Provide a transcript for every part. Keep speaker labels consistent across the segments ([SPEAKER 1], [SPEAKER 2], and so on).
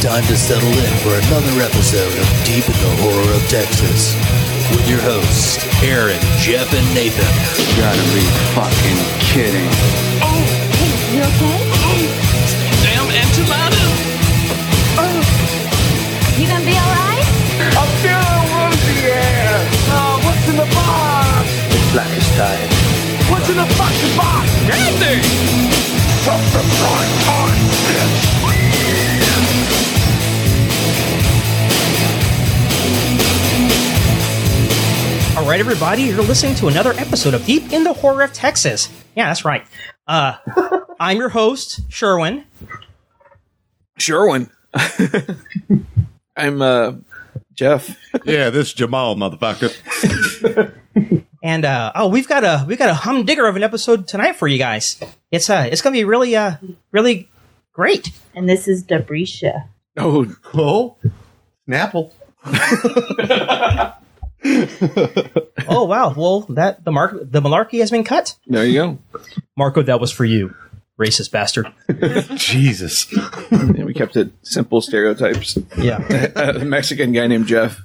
[SPEAKER 1] time to settle in for another episode of Deep in the Horror of Texas with your hosts, Aaron, Jeff, and Nathan.
[SPEAKER 2] You gotta be fucking kidding.
[SPEAKER 3] Hey, hey, you okay?
[SPEAKER 4] Damn enchilada!
[SPEAKER 3] Oh, You gonna be alright?
[SPEAKER 5] Uh,
[SPEAKER 2] It's black as time.
[SPEAKER 4] Anything!
[SPEAKER 6] All right, everybody, you're listening to another episode of Deep in the Horror of Texas. Yeah, that's right. Uh, I'm your host, Sherwin.
[SPEAKER 5] Sherwin. I'm uh Jeff.
[SPEAKER 7] Yeah, this Jamal motherfucker.
[SPEAKER 6] And uh, oh, we've got a we've got a humdinger of an episode tonight for you guys. It's uh, it's gonna be really uh, really great.
[SPEAKER 8] and this is Dabrisha.
[SPEAKER 5] Oh,
[SPEAKER 7] Oh, Snapple.
[SPEAKER 6] Oh wow, well that the mark the malarkey has been cut.
[SPEAKER 5] there you go.
[SPEAKER 6] Marco, that was for you, racist bastard.
[SPEAKER 7] Jesus.
[SPEAKER 5] Yeah, we kept it simple stereotypes.
[SPEAKER 6] Yeah,
[SPEAKER 5] Uh, a Mexican guy named Jeff.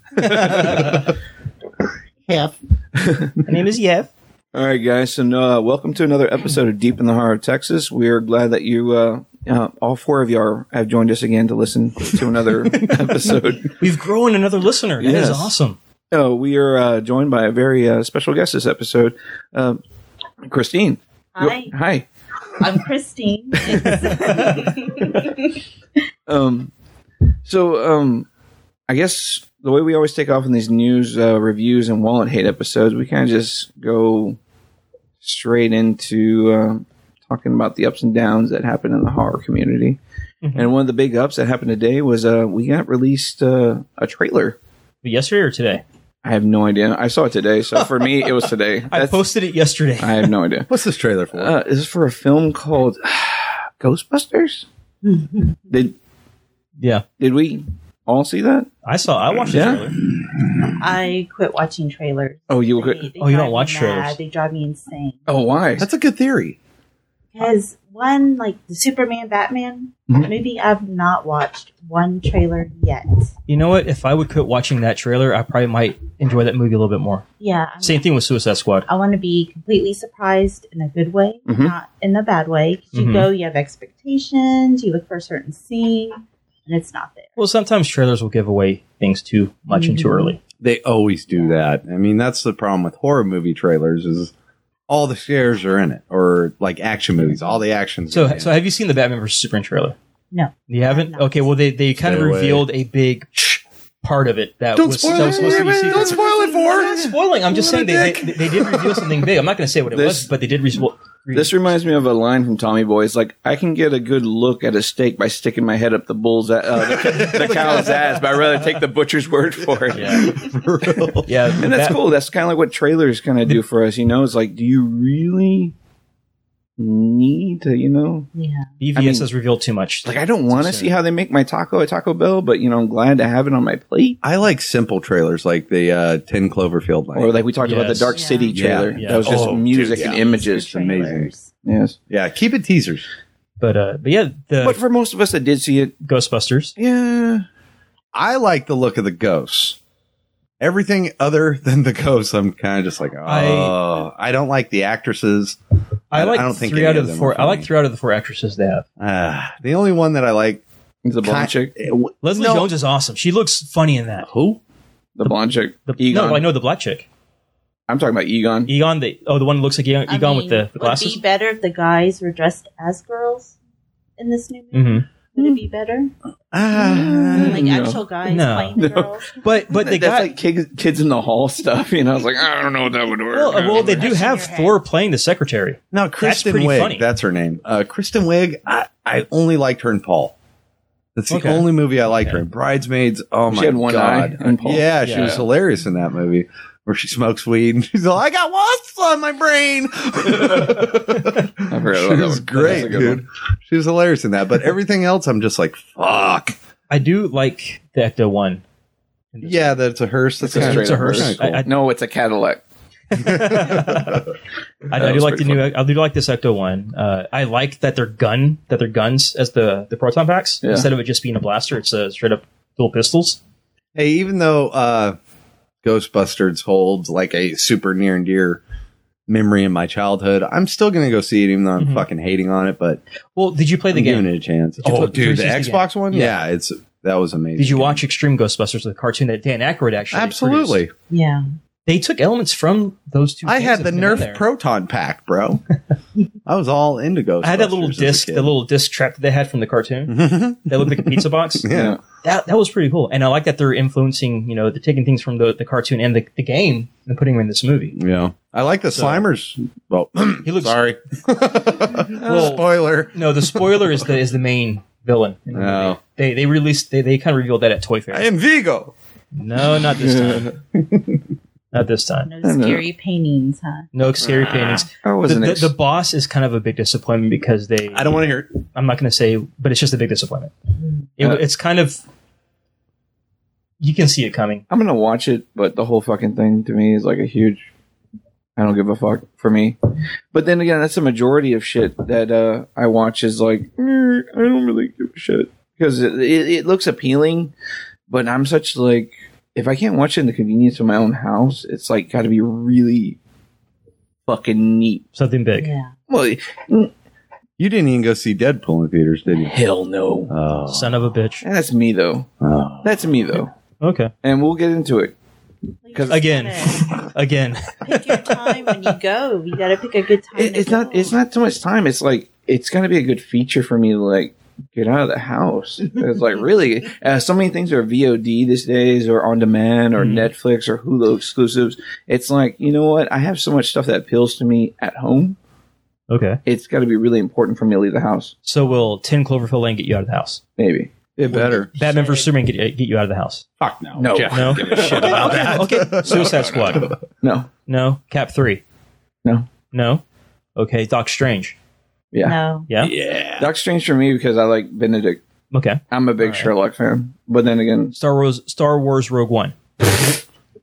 [SPEAKER 6] Yev. My name is Yev.
[SPEAKER 5] All right, guys. So, uh, welcome to another episode of Deep in the Heart of Texas. We are glad that you, uh, uh, all four of you, are, have joined us again to listen to another episode.
[SPEAKER 6] We've grown another listener. That is
[SPEAKER 5] Yes.
[SPEAKER 6] awesome.
[SPEAKER 5] Oh, we are uh, joined by a very uh, special guest this episode, uh, Christine.
[SPEAKER 8] Hi,
[SPEAKER 5] Hi.
[SPEAKER 8] I'm Christine.
[SPEAKER 5] Um, so, um, I guess the way we always take off in these news uh, reviews and wallet hate episodes, we kind of just go straight into uh, talking about the ups and downs that happen in the horror community. And one of the big ups that happened today was uh, we got released uh, a trailer.
[SPEAKER 6] Yesterday or today?
[SPEAKER 5] I have no idea. I saw it today, so for me, it was today.
[SPEAKER 6] I
[SPEAKER 5] That's-
[SPEAKER 6] posted it yesterday.
[SPEAKER 5] I have no idea.
[SPEAKER 7] What's this trailer for?
[SPEAKER 5] Uh, this is for a film called Ghostbusters. did
[SPEAKER 6] yeah,
[SPEAKER 5] did we all see that?
[SPEAKER 6] I saw. I watched
[SPEAKER 5] Yeah.
[SPEAKER 6] the trailer.
[SPEAKER 8] I quit watching trailers.
[SPEAKER 5] Oh, you.
[SPEAKER 8] They- they
[SPEAKER 6] Oh, you don't
[SPEAKER 8] drive me
[SPEAKER 6] watch
[SPEAKER 8] mad.
[SPEAKER 6] trailers.
[SPEAKER 8] They drive me insane.
[SPEAKER 5] Oh, why?
[SPEAKER 7] That's a good theory.
[SPEAKER 8] Because one, like the Superman Batman
[SPEAKER 6] Mm-hmm.
[SPEAKER 8] movie, I've not watched one trailer yet.
[SPEAKER 6] You know what? If I would quit watching that trailer, I probably might enjoy that movie a little bit more.
[SPEAKER 8] Yeah, I'm-
[SPEAKER 6] Same thing with Suicide Squad.
[SPEAKER 8] I want to be completely surprised in a good way,
[SPEAKER 6] Mm-hmm.
[SPEAKER 5] Mhm.
[SPEAKER 8] not in a bad way. 'Cause
[SPEAKER 6] Mhm.
[SPEAKER 8] You go, you have expectations, you look for a certain scene, and it's not there.
[SPEAKER 6] Well, sometimes trailers will give away things too much and
[SPEAKER 5] Mm-hmm.
[SPEAKER 6] too early.
[SPEAKER 7] They always do that. I mean, that's the problem with horror movie trailers is all the scares are in it, or like action movies, all the actions.
[SPEAKER 6] So,
[SPEAKER 7] are in
[SPEAKER 6] so have you seen the Batman vs Superman trailer?
[SPEAKER 8] No.
[SPEAKER 6] You haven't?
[SPEAKER 8] No.
[SPEAKER 6] Okay. Well, they they kind
[SPEAKER 7] Stay
[SPEAKER 6] of
[SPEAKER 7] away.
[SPEAKER 6] revealed a big part of it that
[SPEAKER 7] Don't
[SPEAKER 6] was,
[SPEAKER 7] spoil
[SPEAKER 6] that was
[SPEAKER 7] it.
[SPEAKER 6] supposed to be secret.
[SPEAKER 7] Don't spoil it
[SPEAKER 6] I'm
[SPEAKER 7] for
[SPEAKER 6] not
[SPEAKER 7] us.
[SPEAKER 6] spoiling. I'm just saying
[SPEAKER 7] What a
[SPEAKER 6] they,
[SPEAKER 7] dick.
[SPEAKER 6] they they did reveal something big. I'm not going to say what it
[SPEAKER 5] This-
[SPEAKER 6] was, but they did reveal.
[SPEAKER 5] This reminds me of a line from Tommy Boy. It's like, I can get a good look at a steak by sticking my head up the bull's a- uh, the, the cow's ass, but I'd rather take the butcher's word for it.
[SPEAKER 6] yeah, yeah.
[SPEAKER 5] And that's
[SPEAKER 6] that-
[SPEAKER 5] cool. That's kind of like what trailers kind of do for us, you know? It's like, do you really need to, you know?
[SPEAKER 8] Yeah.
[SPEAKER 6] BVS
[SPEAKER 5] I mean-
[SPEAKER 6] has revealed too much.
[SPEAKER 5] Like, I don't want to
[SPEAKER 6] Sure.
[SPEAKER 5] see how they make my taco at Taco Bell, but, you know, I'm glad to have it on my plate.
[SPEAKER 7] I like simple trailers like the uh, 10 Cloverfield line.
[SPEAKER 5] Or like we talked about the
[SPEAKER 6] Yes.
[SPEAKER 5] Dark
[SPEAKER 8] Yeah.
[SPEAKER 5] City
[SPEAKER 7] Yeah,
[SPEAKER 5] trailer.
[SPEAKER 6] yeah.
[SPEAKER 5] That was just
[SPEAKER 7] Oh,
[SPEAKER 5] music
[SPEAKER 7] dude,
[SPEAKER 5] and
[SPEAKER 7] yeah.
[SPEAKER 5] images.
[SPEAKER 8] Trailers.
[SPEAKER 5] Yes.
[SPEAKER 7] yeah, keep it teasers.
[SPEAKER 6] but uh, but yeah, the
[SPEAKER 5] But for most of us that did see it,
[SPEAKER 6] Ghostbusters.
[SPEAKER 5] yeah.
[SPEAKER 7] I like the look of the ghosts. Everything other than the ghosts, I'm kind of just like, oh, I, don't like the actresses.
[SPEAKER 6] I
[SPEAKER 7] I-
[SPEAKER 6] like
[SPEAKER 7] I don't think
[SPEAKER 6] three
[SPEAKER 7] any
[SPEAKER 6] out
[SPEAKER 7] of
[SPEAKER 6] of the
[SPEAKER 7] them are
[SPEAKER 6] four. I
[SPEAKER 7] funny.
[SPEAKER 6] like three out of the four actresses they have.
[SPEAKER 7] Ah, the only one that I like,
[SPEAKER 5] The blonde
[SPEAKER 7] Ki- eh,
[SPEAKER 5] chick.
[SPEAKER 6] Leslie
[SPEAKER 7] No.
[SPEAKER 6] Jones is awesome. She looks funny in that.
[SPEAKER 7] who?
[SPEAKER 5] The blonde chick.
[SPEAKER 6] The,
[SPEAKER 5] Egon.
[SPEAKER 6] No, I know the black chick.
[SPEAKER 5] I'm talking about Egon.
[SPEAKER 6] Egon, the oh, the one that looks like Egon,
[SPEAKER 8] I
[SPEAKER 6] Egon with
[SPEAKER 8] mean,
[SPEAKER 6] the, the
[SPEAKER 8] Would it
[SPEAKER 6] glasses.
[SPEAKER 8] be better if the guys were dressed as girls in this new movie?
[SPEAKER 6] Mm-hmm.
[SPEAKER 8] Would it be better?
[SPEAKER 6] Mm.
[SPEAKER 7] Ah,
[SPEAKER 8] Like
[SPEAKER 5] no.
[SPEAKER 8] actual guys
[SPEAKER 6] No.
[SPEAKER 8] playing the
[SPEAKER 5] No.
[SPEAKER 8] girls?
[SPEAKER 6] But but they
[SPEAKER 5] That's
[SPEAKER 6] got
[SPEAKER 5] like kids, kids in the hall stuff. You know, I was like, I don't know what that would work.
[SPEAKER 6] well, uh, well, they
[SPEAKER 5] do.
[SPEAKER 6] do have
[SPEAKER 8] Your head.
[SPEAKER 6] Thor playing the secretary.
[SPEAKER 7] no, Kristen
[SPEAKER 6] pretty
[SPEAKER 7] Wiig.
[SPEAKER 6] funny.
[SPEAKER 7] That's her name. Uh, Kristen Wiig. I, I only liked her in Paul. That's the
[SPEAKER 6] Okay.
[SPEAKER 7] only movie I liked her in. Bridesmaids. Oh
[SPEAKER 5] She
[SPEAKER 7] my
[SPEAKER 5] had one
[SPEAKER 7] god.
[SPEAKER 5] eye in Paul.
[SPEAKER 7] Yeah, she
[SPEAKER 6] Yeah.
[SPEAKER 7] was hilarious in that movie where she smokes weed and she's all, I got wasps on my brain.
[SPEAKER 5] I forgot about
[SPEAKER 7] she
[SPEAKER 5] that
[SPEAKER 7] was
[SPEAKER 5] one. That's
[SPEAKER 7] great,
[SPEAKER 5] a good
[SPEAKER 7] dude.
[SPEAKER 5] one.
[SPEAKER 7] She was hilarious in that. But everything else, I'm just like, fuck.
[SPEAKER 6] I do like the Ecto one.
[SPEAKER 7] Yeah, that's a hearse. That's
[SPEAKER 5] It's a
[SPEAKER 7] kinda-
[SPEAKER 5] straight
[SPEAKER 6] It's a
[SPEAKER 5] up
[SPEAKER 6] hearse.
[SPEAKER 7] kinda
[SPEAKER 5] hearse.
[SPEAKER 6] I- I-
[SPEAKER 5] no, it's a Cadillac.
[SPEAKER 6] I, I do like the new. I do like this Ecto one. Uh, I like that they're gun that they're guns as the the proton packs
[SPEAKER 5] Yeah.
[SPEAKER 6] instead of it just being a blaster. It's uh, straight up dual pistols.
[SPEAKER 7] Hey, even though uh, Ghostbusters holds like a super near and dear memory in my childhood, I'm still going to go see it, even though I'm fucking hating on it. But
[SPEAKER 6] Well, did you Mm-hmm. play the
[SPEAKER 7] I'm
[SPEAKER 6] game?
[SPEAKER 7] giving it a chance.
[SPEAKER 6] you
[SPEAKER 7] Oh,
[SPEAKER 6] play the
[SPEAKER 7] dude, the
[SPEAKER 6] 360
[SPEAKER 7] Xbox one?
[SPEAKER 6] Yeah.
[SPEAKER 7] Yeah. it's that was amazing.
[SPEAKER 6] Did you watch Extreme Ghostbusters, the cartoon that Dan Aykroyd actually
[SPEAKER 7] Absolutely.
[SPEAKER 6] produced?
[SPEAKER 8] Yeah.
[SPEAKER 6] They took elements from those two.
[SPEAKER 7] I
[SPEAKER 6] things
[SPEAKER 7] had
[SPEAKER 6] that
[SPEAKER 7] the
[SPEAKER 6] have been in there.
[SPEAKER 7] Nerf proton pack, bro. I was all into Ghostbusters.
[SPEAKER 6] I had that little
[SPEAKER 7] as a
[SPEAKER 6] disc,
[SPEAKER 7] kid.
[SPEAKER 6] the little disc trap that they had from the cartoon that looked like a pizza box.
[SPEAKER 7] yeah.
[SPEAKER 6] That, that was pretty cool, and I like that they're influencing. You know, they're taking things from the, the cartoon and the, the game and putting them in this movie.
[SPEAKER 7] Yeah. I like the Slimers. Well,
[SPEAKER 6] He looks
[SPEAKER 7] sorry.
[SPEAKER 6] well,
[SPEAKER 7] Spoiler.
[SPEAKER 6] No, the spoiler is the is the main villain. in the
[SPEAKER 7] No.
[SPEAKER 6] movie. They they released they, they kind of revealed that at Toy Fair.
[SPEAKER 7] am Vigo.
[SPEAKER 6] no, not this time. not this time.
[SPEAKER 8] No scary paintings, huh?
[SPEAKER 6] No scary paintings.
[SPEAKER 5] I
[SPEAKER 6] The,
[SPEAKER 5] wasn't.
[SPEAKER 6] the,
[SPEAKER 5] ex-
[SPEAKER 6] the boss is kind of a big disappointment because they.
[SPEAKER 7] I don't want to hear it.
[SPEAKER 6] I'm not going to say, but it's just a big disappointment. It,
[SPEAKER 5] Uh,
[SPEAKER 6] it's kind of. You can see it coming.
[SPEAKER 5] I'm gonna watch it, but the whole fucking thing to me is like a huge. I don't give a fuck for me. But then again, that's the majority of shit that uh, I watch is like "Eh, I don't really give a shit because it, it, it looks appealing, but I'm such like if I can't watch it in the convenience of my own house, it's like got to be really fucking neat.
[SPEAKER 6] Something big.
[SPEAKER 8] Yeah.
[SPEAKER 5] Well,
[SPEAKER 7] You didn't even go see Deadpool in theaters, did you?
[SPEAKER 5] hell no.
[SPEAKER 7] Oh.
[SPEAKER 6] Son of a bitch.
[SPEAKER 5] That's me though.
[SPEAKER 7] oh.
[SPEAKER 5] That's me though.
[SPEAKER 6] Okay.
[SPEAKER 5] And we'll get into it. 'Cause
[SPEAKER 6] Again. Again.
[SPEAKER 8] pick your time when you go. You got to pick a good time.
[SPEAKER 5] it,
[SPEAKER 8] to
[SPEAKER 5] it's not
[SPEAKER 8] go.
[SPEAKER 5] it's not too much time it's like it's gonna be a good feature for me to like get out of the house it's like really uh, so many things are vod these days or on demand or
[SPEAKER 7] Mm-hmm.
[SPEAKER 5] netflix or hulu exclusives it's like you know what i have so much stuff that appeals to me at home
[SPEAKER 6] Okay.
[SPEAKER 5] it's got to be really important for me to leave the house
[SPEAKER 6] So will 10 Cloverfield Lane get you out of the house?
[SPEAKER 5] maybe
[SPEAKER 7] It better.
[SPEAKER 6] Batman vs. Superman get, get you out of the house?
[SPEAKER 7] Fuck no.
[SPEAKER 5] No.
[SPEAKER 7] Jeff.
[SPEAKER 6] No? okay, okay. Suicide Squad.
[SPEAKER 5] no
[SPEAKER 6] No. Cap 3.
[SPEAKER 5] no
[SPEAKER 6] No. Okay. Doc Strange.
[SPEAKER 5] yeah
[SPEAKER 8] No.
[SPEAKER 6] Yeah.
[SPEAKER 7] Yeah.
[SPEAKER 5] Doctor Strange for me because I like Benedict.
[SPEAKER 6] Okay.
[SPEAKER 5] I'm a big Sherlock fan, but then again,
[SPEAKER 6] Star Wars. Star Wars Rogue One.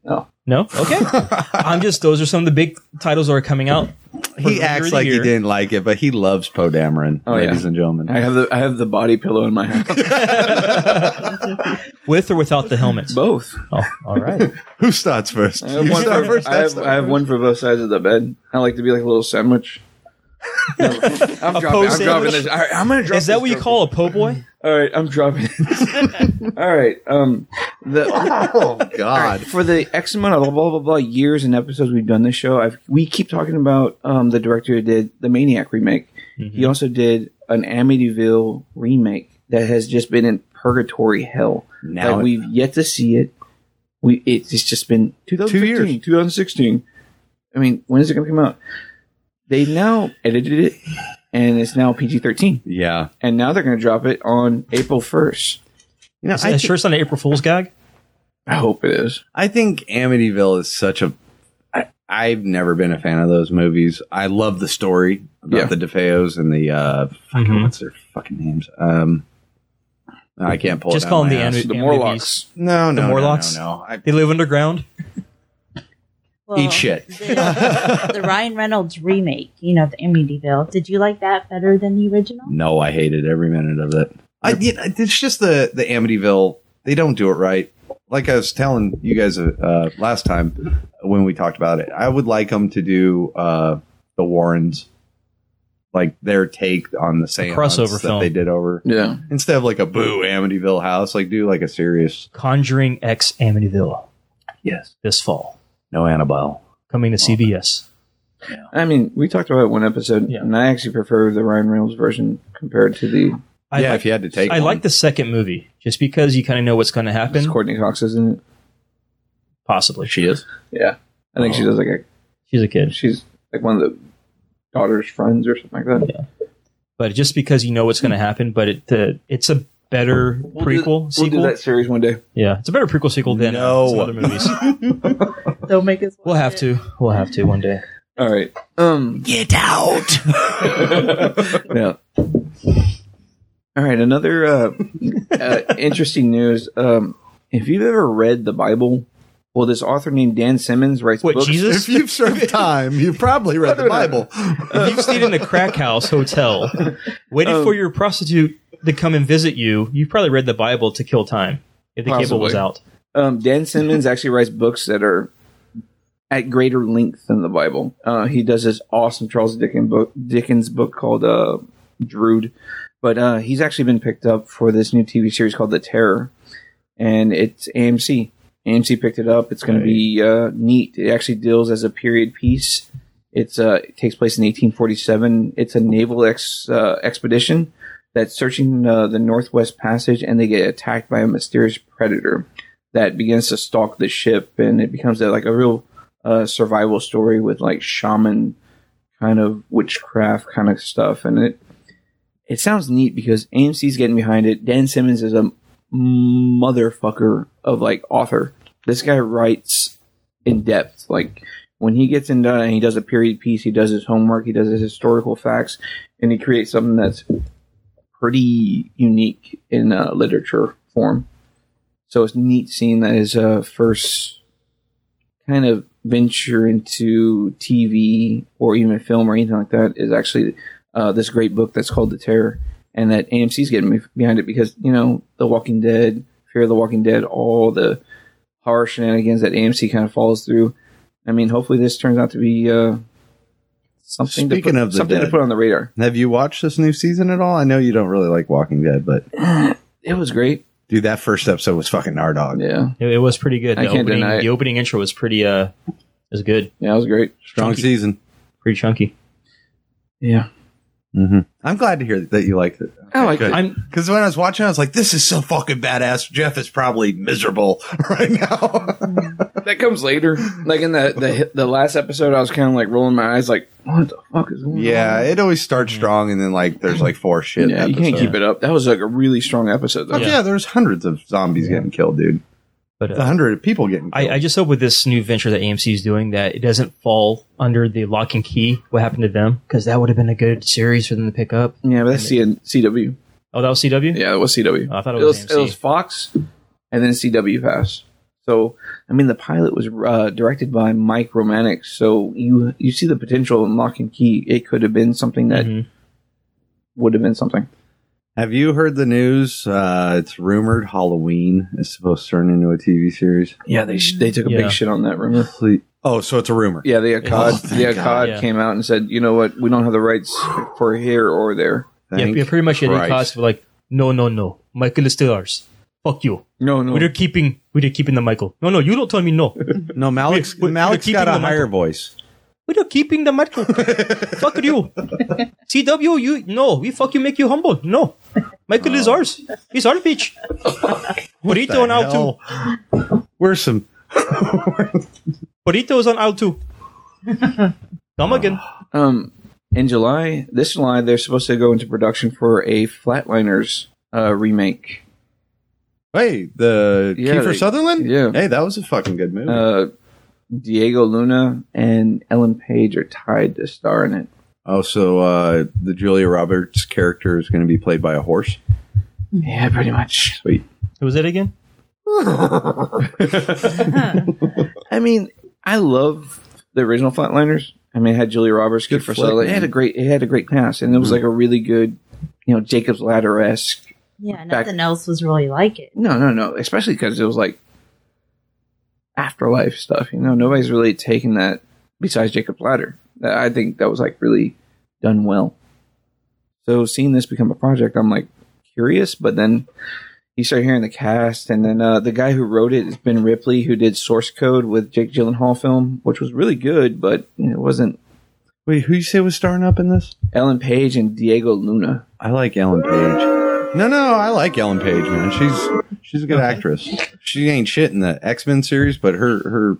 [SPEAKER 5] no.
[SPEAKER 6] No. Okay. I'm just. Those are some of the big titles that are coming out. for
[SPEAKER 7] He
[SPEAKER 6] the remainder of
[SPEAKER 7] acts
[SPEAKER 6] the
[SPEAKER 7] like he
[SPEAKER 6] year.
[SPEAKER 7] didn't like it, but he loves Poe Dameron,
[SPEAKER 5] Oh,
[SPEAKER 7] ladies
[SPEAKER 5] yeah.
[SPEAKER 7] and gentlemen.
[SPEAKER 5] I have the I have the body pillow in my house.
[SPEAKER 6] with or without the helmets.
[SPEAKER 5] Both.
[SPEAKER 6] Oh, all right.
[SPEAKER 7] Who starts first?
[SPEAKER 5] I have, one for, I, have, I have one for both sides of the bed. I like to be like a little sandwich. I'm, dropping, I'm
[SPEAKER 6] sandwich?
[SPEAKER 5] dropping this. All right, I'm gonna drop.
[SPEAKER 6] Is that what you call a po' boy?
[SPEAKER 5] All right, I'm dropping. it. All right, um, the
[SPEAKER 7] Oh God!
[SPEAKER 5] for the X amount of blah blah blah years and episodes we've done this show, I've, we keep talking about um the director who did the Maniac remake.
[SPEAKER 6] Mm-hmm.
[SPEAKER 5] He also did an Amityville remake that has just been in purgatory hell.
[SPEAKER 7] Now
[SPEAKER 5] Like,
[SPEAKER 7] it-
[SPEAKER 5] we've yet to see it. We it's just been 2015,
[SPEAKER 7] years.
[SPEAKER 5] 2016. I mean, when is it going to come out? They now edited it, and it's now PG 13.
[SPEAKER 7] Yeah,
[SPEAKER 5] And now they're going to drop it on April 1st.
[SPEAKER 7] you know,
[SPEAKER 6] Is
[SPEAKER 7] I,
[SPEAKER 6] that
[SPEAKER 7] thi-
[SPEAKER 6] sure it's not an April Fool's gag?
[SPEAKER 5] I hope it is.
[SPEAKER 7] I think Amityville is such a. I, I've never been a fan of those movies. I love the story about
[SPEAKER 5] Yeah.
[SPEAKER 7] the DeFeos and the uh, fucking
[SPEAKER 6] Mm-hmm.
[SPEAKER 7] what's their fucking names? Um, I can't pull.
[SPEAKER 6] Just
[SPEAKER 7] it out
[SPEAKER 6] call
[SPEAKER 7] of
[SPEAKER 6] them the
[SPEAKER 7] my ass.
[SPEAKER 6] Ami-
[SPEAKER 5] The
[SPEAKER 6] Amitybees.
[SPEAKER 5] Morlocks.
[SPEAKER 7] No, no,
[SPEAKER 6] the
[SPEAKER 7] no,
[SPEAKER 6] Morlocks?
[SPEAKER 7] No, no. I,
[SPEAKER 6] They live underground.
[SPEAKER 8] Well,
[SPEAKER 7] Eat shit.
[SPEAKER 8] The, the Ryan Reynolds remake, you know, the Amityville. Did you like that better than the original?
[SPEAKER 7] no, I hated every minute of it. I, you know, it's just the the Amityville. They don't do it right. Like I was telling you guys uh, uh, last time when we talked about it, I would like them to do uh, the Warrens, like their take on the same
[SPEAKER 6] crossover
[SPEAKER 7] that
[SPEAKER 6] film.
[SPEAKER 7] they did over
[SPEAKER 5] Yeah.
[SPEAKER 7] instead of like a boo Amityville house. Like do like a serious
[SPEAKER 6] Conjuring X Amityville
[SPEAKER 7] yes,
[SPEAKER 6] this fall.
[SPEAKER 7] no Annabelle.
[SPEAKER 6] Coming to CBS.
[SPEAKER 5] I mean, we talked about it one episode,
[SPEAKER 6] Yeah.
[SPEAKER 5] and I actually prefer the Ryan Reynolds version compared to the
[SPEAKER 6] I
[SPEAKER 7] yeah,
[SPEAKER 6] like,
[SPEAKER 7] if you had to take,
[SPEAKER 6] I
[SPEAKER 7] one.
[SPEAKER 6] like the second movie just because you kind of know what's going to happen.
[SPEAKER 5] it's Courtney Cox, isn't it?
[SPEAKER 6] Possibly.
[SPEAKER 7] She is.
[SPEAKER 5] Yeah. I think
[SPEAKER 6] Oh.
[SPEAKER 5] she does like a,
[SPEAKER 6] She's a kid.
[SPEAKER 5] she's like one of the daughter's friends or something like that.
[SPEAKER 6] But just because you know what's going to happen, but it the, it's a better prequel
[SPEAKER 5] We'll do
[SPEAKER 6] sequel.
[SPEAKER 5] that series one day.
[SPEAKER 6] Yeah, it's a better prequel sequel than uh,
[SPEAKER 7] No.
[SPEAKER 6] some other movies.
[SPEAKER 8] Don't make us.
[SPEAKER 6] we'll have to. We'll have to one day.
[SPEAKER 5] All right. Um, get out. yeah. All right. Another uh, uh, interesting news. Um, if you've ever read the Bible, Well, this author named Dan Simmons writes
[SPEAKER 6] What
[SPEAKER 5] books.
[SPEAKER 6] Jesus?
[SPEAKER 9] If you've served time, you've probably read the Bible.
[SPEAKER 6] If you've stayed in a crack house hotel, waited
[SPEAKER 5] Um,
[SPEAKER 6] for your prostitute to come and visit you, you've probably read the Bible to kill time if the cable was
[SPEAKER 9] Possibly.
[SPEAKER 6] out.
[SPEAKER 5] Um, Dan Simmons actually writes books that are at greater length than the Bible. Uh, he does this awesome Charles Dickens book, Dickens book called uh, Drood, but uh, he's actually been picked up for this new TV series called The Terror, and it's AMC. AMC picked it up. It's going to be uh, neat. It actually deals as a period piece. It's uh, it takes place in 1847. It's a naval ex, uh, expedition that's searching uh, the Northwest Passage, and they get attacked by a mysterious predator that begins to stalk the ship, and it becomes a, like a real uh, survival story with like shaman kind of witchcraft kind of stuff, and it it sounds neat because AMC's getting behind it. Dan Simmons is a motherfucker of like author. This guy writes in depth. Like when he gets in done and he does a period piece, he does his homework, he does his historical facts, and he creates something that's pretty unique in uh, literature form. So it's neat seeing that his uh, first kind of venture into TV or even film or anything like that is actually uh, this great book that's called The Terror, and that AMC's getting me behind it because you know The Walking Dead, Fear of the Walking Dead, all the horror shenanigans that AMC kind of follows through. I mean, hopefully this turns out to be uh, something to
[SPEAKER 7] Speaking
[SPEAKER 5] put,
[SPEAKER 7] of the
[SPEAKER 5] something to
[SPEAKER 7] dead.
[SPEAKER 5] put on the radar.
[SPEAKER 7] Have you watched this new season at all? I know you don't really like Walking Dead, but
[SPEAKER 5] It was great.
[SPEAKER 7] dude, that first episode was fucking our dog.
[SPEAKER 5] Yeah,
[SPEAKER 6] It, it was pretty good.
[SPEAKER 5] I
[SPEAKER 6] The
[SPEAKER 5] can't
[SPEAKER 6] opening,
[SPEAKER 5] deny it.
[SPEAKER 6] the opening intro was pretty uh was good,
[SPEAKER 5] yeah, it was great.
[SPEAKER 7] Strong season.
[SPEAKER 6] pretty chunky.
[SPEAKER 5] Yeah,
[SPEAKER 7] Mm-hmm. I'm glad to hear that you liked it.
[SPEAKER 5] I like it.
[SPEAKER 6] I'm
[SPEAKER 9] Because when I was watching, I was like, "This is so fucking badass." Jeff is probably miserable right now.
[SPEAKER 5] That comes later. Like in the the the last episode, I was kind of like rolling my eyes, like, what the fuck is going on?
[SPEAKER 7] Yeah, it always starts strong, and then like there's like four shit.
[SPEAKER 5] Yeah, you can't keep it up. That was like a really strong episode. Though.
[SPEAKER 7] Oh, yeah. there's hundreds of zombies getting killed, dude.
[SPEAKER 6] but
[SPEAKER 7] It's a
[SPEAKER 6] uh,
[SPEAKER 7] hundred of people getting killed.
[SPEAKER 6] I, I just hope with this new venture that AMC is doing that it doesn't fall under the lock and key. What happened to them? Because that would have been a good series for them to pick up.
[SPEAKER 5] Yeah, but that's CN CW.
[SPEAKER 6] Oh, that was CW.
[SPEAKER 5] Yeah, it was CW.
[SPEAKER 6] Oh, I thought it was
[SPEAKER 5] it was,
[SPEAKER 6] AMC.
[SPEAKER 5] Fox, and then CW passed. So, I mean, the pilot was uh, directed by Mike Romanek. So you you see the potential in Lock and Key. It could have been something that
[SPEAKER 6] Mhm.
[SPEAKER 5] would have been something.
[SPEAKER 7] Have you heard the news? Uh, it's rumored Halloween is supposed to turn into a TV series.
[SPEAKER 5] Yeah, they sh- they took a
[SPEAKER 6] Yeah.
[SPEAKER 5] big shit on that rumor.
[SPEAKER 7] Please- Oh, so it's a rumor.
[SPEAKER 5] Yeah, the Akkad, the Akkad
[SPEAKER 6] Yeah.
[SPEAKER 5] came out and said, you know what, we don't have the rights for here or there.
[SPEAKER 6] Yeah,
[SPEAKER 7] Thank
[SPEAKER 6] yeah, pretty much. It
[SPEAKER 7] Christ.
[SPEAKER 6] cost like no, no, no. Michael is still ours. Fuck you.
[SPEAKER 5] No, no.
[SPEAKER 6] We're keeping. We're keeping the Michael. No, no. You don't tell me no.
[SPEAKER 7] No, Malik's,
[SPEAKER 6] Wait, wait,
[SPEAKER 7] Malik's
[SPEAKER 6] they're
[SPEAKER 7] got a
[SPEAKER 6] keeping the
[SPEAKER 7] higher
[SPEAKER 6] Michael.
[SPEAKER 7] voice.
[SPEAKER 6] We're keeping the Michael. fuck you. CW. You no. We fuck you. Make you humble. No. Michael is ours. He's our bitch. Burrito on aisle two.
[SPEAKER 7] Where's some?
[SPEAKER 6] Burrito's on aisle two. Come again.
[SPEAKER 5] Um, in July, this July, they're supposed to go into production for a Flatliners uh, remake.
[SPEAKER 7] Hey, the
[SPEAKER 5] Yeah,
[SPEAKER 7] Kiefer
[SPEAKER 5] they-
[SPEAKER 7] Sutherland.
[SPEAKER 5] yeah.
[SPEAKER 7] Hey, that was a fucking good movie.
[SPEAKER 5] Uh, Diego Luna and Ellen Page are tied to star in it.
[SPEAKER 7] oh, so uh, the Julia Roberts character is going to be played by a horse.
[SPEAKER 5] Yeah, pretty much.
[SPEAKER 7] Sweet.
[SPEAKER 6] Who was that again?
[SPEAKER 5] I mean, I love the original Flatliners. I mean, it had Julia Roberts, good Mm-hmm. for
[SPEAKER 7] flick,
[SPEAKER 5] Sutherland. It
[SPEAKER 7] man.
[SPEAKER 5] had a great, it had a great cast, and it was like a really good, you know, Jacob's Ladder esque
[SPEAKER 8] Yeah,
[SPEAKER 5] Back-
[SPEAKER 8] nothing else was really like it.
[SPEAKER 5] No, no, no. Especially because it was like afterlife stuff. You know, nobody's really taken that besides Jacob Ladder. That- I think that was like really done well. So seeing this become a project, I'm like curious. But then you start hearing the cast, and then uh, the guy who wrote it is Ben Ripley, who did Source Code with Jake Gyllenhaal film, which was really good, but it wasn't.
[SPEAKER 7] Wait, who you say was starring up in this?
[SPEAKER 5] Ellen Page and Diego Luna.
[SPEAKER 7] I like Ellen Page. No, no, I like Ellen Page, man. She's she's a good actress. She ain't shit in the X Men series, but her her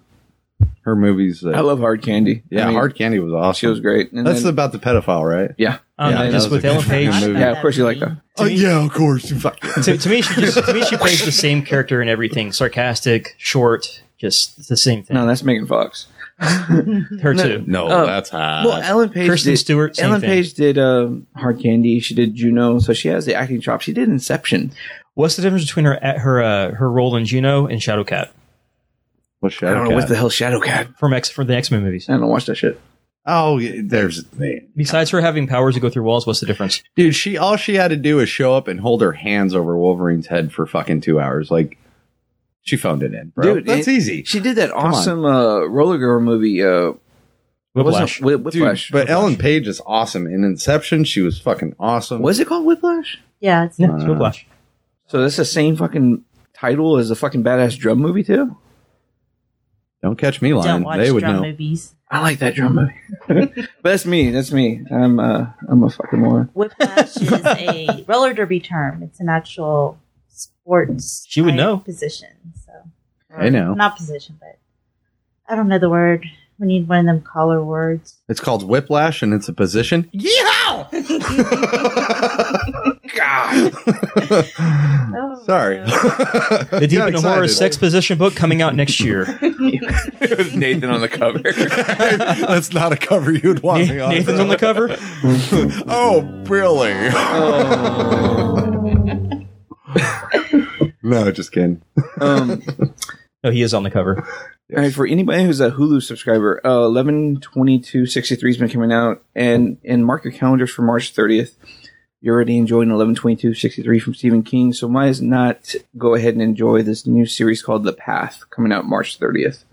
[SPEAKER 7] her movies. Uh,
[SPEAKER 5] I love Hard Candy.
[SPEAKER 7] yeah,
[SPEAKER 5] I mean,
[SPEAKER 7] Hard Candy was awesome.
[SPEAKER 5] She was great. And
[SPEAKER 7] That's
[SPEAKER 5] then-
[SPEAKER 7] about the pedophile, right?
[SPEAKER 5] yeah, uh,
[SPEAKER 6] Um,
[SPEAKER 7] Yeah,
[SPEAKER 6] just
[SPEAKER 7] that was
[SPEAKER 6] with
[SPEAKER 7] a good
[SPEAKER 6] Ellen Page.
[SPEAKER 8] movie.
[SPEAKER 5] yeah. Of course you like that.
[SPEAKER 9] Oh, yeah, of course. Fuck.
[SPEAKER 6] to, to me, she just to me she plays the same character in everything. Sarcastic, short, just the same thing.
[SPEAKER 5] No, that's Megan Fox.
[SPEAKER 6] Her too.
[SPEAKER 9] No,
[SPEAKER 5] Uh,
[SPEAKER 9] that's high.
[SPEAKER 5] Well, Ellen Page,
[SPEAKER 6] Kirsten
[SPEAKER 5] did,
[SPEAKER 6] Stewart, same
[SPEAKER 5] Ellen
[SPEAKER 6] thing.
[SPEAKER 5] Page did um, Hard Candy. She did Juno, so she has the acting chops. She did Inception.
[SPEAKER 6] What's the difference between her her uh, her role in Juno and Shadowcat?
[SPEAKER 7] What
[SPEAKER 5] I
[SPEAKER 7] Shadow
[SPEAKER 5] don't know what the hell Shadowcat.
[SPEAKER 6] from X from the X Men movies.
[SPEAKER 5] I don't watch that shit.
[SPEAKER 7] Oh, yeah, there's man.
[SPEAKER 6] Besides her having powers to go through walls, what's the difference?
[SPEAKER 7] dude. She all she had to do is show up and hold her hands over Wolverine's head for fucking two hours. Like she phoned it in, bro.
[SPEAKER 5] Dude,
[SPEAKER 7] that's
[SPEAKER 5] it-
[SPEAKER 7] easy.
[SPEAKER 5] She did that
[SPEAKER 7] on.
[SPEAKER 5] awesome uh, roller girl movie. Uh,
[SPEAKER 6] Whiplash.
[SPEAKER 5] Wasn't, Whi-
[SPEAKER 7] Dude,
[SPEAKER 5] Whiplash.
[SPEAKER 7] but Ellen Page is awesome. In Inception, she was fucking awesome.
[SPEAKER 5] was it called Whiplash?
[SPEAKER 8] Yeah, it's
[SPEAKER 6] Yeah, it's Whiplash.
[SPEAKER 5] So that's the same fucking title as the fucking badass drum movie too.
[SPEAKER 7] Don't catch me lying.
[SPEAKER 8] don't watch
[SPEAKER 7] They would
[SPEAKER 8] drum
[SPEAKER 7] know.
[SPEAKER 8] movies.
[SPEAKER 5] I like that drum movie. but that's me. That's me. I'm uh, I'm a fucking moron.
[SPEAKER 8] Whiplash is a roller derby term. It's an actual sports.
[SPEAKER 6] She would
[SPEAKER 8] type
[SPEAKER 6] know.
[SPEAKER 8] position. So
[SPEAKER 7] I know.
[SPEAKER 8] not position, but I don't know the word. We need one of them collar words.
[SPEAKER 7] It's called Whiplash, and it's a position.
[SPEAKER 8] Oh,
[SPEAKER 7] Sorry.
[SPEAKER 8] no.
[SPEAKER 6] The Deep
[SPEAKER 7] Got
[SPEAKER 6] in the Horror
[SPEAKER 7] excited.
[SPEAKER 6] Sex Position book coming out next year.
[SPEAKER 5] With Nathan on the cover.
[SPEAKER 7] That's not a cover you'd want me on.
[SPEAKER 6] Nathan's on the cover.
[SPEAKER 7] Oh, really? no, just kidding.
[SPEAKER 5] um,
[SPEAKER 6] No, he is on the cover.
[SPEAKER 5] all right, for anybody who's a Hulu subscriber, uh, eleven twenty two sixty three has been coming out, and and mark your calendars for March thirtieth. You're already enjoying eleven twenty two sixty three from Stephen King, so why is not go ahead and enjoy this new series called The Path coming out March thirtieth.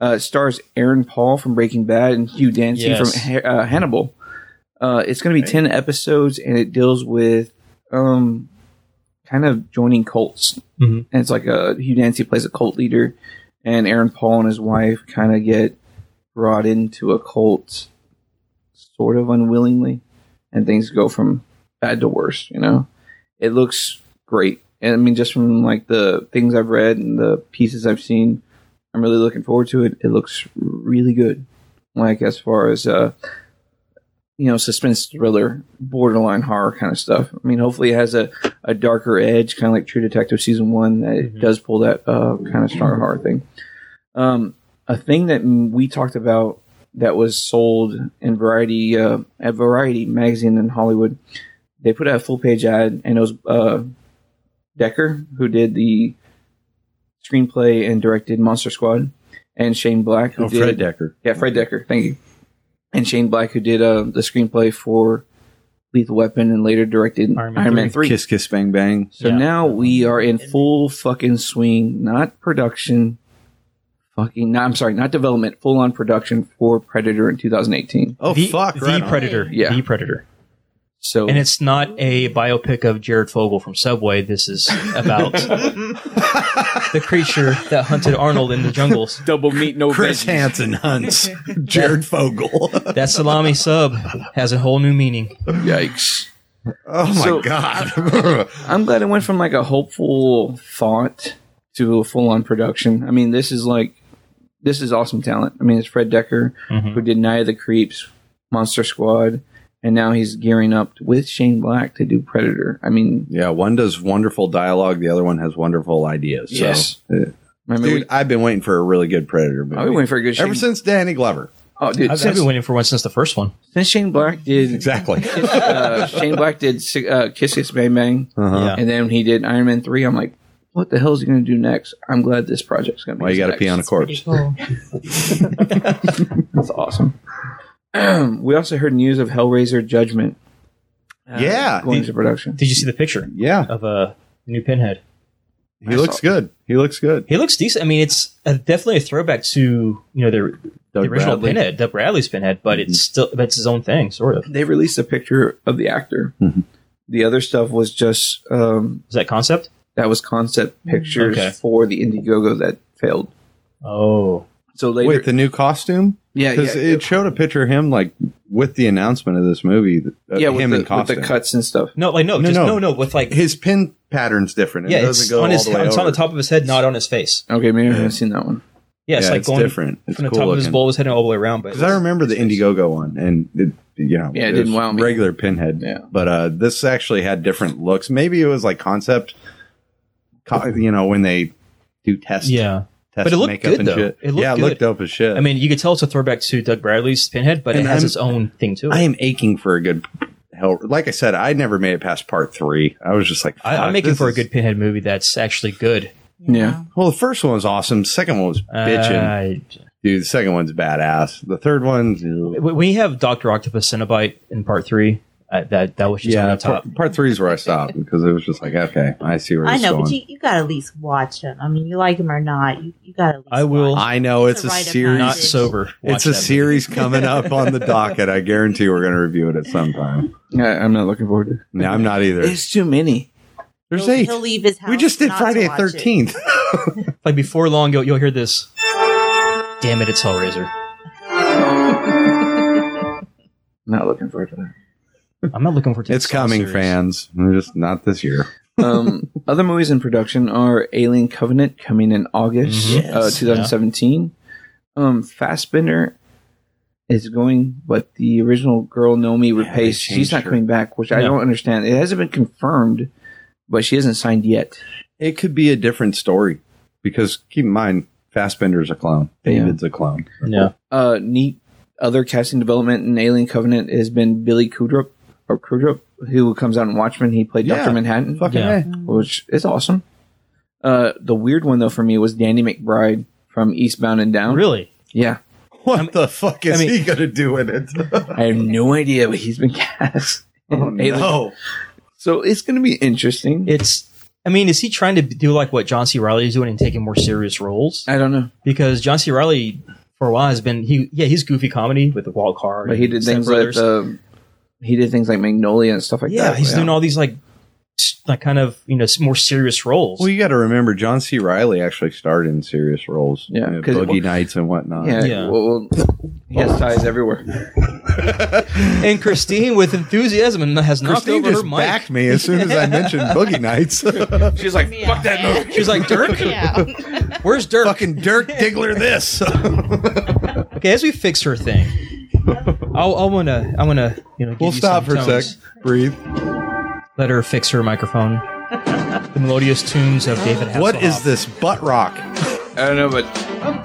[SPEAKER 5] Uh, it stars Aaron Paul from Breaking Bad and Hugh Dancy
[SPEAKER 6] Yes.
[SPEAKER 5] from ha- uh, Hannibal. Uh, it's going to be ten episodes, and it deals with um, kind of joining cults.
[SPEAKER 6] Mhm.
[SPEAKER 5] And it's like a Hugh Dancy plays a cult leader, and Aaron Paul and his wife kind of get brought into a cult, sort of unwillingly, and things go from bad to worse. You know, it looks great, and I mean, just from like the things I've read and the pieces I've seen, I'm really looking forward to it. It looks really good, like as far as uh, you know, suspense thriller, borderline horror kind of stuff. I mean, hopefully it has a, a darker edge, kind of like True Detective season one. That
[SPEAKER 7] Mm-hmm.
[SPEAKER 5] it does pull that uh, kind of star horror thing. Um, a thing that m- we talked about that was sold in Variety uh, at Variety magazine in Hollywood. They put out a full page ad, and it was uh, Decker who did the screenplay and directed Monster Squad, and Shane Black who
[SPEAKER 7] Oh,
[SPEAKER 5] did
[SPEAKER 7] Fred Decker.
[SPEAKER 5] yeah, Fred Decker. Thank you. And Shane Black, who did uh, the screenplay for Lethal Weapon and later directed Iron Man, 3.
[SPEAKER 7] Kiss, kiss, bang, bang.
[SPEAKER 5] So
[SPEAKER 6] Yeah.
[SPEAKER 5] now we are in full fucking swing, not production, fucking, no, I'm sorry, not development, full on production for Predator in 2018.
[SPEAKER 7] Oh,
[SPEAKER 6] the,
[SPEAKER 7] fuck.
[SPEAKER 6] The
[SPEAKER 7] right on.
[SPEAKER 6] Predator.
[SPEAKER 5] Yeah.
[SPEAKER 6] The Predator.
[SPEAKER 5] So,
[SPEAKER 6] And it's not a biopic of Jared Fogle from Subway. This is about the creature that hunted Arnold in the jungles.
[SPEAKER 5] double meat, no
[SPEAKER 9] Chris
[SPEAKER 5] veggies.
[SPEAKER 9] Hansen hunts Jared Fogle.
[SPEAKER 6] That salami sub has a whole new meaning.
[SPEAKER 5] Yikes.
[SPEAKER 9] Oh my
[SPEAKER 5] So-
[SPEAKER 9] god.
[SPEAKER 5] I'm glad it went from like a hopeful thought to a full on production. I mean, this is like this is awesome talent. I mean, it's Fred Decker
[SPEAKER 6] Mm-hmm.
[SPEAKER 5] who did Night of the Creeps, Monster Squad, and now he's gearing up with Shane Black to do Predator. I mean,
[SPEAKER 7] Yeah, one does wonderful dialogue, the other one has wonderful ideas. So,
[SPEAKER 5] Yes.
[SPEAKER 7] uh,
[SPEAKER 5] I mean,
[SPEAKER 7] dude, I've been waiting for a really good Predator movie.
[SPEAKER 5] I've been waiting for a good Shane.
[SPEAKER 7] Ever since Danny Glover.
[SPEAKER 5] oh, dude,
[SPEAKER 6] I've, I've
[SPEAKER 5] since,
[SPEAKER 6] been waiting for one since the first one.
[SPEAKER 5] since Shane Black did
[SPEAKER 7] Exactly.
[SPEAKER 5] uh, Shane Black did si- uh, Kiss Kiss Bang Bang,
[SPEAKER 7] Uh-huh.
[SPEAKER 6] Yeah.
[SPEAKER 5] and then when he did Iron Man three, I'm like, what the hell is he going to do next? I'm glad this project's going to.
[SPEAKER 7] Why you got to pee on a corpse?
[SPEAKER 8] Pretty cool.
[SPEAKER 5] That's awesome. we also heard news of Hellraiser Judgment uh,
[SPEAKER 7] Yeah.
[SPEAKER 5] going into production.
[SPEAKER 6] Did you see the picture
[SPEAKER 7] Yeah,
[SPEAKER 6] of a new pinhead?
[SPEAKER 7] he looks good. He looks good.
[SPEAKER 6] He looks decent. I mean, it's uh definitely a throwback to you know the, the
[SPEAKER 7] Doug
[SPEAKER 6] original
[SPEAKER 7] Bradley. Mm-hmm.
[SPEAKER 6] pinhead, the Bradley's pinhead, but it's still that's his own thing, sort of.
[SPEAKER 5] They released a picture of the actor.
[SPEAKER 7] Mhm.
[SPEAKER 5] The other stuff was just um,
[SPEAKER 6] Is that concept?
[SPEAKER 5] that was concept pictures
[SPEAKER 6] Okay.
[SPEAKER 5] for the Indiegogo that failed.
[SPEAKER 6] Oh,
[SPEAKER 5] So later,
[SPEAKER 7] Wait, the new costume?
[SPEAKER 5] yeah, yeah,
[SPEAKER 7] Because it showed a picture of him, like, with the announcement of this movie. th- uh,
[SPEAKER 5] yeah, with
[SPEAKER 7] him
[SPEAKER 5] the,
[SPEAKER 7] in
[SPEAKER 5] with
[SPEAKER 7] costume.
[SPEAKER 5] the cuts and stuff.
[SPEAKER 6] no, like no,
[SPEAKER 7] No,
[SPEAKER 6] just,
[SPEAKER 7] no.
[SPEAKER 6] no, no, with like
[SPEAKER 7] His pin pattern's different. It
[SPEAKER 6] yeah,
[SPEAKER 7] doesn't
[SPEAKER 6] it's
[SPEAKER 7] go
[SPEAKER 6] on
[SPEAKER 7] all
[SPEAKER 6] his
[SPEAKER 7] the way
[SPEAKER 6] it's on
[SPEAKER 7] over.
[SPEAKER 6] the top of his head, not on his face.
[SPEAKER 5] Okay, maybe I haven't seen that one.
[SPEAKER 6] Yeah, it's
[SPEAKER 7] Yeah,
[SPEAKER 6] like
[SPEAKER 7] it's
[SPEAKER 6] going
[SPEAKER 7] different. It's
[SPEAKER 6] from the
[SPEAKER 7] cool
[SPEAKER 6] top of his
[SPEAKER 7] looking.
[SPEAKER 6] bowl, his head, and all the way around. But
[SPEAKER 7] Because I remember the Indiegogo one, and it, you know,
[SPEAKER 5] Yeah, it
[SPEAKER 7] was
[SPEAKER 5] didn't wow me.
[SPEAKER 7] regular Pinhead.
[SPEAKER 5] Yeah.
[SPEAKER 7] but uh, this actually had different looks. Maybe it was like concept, co- you know, when they do test,
[SPEAKER 6] yeah,
[SPEAKER 7] test
[SPEAKER 6] But it looked
[SPEAKER 7] makeup
[SPEAKER 6] good,
[SPEAKER 7] and
[SPEAKER 6] though.
[SPEAKER 7] shit.
[SPEAKER 6] It looked
[SPEAKER 7] yeah, it
[SPEAKER 6] good.
[SPEAKER 7] looked dope as shit.
[SPEAKER 6] I mean, you could tell it's a throwback to Doug Bradley's pinhead, but
[SPEAKER 7] And
[SPEAKER 6] it has
[SPEAKER 7] I'm-
[SPEAKER 6] its own thing to it.
[SPEAKER 7] I am aching for a good hell. Like I said, I never made it past part three. I was just like,
[SPEAKER 6] I,
[SPEAKER 7] fuck,
[SPEAKER 6] I'm making
[SPEAKER 7] this
[SPEAKER 6] for a
[SPEAKER 7] is-
[SPEAKER 6] good pinhead movie that's actually good.
[SPEAKER 8] you
[SPEAKER 5] Yeah.
[SPEAKER 8] know?
[SPEAKER 7] Well, the first one was awesome. Second one was bitching, dude. The second one's badass. The third one's
[SPEAKER 6] Uh, when we have Doctor Octopus Cenobite in part three, uh, that that was just on
[SPEAKER 7] yeah.
[SPEAKER 6] the top.
[SPEAKER 7] Part, part three is where I stopped because it was just like, okay, I see where
[SPEAKER 8] I
[SPEAKER 7] it's
[SPEAKER 8] know,
[SPEAKER 7] going.
[SPEAKER 8] but you, you gotta at least watch them. I mean, you like them or not, you, you gotta. At least
[SPEAKER 6] I will-
[SPEAKER 8] watch 'em.
[SPEAKER 7] I know it's,
[SPEAKER 8] It's
[SPEAKER 7] a
[SPEAKER 8] a rite of
[SPEAKER 7] series.
[SPEAKER 6] Not
[SPEAKER 8] It's-
[SPEAKER 6] sober.
[SPEAKER 7] It's
[SPEAKER 6] Watch
[SPEAKER 7] a
[SPEAKER 6] that
[SPEAKER 7] series coming up on the docket. I guarantee we're going to review it at some time.
[SPEAKER 5] Yeah, I'm not looking forward to it.
[SPEAKER 7] No, I'm not either.
[SPEAKER 5] It's too many.
[SPEAKER 7] There's
[SPEAKER 8] He'll-
[SPEAKER 7] eight.
[SPEAKER 8] He'll leave his house.
[SPEAKER 7] We just did
[SPEAKER 8] not to
[SPEAKER 7] Friday the
[SPEAKER 8] watch it.
[SPEAKER 7] 13th.
[SPEAKER 6] movie. Like before long, you'll, you'll hear this. Damn it! It's Hellraiser.
[SPEAKER 5] Not looking forward to that.
[SPEAKER 6] I'm not looking for it to
[SPEAKER 7] It's
[SPEAKER 6] be a
[SPEAKER 7] coming,
[SPEAKER 6] series.
[SPEAKER 7] fans. We're just not this year.
[SPEAKER 5] Um, other movies in production are Alien Covenant coming in August
[SPEAKER 6] Mhm.
[SPEAKER 7] Mm-hmm.
[SPEAKER 5] uh, 2017. Um, Fassbender is going, but the original girl Nomi
[SPEAKER 7] they
[SPEAKER 5] Rapace, she's
[SPEAKER 7] changed
[SPEAKER 5] not
[SPEAKER 7] her.
[SPEAKER 5] coming back, which I
[SPEAKER 6] No.
[SPEAKER 5] don't understand. It hasn't been confirmed, but she hasn't signed yet.
[SPEAKER 7] It could be a different story because keep in mind, Fassbender's a clown.
[SPEAKER 5] Yeah.
[SPEAKER 7] David's a clown.
[SPEAKER 6] Yeah.
[SPEAKER 5] Uh, neat other casting development in Alien Covenant has been Billy Kudrup or Kudrup, who comes out in Watchmen. He played
[SPEAKER 7] Yeah.
[SPEAKER 5] Doctor Manhattan.
[SPEAKER 7] Fucking
[SPEAKER 6] Yeah.
[SPEAKER 7] A.
[SPEAKER 5] which is awesome. Uh, the weird one though for me was Danny McBride from Eastbound and Down.
[SPEAKER 6] Really?
[SPEAKER 5] Yeah,
[SPEAKER 7] What the fuck is
[SPEAKER 6] I mean-
[SPEAKER 7] he going to do in it?
[SPEAKER 5] I have no idea, but he's been cast.
[SPEAKER 7] oh,
[SPEAKER 5] in Alien.
[SPEAKER 7] no.
[SPEAKER 5] So it's going to be interesting.
[SPEAKER 6] It's. I mean, is he trying to do like what John C. Riley is doing and taking more serious roles?
[SPEAKER 5] I don't know,
[SPEAKER 6] Because John C. Riley, for a while, has been he. Yeah, he's goofy comedy with the wild card.
[SPEAKER 5] but he did things like um, he did things like Magnolia and stuff like
[SPEAKER 6] yeah,
[SPEAKER 5] that.
[SPEAKER 6] he's doing all these like, s- like kind of you know s- more serious roles.
[SPEAKER 7] Well, you got to remember, John C. Riley actually starred in serious roles.
[SPEAKER 5] Yeah,
[SPEAKER 7] You know,
[SPEAKER 5] 'cause-
[SPEAKER 7] Boogie Nights and whatnot.
[SPEAKER 5] Yeah,
[SPEAKER 6] Yeah.
[SPEAKER 5] Well, well, he has ties everywhere.
[SPEAKER 6] and Christine with enthusiasm and has knocked
[SPEAKER 7] Christine
[SPEAKER 6] over her
[SPEAKER 7] just
[SPEAKER 6] mic.
[SPEAKER 7] backed me as soon as I mentioned Boogie Nights.
[SPEAKER 5] She's like,
[SPEAKER 8] Yeah. Fuck that movie.
[SPEAKER 6] She's like, Dirk, where's Dirk?
[SPEAKER 7] Fucking Dirk Diggler this.
[SPEAKER 6] Okay, as we fix her thing, I'll, I'll wanna, I wanna, you know, give
[SPEAKER 7] we'll
[SPEAKER 6] you
[SPEAKER 7] stop for
[SPEAKER 6] some
[SPEAKER 7] a
[SPEAKER 6] tones.
[SPEAKER 7] sec. Breathe.
[SPEAKER 6] Let her fix her microphone. the melodious tunes of David. Hasselhoff.
[SPEAKER 7] What is this butt rock?
[SPEAKER 5] I don't know, but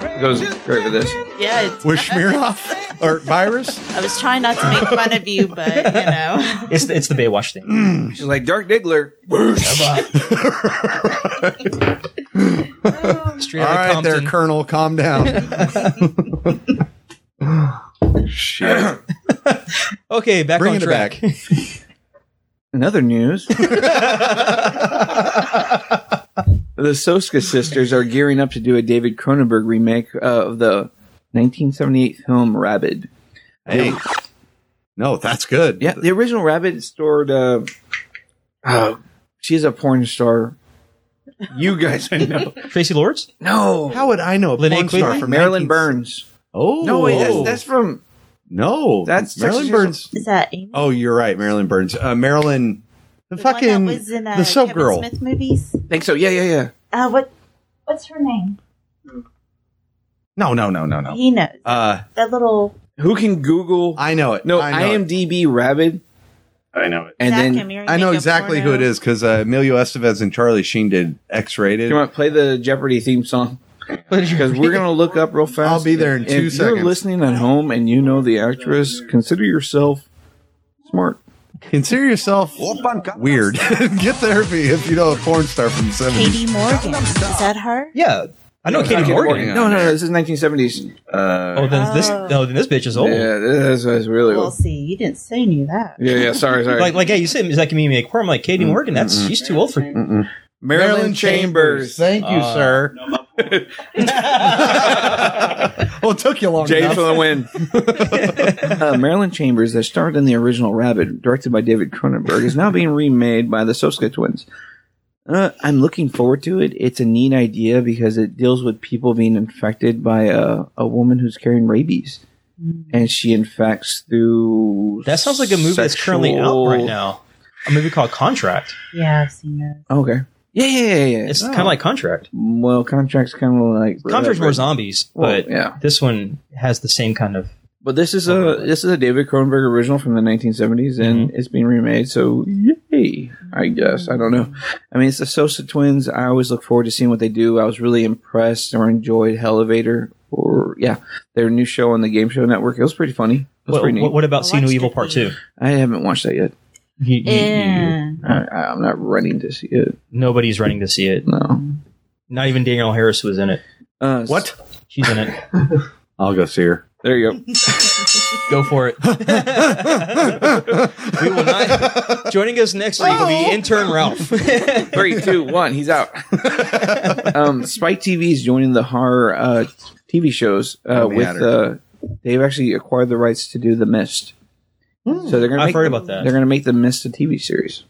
[SPEAKER 5] it goes great with this.
[SPEAKER 8] Yeah, it's,
[SPEAKER 7] Wishmirov or virus?
[SPEAKER 8] I was trying not to make fun of you, but you know,
[SPEAKER 6] It's the, it's the Baywatch thing.
[SPEAKER 7] Mm.
[SPEAKER 5] She's like Dark Diggler.
[SPEAKER 6] Straight
[SPEAKER 7] All
[SPEAKER 6] outta
[SPEAKER 7] right, there,
[SPEAKER 6] Compton.
[SPEAKER 7] Colonel, calm down. Shit.
[SPEAKER 6] okay, back
[SPEAKER 7] Bring
[SPEAKER 6] on
[SPEAKER 7] it
[SPEAKER 6] track.
[SPEAKER 7] back.
[SPEAKER 5] In other news, the Soska sisters are gearing up to do a David Cronenberg remake uh, of the 1978 film Rabid.
[SPEAKER 7] Hey. No, that's good.
[SPEAKER 5] Yeah, the original Rabid stored. Uh, uh, she's a porn star. You guys know.
[SPEAKER 6] Tracy Lords.
[SPEAKER 5] No.
[SPEAKER 7] How would I know? a
[SPEAKER 6] Linnea
[SPEAKER 7] porn star
[SPEAKER 6] Quigley?
[SPEAKER 7] from
[SPEAKER 5] Marilyn
[SPEAKER 7] 19-
[SPEAKER 5] Burns.
[SPEAKER 7] Oh
[SPEAKER 5] No, wait, that's, that's from.
[SPEAKER 7] no,
[SPEAKER 5] that's
[SPEAKER 7] Marilyn
[SPEAKER 5] Texas-
[SPEAKER 7] Burns.
[SPEAKER 8] is that Amy?
[SPEAKER 7] Oh, you're right, Marilyn Burns. Uh, Marilyn, the,
[SPEAKER 8] The one that
[SPEAKER 7] fucking
[SPEAKER 8] was in, uh,
[SPEAKER 7] the soap
[SPEAKER 8] Kevin
[SPEAKER 7] girl.
[SPEAKER 8] Smith movies.
[SPEAKER 5] think so. Yeah, yeah, yeah.
[SPEAKER 8] Uh, what
[SPEAKER 3] What's her name?
[SPEAKER 7] No, no, no, no, no.
[SPEAKER 8] he knows
[SPEAKER 7] Uh,
[SPEAKER 8] that little
[SPEAKER 5] Who can Google?
[SPEAKER 7] I know it.
[SPEAKER 5] no,
[SPEAKER 7] I know it.
[SPEAKER 5] IMDb Rabid.
[SPEAKER 9] I know it.
[SPEAKER 5] And
[SPEAKER 8] Zach
[SPEAKER 5] then.
[SPEAKER 8] and Mary
[SPEAKER 7] I know
[SPEAKER 8] make a
[SPEAKER 7] exactly who
[SPEAKER 8] porno.
[SPEAKER 7] it is because uh, Emilio Estevez and Charlie Sheen did X-rated.
[SPEAKER 5] Come on, play the Jeopardy theme song. Because we're gonna look up real fast.
[SPEAKER 7] I'll be there in
[SPEAKER 5] If
[SPEAKER 7] two
[SPEAKER 5] You're
[SPEAKER 7] seconds.
[SPEAKER 5] listening at home and you know the actress. Consider yourself smart.
[SPEAKER 7] Consider yourself weird. Get therapy if you know a porn star from the 70s.
[SPEAKER 8] Katie Morgan. Is that her?
[SPEAKER 6] Yeah, I know Katie
[SPEAKER 5] Katie
[SPEAKER 6] Morgan.
[SPEAKER 5] Morgan. No, no, no. This is 1970s.
[SPEAKER 6] Oh, then this,
[SPEAKER 8] Oh.
[SPEAKER 6] oh, then this bitch is old.
[SPEAKER 5] Yeah, this is really
[SPEAKER 8] We'll
[SPEAKER 5] old.
[SPEAKER 8] see. You didn't say any of that.
[SPEAKER 5] Yeah, yeah. Sorry, sorry.
[SPEAKER 6] Like, like, yeah, you said is that comedian McCorm? Like Katie Morgan, that's she's too old for you.
[SPEAKER 5] Marilyn Chambers.
[SPEAKER 7] Thank you,
[SPEAKER 6] Uh,
[SPEAKER 7] sir. well, it took you long
[SPEAKER 5] Jay
[SPEAKER 7] enough.
[SPEAKER 5] for the win. uh, Marilyn Chambers, that starred in the original Rabbit, directed by David Cronenberg, is now being remade by the Soska twins. Uh, I'm looking forward to it. It's a neat idea because it deals with people being infected by a, a woman who's carrying rabies. And she infects through.
[SPEAKER 6] Mm. That sounds like a movie that's currently out
[SPEAKER 5] sexual-
[SPEAKER 6] right now. A movie called Contract.
[SPEAKER 8] Yeah, I've seen that.
[SPEAKER 5] Oh, Okay. Yeah, yeah, yeah, yeah.
[SPEAKER 6] It's kind of like Contract.
[SPEAKER 5] Well, contracts kind of like.
[SPEAKER 6] Contract's more zombies,
[SPEAKER 5] Well,
[SPEAKER 6] but
[SPEAKER 5] yeah.
[SPEAKER 6] this one has the same kind of
[SPEAKER 5] But this is a this is a David Cronenberg original from the 1970s,
[SPEAKER 6] Mm-hmm.
[SPEAKER 5] and it's being remade. So yay! I guess I don't know. I mean, it's the Sosa twins. I always look forward to seeing what they do. I was really impressed or enjoyed Elevator or yeah, their new show on the Game Show Network. It was pretty funny. It was
[SPEAKER 6] What,
[SPEAKER 5] pretty neat.
[SPEAKER 6] what, what about
[SPEAKER 8] I
[SPEAKER 6] See No
[SPEAKER 8] watched
[SPEAKER 6] Evil
[SPEAKER 8] it.
[SPEAKER 6] Part Two?
[SPEAKER 5] I haven't watched that yet.
[SPEAKER 6] You- you- you-
[SPEAKER 8] Yeah.
[SPEAKER 5] I, I'm not running to see it.
[SPEAKER 6] nobody's running to see it.
[SPEAKER 5] No,
[SPEAKER 6] Not even Daniel Harris was in it.
[SPEAKER 5] Uh, s-
[SPEAKER 9] What?
[SPEAKER 6] She's in it.
[SPEAKER 7] I'll go see her.
[SPEAKER 5] There you go.
[SPEAKER 6] Go for it. we will not. Joining us next week will
[SPEAKER 8] Oh.
[SPEAKER 6] be intern Ralph.
[SPEAKER 5] Three, two, one. He's out. um, Spike TV is joining the horror uh, TV shows uh,
[SPEAKER 7] man,
[SPEAKER 5] with.
[SPEAKER 7] I
[SPEAKER 5] Uh, they've actually acquired the rights to do The Mist. So they're gonna.
[SPEAKER 6] I've
[SPEAKER 5] make
[SPEAKER 6] heard
[SPEAKER 5] the-
[SPEAKER 6] about that.
[SPEAKER 5] They're gonna make The Mist a TV series.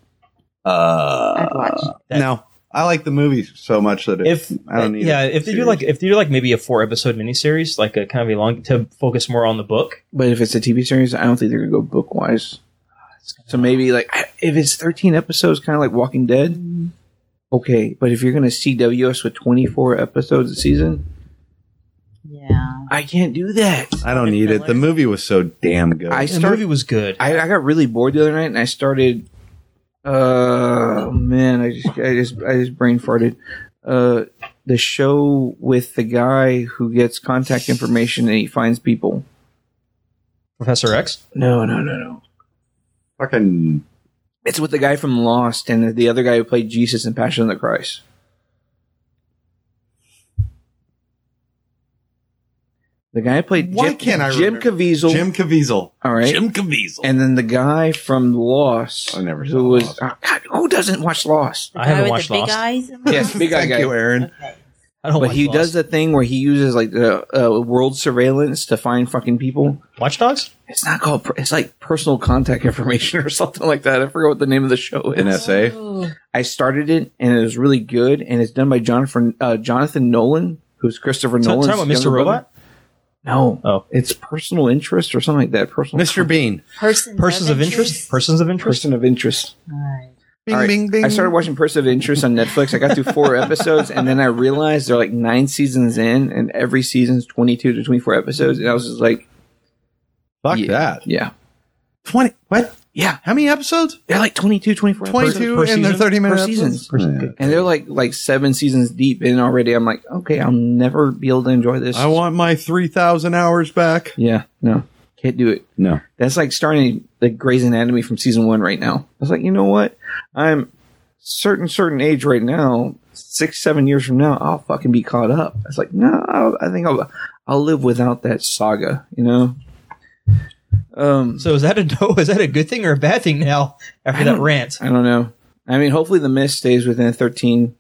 [SPEAKER 8] I'd watch.
[SPEAKER 6] That-
[SPEAKER 7] Uh, no, I like the movie so much that it,
[SPEAKER 6] if
[SPEAKER 7] I don't need
[SPEAKER 6] yeah,
[SPEAKER 7] it.
[SPEAKER 6] if they do like if they do like maybe a four episode miniseries, like a kind of a long to focus more on the book.
[SPEAKER 5] But if it's a TV series, I don't think they're gonna go book wise. So maybe like I- if it's thirteen episodes, kind of like Walking Dead. Okay, but if you're gonna CW us with twenty four episodes a season,
[SPEAKER 8] Yeah.
[SPEAKER 5] I can't do that.
[SPEAKER 7] I don't need it. The movie was so damn good.
[SPEAKER 5] I
[SPEAKER 6] The
[SPEAKER 5] start.
[SPEAKER 6] movie was good.
[SPEAKER 5] I, I got really bored the other night, and I started. Uh man, I just I just I just brain farted. Uh, the show with the guy who gets contact information and he finds people.
[SPEAKER 6] Professor X.
[SPEAKER 5] No, no, no, no.
[SPEAKER 7] fucking
[SPEAKER 5] It's with the guy from Lost and the other guy who played Jesus in Passion of the Christ. The guy who played
[SPEAKER 9] Why
[SPEAKER 5] Jim,
[SPEAKER 9] can't I
[SPEAKER 5] Jim
[SPEAKER 9] remember?
[SPEAKER 5] Caviezel.
[SPEAKER 7] Jim Caviezel.
[SPEAKER 5] all right.
[SPEAKER 9] Jim Caviezel.
[SPEAKER 5] and then the guy from Lost.
[SPEAKER 7] I never saw
[SPEAKER 5] who was
[SPEAKER 7] Lost.
[SPEAKER 5] Ah, God, who doesn't watch Lost?
[SPEAKER 8] The
[SPEAKER 6] I
[SPEAKER 8] guy
[SPEAKER 6] haven't
[SPEAKER 8] with
[SPEAKER 6] watched
[SPEAKER 8] the big
[SPEAKER 6] Lost.
[SPEAKER 8] eyes. in
[SPEAKER 5] Yes, big guy
[SPEAKER 7] Thank
[SPEAKER 5] guy.
[SPEAKER 7] you, Aaron.
[SPEAKER 8] Okay.
[SPEAKER 6] I don't.
[SPEAKER 5] But
[SPEAKER 6] watch
[SPEAKER 5] he
[SPEAKER 6] Lost.
[SPEAKER 5] does the thing where he uses like the uh, world surveillance to find fucking people.
[SPEAKER 6] Watch Dogs.
[SPEAKER 5] It's not called. per- It's like personal contact information or something like that. I forgot what the name of the show is.
[SPEAKER 7] An essay.
[SPEAKER 6] Oh.
[SPEAKER 5] I started it and it was really good and it's done by Jonathan uh, Jonathan Nolan, who's Christopher
[SPEAKER 6] T-
[SPEAKER 5] Nolan's
[SPEAKER 6] Talking about Mr.
[SPEAKER 5] younger
[SPEAKER 6] Robot.
[SPEAKER 5] brother. No,
[SPEAKER 6] Oh.
[SPEAKER 5] it's personal interest or something like that. Personal
[SPEAKER 7] Mr. Bean.
[SPEAKER 8] Person
[SPEAKER 6] Persons of interest. Persons of interest.
[SPEAKER 5] person of interest.
[SPEAKER 8] Alright.
[SPEAKER 7] Bing,
[SPEAKER 5] All right.
[SPEAKER 7] bing, bing.
[SPEAKER 5] I started watching Person of Interest on Netflix. I got through four episodes, and then I realized they're like nine seasons in, and every season's twenty-two to twenty-four episodes. And I was just like,
[SPEAKER 7] Fuck
[SPEAKER 5] yeah,
[SPEAKER 7] that.
[SPEAKER 5] yeah,
[SPEAKER 7] 20. What?
[SPEAKER 5] yeah.
[SPEAKER 7] How many episodes?
[SPEAKER 5] They're like 22, 24 episodes
[SPEAKER 7] 22
[SPEAKER 6] per
[SPEAKER 7] and
[SPEAKER 6] season?
[SPEAKER 7] they're 30
[SPEAKER 5] per
[SPEAKER 7] minutes.
[SPEAKER 5] season,
[SPEAKER 6] Person-
[SPEAKER 5] and they're like like seven seasons deep. And already, I'm like, okay, I'll never be able to enjoy this.
[SPEAKER 7] I want my 3,000 hours back.
[SPEAKER 5] yeah, no, can't do it.
[SPEAKER 7] No.
[SPEAKER 5] That's like starting the Grey's Anatomy from season one right now. I was like, you know what? I'm certain certain age right now. Six seven years from now, I'll fucking be caught up. I was like, no, I'll- I think I'll I'll live without that saga. You know. Um,
[SPEAKER 6] So is that a no? Is that a good thing or a bad thing now after that rant?
[SPEAKER 5] I don't know. I mean, hopefully the mist stays within thirteen.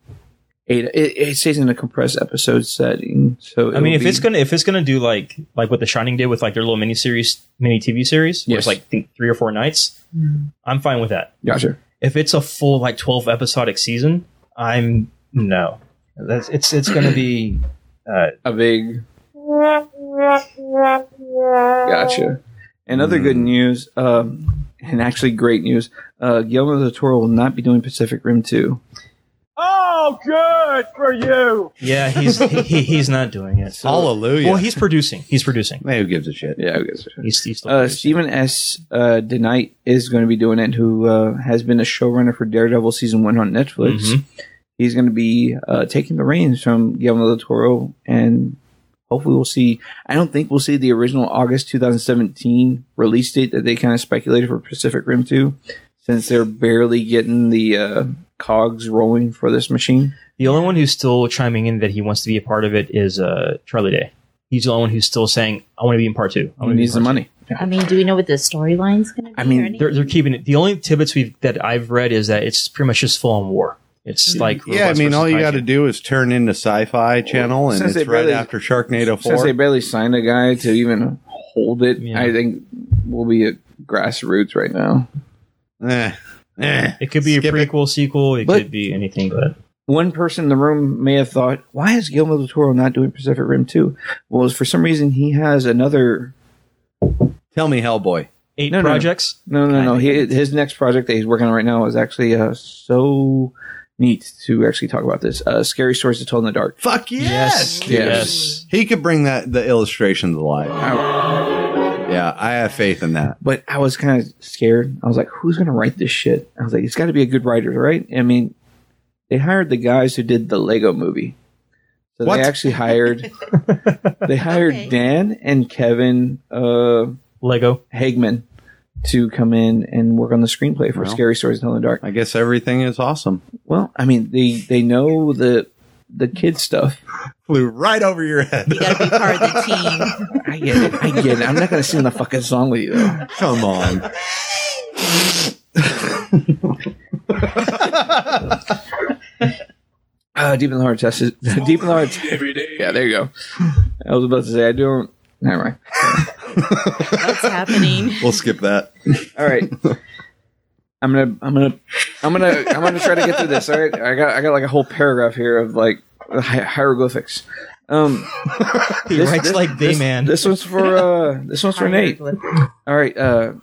[SPEAKER 5] Eight, it, it stays in a compressed episode setting. So
[SPEAKER 6] I mean,
[SPEAKER 5] it'll
[SPEAKER 6] if
[SPEAKER 5] be-
[SPEAKER 6] it's gonna if it's gonna do like like what The Shining did with like their little mini series, mini TV series, where it's
[SPEAKER 5] Yes.
[SPEAKER 6] like th- three or four nights, I'm fine with that.
[SPEAKER 5] gotcha.
[SPEAKER 6] If it's a full like twelve episodic season, I'm no. That's it's it's gonna be. Uh,
[SPEAKER 5] a big gotcha and other
[SPEAKER 7] Hmm.
[SPEAKER 5] good news um, and actually great news uh, guillermo del toro will not be doing pacific rim 2
[SPEAKER 6] yeah, he's he, he- he's not doing it. So-
[SPEAKER 7] Hallelujah.
[SPEAKER 6] Well, he's producing. He's producing.
[SPEAKER 7] Man, who gives a shit?
[SPEAKER 5] yeah i guess
[SPEAKER 6] He's, he's still
[SPEAKER 5] uh,
[SPEAKER 6] producing.
[SPEAKER 5] stephen s uh, denight is going to be doing it who uh, has been a showrunner for daredevil season 1 on netflix
[SPEAKER 6] Mhm.
[SPEAKER 5] he's going to be uh, taking the reins from guillermo del toro and hopefully we'll see i don't think we'll see the original august 2017 release date that they kind of speculated for pacific rim 2 since they're barely getting the uh, cogs rolling for this machine
[SPEAKER 6] The only one who's still chiming in that he wants to be a part of it is uh, Charlie Day. He's the only one who's still saying, "I want to be in part two. I
[SPEAKER 5] who
[SPEAKER 6] want to be
[SPEAKER 5] needs
[SPEAKER 6] in
[SPEAKER 5] the
[SPEAKER 6] part two."
[SPEAKER 5] money
[SPEAKER 8] I mean, do we know what the storyline's going to be?
[SPEAKER 5] I mean,
[SPEAKER 8] or anything?
[SPEAKER 6] They're, they're keeping it. The only tidbits we've that I've read is that it's pretty much just full on war. It's like
[SPEAKER 7] Yeah, I
[SPEAKER 6] robots
[SPEAKER 7] mean,
[SPEAKER 6] versus
[SPEAKER 7] all you
[SPEAKER 6] kaiju.
[SPEAKER 7] got to do is turn into Sci Fi Channel, and
[SPEAKER 5] since
[SPEAKER 7] it's
[SPEAKER 5] they
[SPEAKER 7] right
[SPEAKER 5] barely-
[SPEAKER 7] after Sharknado 4.
[SPEAKER 5] since they barely signed a guy to even hold it
[SPEAKER 6] Yeah.
[SPEAKER 5] i think we'll be at grassroots right now
[SPEAKER 7] Eh. Eh.
[SPEAKER 6] It could be a
[SPEAKER 7] Skip it.
[SPEAKER 6] prequel, sequel. It
[SPEAKER 5] But-
[SPEAKER 6] could be anything. But
[SPEAKER 5] one person in the room may have thought, why is Guillermo del Toro not doing Pacific Rim 2? Well, it's for some reason, he has another.
[SPEAKER 7] Tell me Hellboy.
[SPEAKER 6] eight
[SPEAKER 5] No, no, no.
[SPEAKER 6] projects.
[SPEAKER 5] No, no, no. He, his next project that he's working on right now is actually uh, so neat to actually talk about this. Uh, Scary Stories to Tell in the Dark.
[SPEAKER 7] Fuck yes.
[SPEAKER 5] Yes.
[SPEAKER 6] Yes.
[SPEAKER 7] He could bring that the illustrations alive. Yeah, I have faith in that.
[SPEAKER 5] But I was kind of scared. I was like, who's going to write this shit? I was like, it's got to be a good writer, right? I mean, they hired the guys who did the Lego movie. So
[SPEAKER 7] What?
[SPEAKER 5] they actually hired they hired
[SPEAKER 8] Okay.
[SPEAKER 5] Dan and Kevin uh
[SPEAKER 6] Lego.
[SPEAKER 5] Hagman to come in and work on the screenplay for
[SPEAKER 7] Well.
[SPEAKER 5] Scary Stories to Tell in the Dark.
[SPEAKER 7] I guess everything is awesome.
[SPEAKER 5] Well, I mean, they they know the the kid stuff.
[SPEAKER 9] Flew right over your head.
[SPEAKER 10] You gotta be part of the team.
[SPEAKER 5] I get it. I get it. I'm not gonna sing the fucking song with you though.
[SPEAKER 9] Come on.
[SPEAKER 5] Uh, deep in the heart test. is- deep in the heart. Every day. Yeah, there you go. I was about to say I don't. Never mind.
[SPEAKER 10] What's happening?
[SPEAKER 9] We'll skip that.
[SPEAKER 5] All right. I'm gonna, I'm gonna, I'm gonna, I'm gonna try to get through this. All right, I got, I got like a whole paragraph here of like hi- hieroglyphics. Um,
[SPEAKER 6] He
[SPEAKER 5] This-
[SPEAKER 6] writes
[SPEAKER 5] this-
[SPEAKER 6] like Dayman.
[SPEAKER 5] this one's for, uh, this one's for Nate. All right, uh,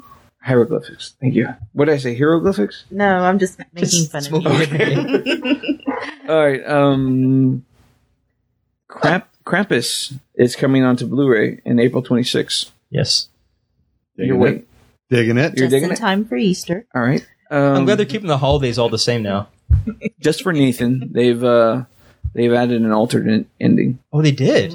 [SPEAKER 5] hieroglyphics. Thank you. What did I say? Hieroglyphics.
[SPEAKER 8] No, I'm just making fun of you.
[SPEAKER 5] All right. Um, Kramp- Krampus is coming onto Blu-ray in April 26th.
[SPEAKER 6] yes.
[SPEAKER 7] Digging
[SPEAKER 5] You're
[SPEAKER 7] it.
[SPEAKER 5] wait.
[SPEAKER 9] Digging it.
[SPEAKER 5] You're
[SPEAKER 8] Just
[SPEAKER 5] digging
[SPEAKER 8] in
[SPEAKER 5] it.
[SPEAKER 8] time for Easter.
[SPEAKER 5] All right. Um,
[SPEAKER 6] I'm glad they're keeping the holidays all the same now.
[SPEAKER 5] just for Nathan. They've uh, they've added an alternate ending
[SPEAKER 6] Oh, they did.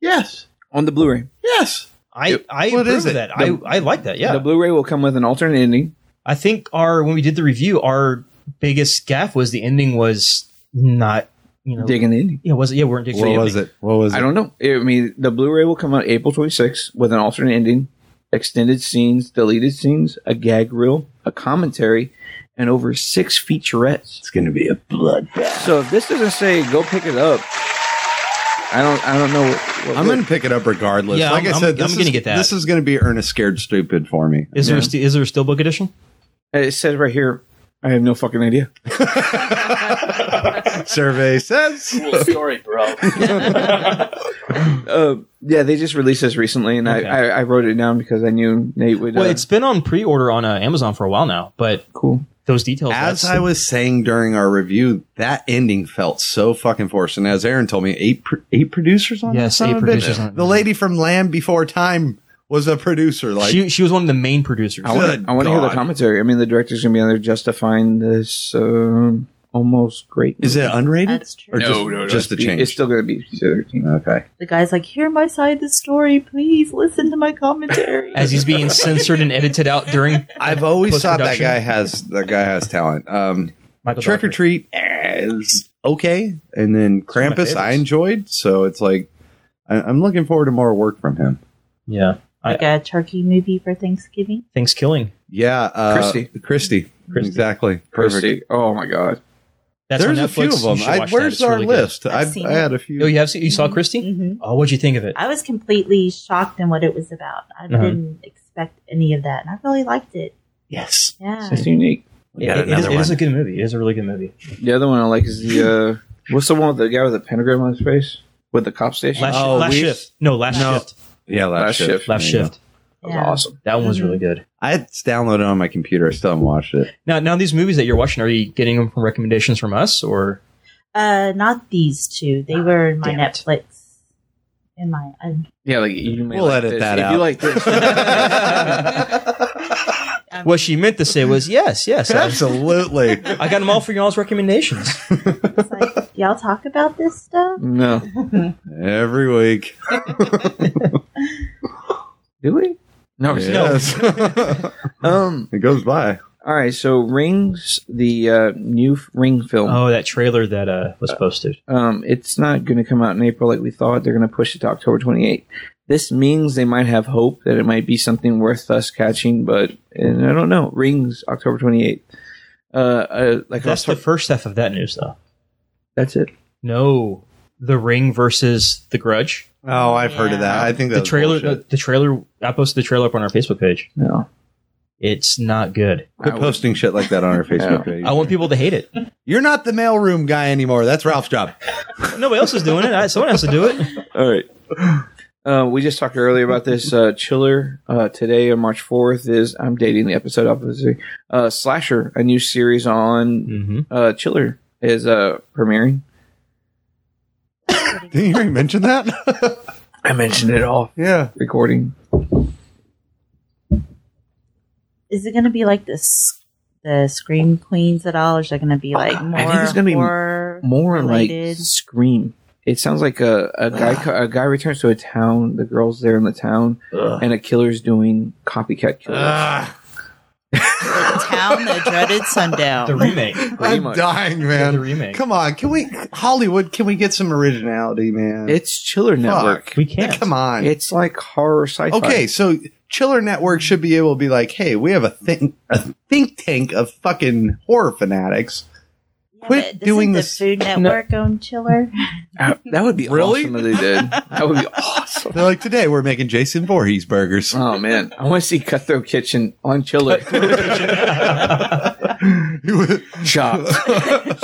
[SPEAKER 9] Yes.
[SPEAKER 5] on the Blu-ray.
[SPEAKER 9] Yes.
[SPEAKER 6] I I
[SPEAKER 9] What
[SPEAKER 6] approve
[SPEAKER 9] is
[SPEAKER 6] of
[SPEAKER 9] it?
[SPEAKER 6] that. I I like that. Yeah.
[SPEAKER 5] The Blu-ray will come with an alternate ending.
[SPEAKER 6] I think our when we did the review, our biggest gaff was the ending was not you know
[SPEAKER 5] Digging the ending.
[SPEAKER 6] Yeah, was it? Yeah, we weren't digging.
[SPEAKER 7] What
[SPEAKER 6] the
[SPEAKER 7] was
[SPEAKER 6] ending.
[SPEAKER 7] it? What was
[SPEAKER 5] I
[SPEAKER 7] it?
[SPEAKER 5] don't know. I mean, the Blu-ray will come out April 26th with an alternate ending, extended scenes, deleted scenes, a gag reel, a commentary, and over six featurettes.
[SPEAKER 2] It's gonna be a bloodbath.
[SPEAKER 5] So if this doesn't say go pick it up, I don't. I don't know. What, what
[SPEAKER 7] I'm
[SPEAKER 5] would.
[SPEAKER 7] gonna pick it up regardless.
[SPEAKER 6] Yeah,
[SPEAKER 7] like i
[SPEAKER 6] I'm-
[SPEAKER 7] said,
[SPEAKER 6] I'm-
[SPEAKER 7] this
[SPEAKER 6] I'm
[SPEAKER 7] is,
[SPEAKER 6] gonna get that.
[SPEAKER 7] This is gonna be Ernest Scared Stupid for me.
[SPEAKER 6] Is there a st- is there a steelbook edition?
[SPEAKER 5] It says right here. I have no fucking idea.
[SPEAKER 7] Survey says
[SPEAKER 2] Cool story, bro.
[SPEAKER 5] Uh, yeah, they just released this recently, and
[SPEAKER 6] Okay.
[SPEAKER 5] I, I, I wrote it down because I knew Nate would.
[SPEAKER 6] Well,
[SPEAKER 5] uh,
[SPEAKER 6] it's been on pre-order on uh, Amazon for a while now, but
[SPEAKER 5] cool.
[SPEAKER 6] those details.
[SPEAKER 7] As
[SPEAKER 6] Oh, that's-
[SPEAKER 7] I was saying during our review, that ending felt so fucking forced. And as Aaron told me, eight pr- eight producers on
[SPEAKER 6] Yes,
[SPEAKER 7] that son
[SPEAKER 6] eight
[SPEAKER 7] of a
[SPEAKER 6] producers
[SPEAKER 7] bitch?
[SPEAKER 6] on it.
[SPEAKER 7] The lady from Land Before Time was a producer. Like
[SPEAKER 6] she she was one of the main producers.
[SPEAKER 7] I wanna- Good
[SPEAKER 5] I want to hear the
[SPEAKER 7] God.
[SPEAKER 5] commentary. I mean, the director's gonna be on there justifying this um, almost great.
[SPEAKER 7] Is it unrated?
[SPEAKER 8] That's true.
[SPEAKER 7] Or just,
[SPEAKER 9] No, no, no.
[SPEAKER 7] just the change.
[SPEAKER 5] It's still gonna be PG-13.
[SPEAKER 7] okay.
[SPEAKER 8] The guy's like, "Hear my side of the story, please. Listen to my commentary."
[SPEAKER 6] As he's being censored and edited out during
[SPEAKER 7] I've always thought that
[SPEAKER 6] Post-production.
[SPEAKER 7] guy has that guy has talent. Um,
[SPEAKER 6] Michael
[SPEAKER 7] Trick or
[SPEAKER 6] Dockery.
[SPEAKER 7] Treat is okay, and then
[SPEAKER 6] one of my
[SPEAKER 7] Krampus I
[SPEAKER 6] favorites.
[SPEAKER 7] enjoyed. So it's like I- I'm looking forward to more work from him.
[SPEAKER 6] Yeah, I,
[SPEAKER 8] like a turkey movie for Thanksgiving.
[SPEAKER 6] things killing.
[SPEAKER 7] Yeah, uh,
[SPEAKER 5] Christie.
[SPEAKER 7] Christie,
[SPEAKER 6] Christie.
[SPEAKER 7] exactly, perfect.
[SPEAKER 5] Christy. Oh my god.
[SPEAKER 6] That's on
[SPEAKER 7] There's a
[SPEAKER 6] Netflix.
[SPEAKER 7] few
[SPEAKER 6] You
[SPEAKER 7] of them.
[SPEAKER 6] should
[SPEAKER 7] I,
[SPEAKER 6] watch that.
[SPEAKER 7] where's
[SPEAKER 6] It's
[SPEAKER 7] our
[SPEAKER 6] really good.
[SPEAKER 7] list?
[SPEAKER 8] I've
[SPEAKER 7] I've,
[SPEAKER 8] seen
[SPEAKER 7] I had a few.
[SPEAKER 6] Oh, you have seen, you saw Christy?
[SPEAKER 8] hmm
[SPEAKER 6] Oh, what'd you think of it?
[SPEAKER 8] I was completely shocked in what it was about. I
[SPEAKER 6] Uh-huh.
[SPEAKER 8] didn't expect any of that, and I really liked it.
[SPEAKER 9] Yes.
[SPEAKER 8] Yeah,
[SPEAKER 5] It's
[SPEAKER 7] Mm.
[SPEAKER 5] unique.
[SPEAKER 9] We got
[SPEAKER 6] It- it, is,
[SPEAKER 9] another
[SPEAKER 6] it is
[SPEAKER 9] one.
[SPEAKER 6] a good movie. It is a really good movie.
[SPEAKER 5] The other one I like is the uh, what's the one with the guy with the pentagram on his face with the cop station?
[SPEAKER 6] Last,
[SPEAKER 7] Oh,
[SPEAKER 6] last
[SPEAKER 7] we-
[SPEAKER 6] shift. No, last shift.
[SPEAKER 7] yeah, last,
[SPEAKER 5] Last
[SPEAKER 7] shift.
[SPEAKER 5] Shift.
[SPEAKER 6] Left
[SPEAKER 7] There you go.
[SPEAKER 6] shift.
[SPEAKER 5] That was
[SPEAKER 8] Yeah.
[SPEAKER 5] Oh, awesome.
[SPEAKER 6] That one was really good.
[SPEAKER 7] I had it's downloaded on my computer. I still haven't watched it.
[SPEAKER 6] Now, now these movies that you're watching, are you getting them from recommendations from us or?
[SPEAKER 8] uh, not these two. They were in my
[SPEAKER 6] Damn it.
[SPEAKER 8] Netflix. In my, I'm,
[SPEAKER 5] Yeah, like you may
[SPEAKER 7] We'll
[SPEAKER 5] like
[SPEAKER 7] edit
[SPEAKER 5] this.
[SPEAKER 7] that
[SPEAKER 5] if
[SPEAKER 7] out.
[SPEAKER 5] You like this?
[SPEAKER 8] I'm
[SPEAKER 6] What she meant to say was yes, yes. I,
[SPEAKER 7] Absolutely.
[SPEAKER 6] I got them all for y'all's recommendations.
[SPEAKER 8] just like, y'all talk about this stuff.
[SPEAKER 5] no.
[SPEAKER 7] Every week.
[SPEAKER 5] Do we? No.
[SPEAKER 6] Oh,
[SPEAKER 5] it's not.
[SPEAKER 7] Yes.
[SPEAKER 5] Um.
[SPEAKER 7] it goes by.
[SPEAKER 5] All right. So rings the uh, new f- ring film.
[SPEAKER 6] Oh, that trailer that uh, was posted.
[SPEAKER 5] um, it's not going to come out in April like we thought. They're going to push it to October 28th. This means they might have hope that it might be something worth us catching, but and I don't know. Rings October 28th. Uh, uh like
[SPEAKER 6] That's the
[SPEAKER 5] Octo-
[SPEAKER 6] first half of that news, though.
[SPEAKER 5] that's it.
[SPEAKER 6] No, The Ring versus The Grudge.
[SPEAKER 7] Oh, I've heard of that. I think
[SPEAKER 6] The
[SPEAKER 7] that's
[SPEAKER 6] trailer. The,
[SPEAKER 7] bullshit.
[SPEAKER 6] the trailer. I posted the trailer up on our Facebook page.
[SPEAKER 5] No,
[SPEAKER 6] It's not good.
[SPEAKER 7] Quit
[SPEAKER 5] I would-
[SPEAKER 7] posting shit like that on our Facebook page.
[SPEAKER 6] I want people to hate it.
[SPEAKER 7] You're not the mailroom guy anymore. That's Ralph's job.
[SPEAKER 6] Nobody else is doing it. I- Someone has to do it.
[SPEAKER 5] All right. Uh, we just talked earlier about this uh, chiller uh, today on March 4th is I'm dating the episode obviously. Uh, Slasher, a new series on
[SPEAKER 6] Mm-hmm.
[SPEAKER 5] uh, Chiller is uh, premiering.
[SPEAKER 7] Didn't you already mention that?
[SPEAKER 5] I mentioned it off
[SPEAKER 7] yeah.
[SPEAKER 5] recording.
[SPEAKER 8] Is it going to be like this? The Scream Queens at all? Or is it going to be like more?
[SPEAKER 5] I think it's gonna be
[SPEAKER 8] horror
[SPEAKER 5] more like
[SPEAKER 8] related?
[SPEAKER 5] scream. It sounds like a, a guy co- a guy returns to a
[SPEAKER 7] Ah,
[SPEAKER 5] town. The girl's there in the town, and a killer's doing copycat killers.
[SPEAKER 10] The town that dreaded sundown.
[SPEAKER 6] The remake.
[SPEAKER 7] I'm dying, man. Come on, can we Hollywood? Can we get some originality, man?
[SPEAKER 5] It's Chiller Network.
[SPEAKER 6] We can't.
[SPEAKER 7] Come on.
[SPEAKER 5] It's like horror sci-fi.
[SPEAKER 7] okay, so Chiller Network should be able to be like, hey, we have a think a think tank of fucking horror fanatics.
[SPEAKER 8] Yeah,
[SPEAKER 7] Quit
[SPEAKER 8] but
[SPEAKER 7] doing
[SPEAKER 8] doesn't
[SPEAKER 7] this-
[SPEAKER 8] The Food Network own Chiller.
[SPEAKER 5] Uh, that would be
[SPEAKER 7] Really?
[SPEAKER 5] awesome if they did. That would be awesome.
[SPEAKER 7] They're like, today we're making Jason Voorhees burgers.
[SPEAKER 5] Oh man, I want to see Cutthroat Kitchen on Chiller. Chopped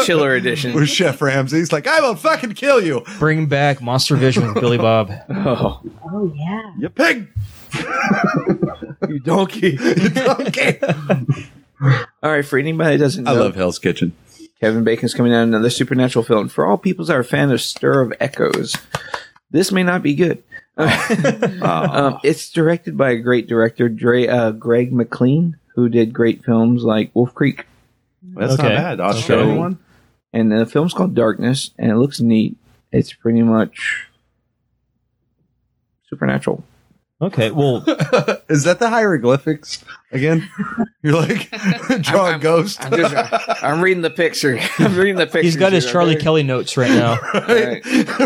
[SPEAKER 5] Chiller edition.
[SPEAKER 7] With Chef Ramsay's like, I will fucking kill you,
[SPEAKER 6] Bring back Monster Vision with Billy Bob.
[SPEAKER 5] Oh,
[SPEAKER 8] Oh yeah.
[SPEAKER 7] you pig.
[SPEAKER 5] you donkey!
[SPEAKER 7] okay.
[SPEAKER 5] All right, for anybody that doesn't know,
[SPEAKER 7] I love Hell's Kitchen.
[SPEAKER 5] Kevin Bacon's coming out in another supernatural film. For all people that are a fan of Stir of Echoes, this may not be good. um, it's directed by a great director, Dre, uh, Greg McLean, who did great films like Wolf Creek.
[SPEAKER 7] That's
[SPEAKER 6] Okay.
[SPEAKER 7] not bad. Australian
[SPEAKER 6] Australian
[SPEAKER 7] one.
[SPEAKER 5] And the film's called Darkness, and it looks neat. It's pretty much supernatural.
[SPEAKER 6] Okay, well,
[SPEAKER 7] Is that the hieroglyphics again? You're like draw a ghost.
[SPEAKER 5] I'm, just, I'm reading the picture. I'm reading the picture.
[SPEAKER 6] he's got his Charlie Kelly notes right now.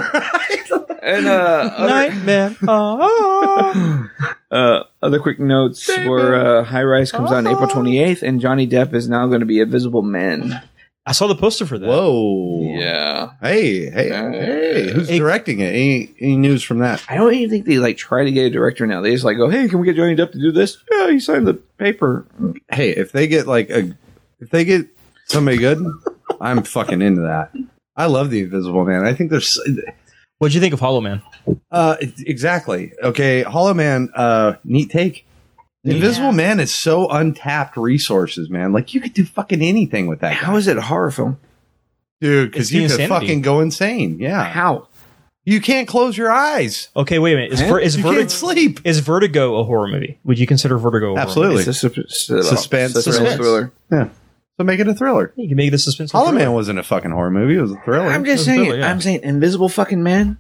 [SPEAKER 5] And uh, other,
[SPEAKER 6] Nightmare. Oh,
[SPEAKER 5] uh, other quick notes were uh, High Rise comes out on April 28th, and Johnny Depp is now going to be a Visible Man.
[SPEAKER 6] I saw the poster for that.
[SPEAKER 7] Whoa.
[SPEAKER 5] Yeah.
[SPEAKER 7] Hey, hey,
[SPEAKER 5] Uh,
[SPEAKER 7] hey! Who's
[SPEAKER 6] Hey.
[SPEAKER 7] directing it? Any, any news from that?
[SPEAKER 5] I don't even think they like try to get a director now. They just like go, hey, can we get Johnny Depp to do this? Yeah, he signed the paper.
[SPEAKER 7] Hey, if they get like a, if they get somebody good, I'm fucking into that. I love the Invisible Man. I think there's
[SPEAKER 6] What'd you think of Hollow Man?
[SPEAKER 7] uh, exactly okay. Hollow Man, uh, neat take. The Invisible Man is so untapped resources, man. Like you could do fucking anything with that, guy.
[SPEAKER 5] How is it a horror film?
[SPEAKER 7] dude.
[SPEAKER 6] It's
[SPEAKER 7] Because
[SPEAKER 6] the
[SPEAKER 7] you could
[SPEAKER 6] insanity.
[SPEAKER 7] fucking go insane. Yeah,
[SPEAKER 5] How?
[SPEAKER 7] you can't close your eyes.
[SPEAKER 6] Okay, wait a minute. Is,
[SPEAKER 5] Huh?
[SPEAKER 6] ver- is,
[SPEAKER 7] You
[SPEAKER 6] Verti-
[SPEAKER 7] can't sleep.
[SPEAKER 6] is Vertigo a horror movie? Would you consider Vertigo a horror
[SPEAKER 7] Absolutely.
[SPEAKER 5] It's a su- su-
[SPEAKER 7] Suspense.
[SPEAKER 5] suspense
[SPEAKER 7] Suspense.
[SPEAKER 5] thriller.
[SPEAKER 7] So make it a thriller.
[SPEAKER 6] movie? You can make the suspense. a
[SPEAKER 7] Hollow
[SPEAKER 6] thriller.
[SPEAKER 7] Man wasn't a fucking horror movie. It was a Oh, thriller.
[SPEAKER 5] I'm just
[SPEAKER 6] It's a
[SPEAKER 5] saying.
[SPEAKER 6] thriller, yeah.
[SPEAKER 5] I'm saying Invisible fucking Man.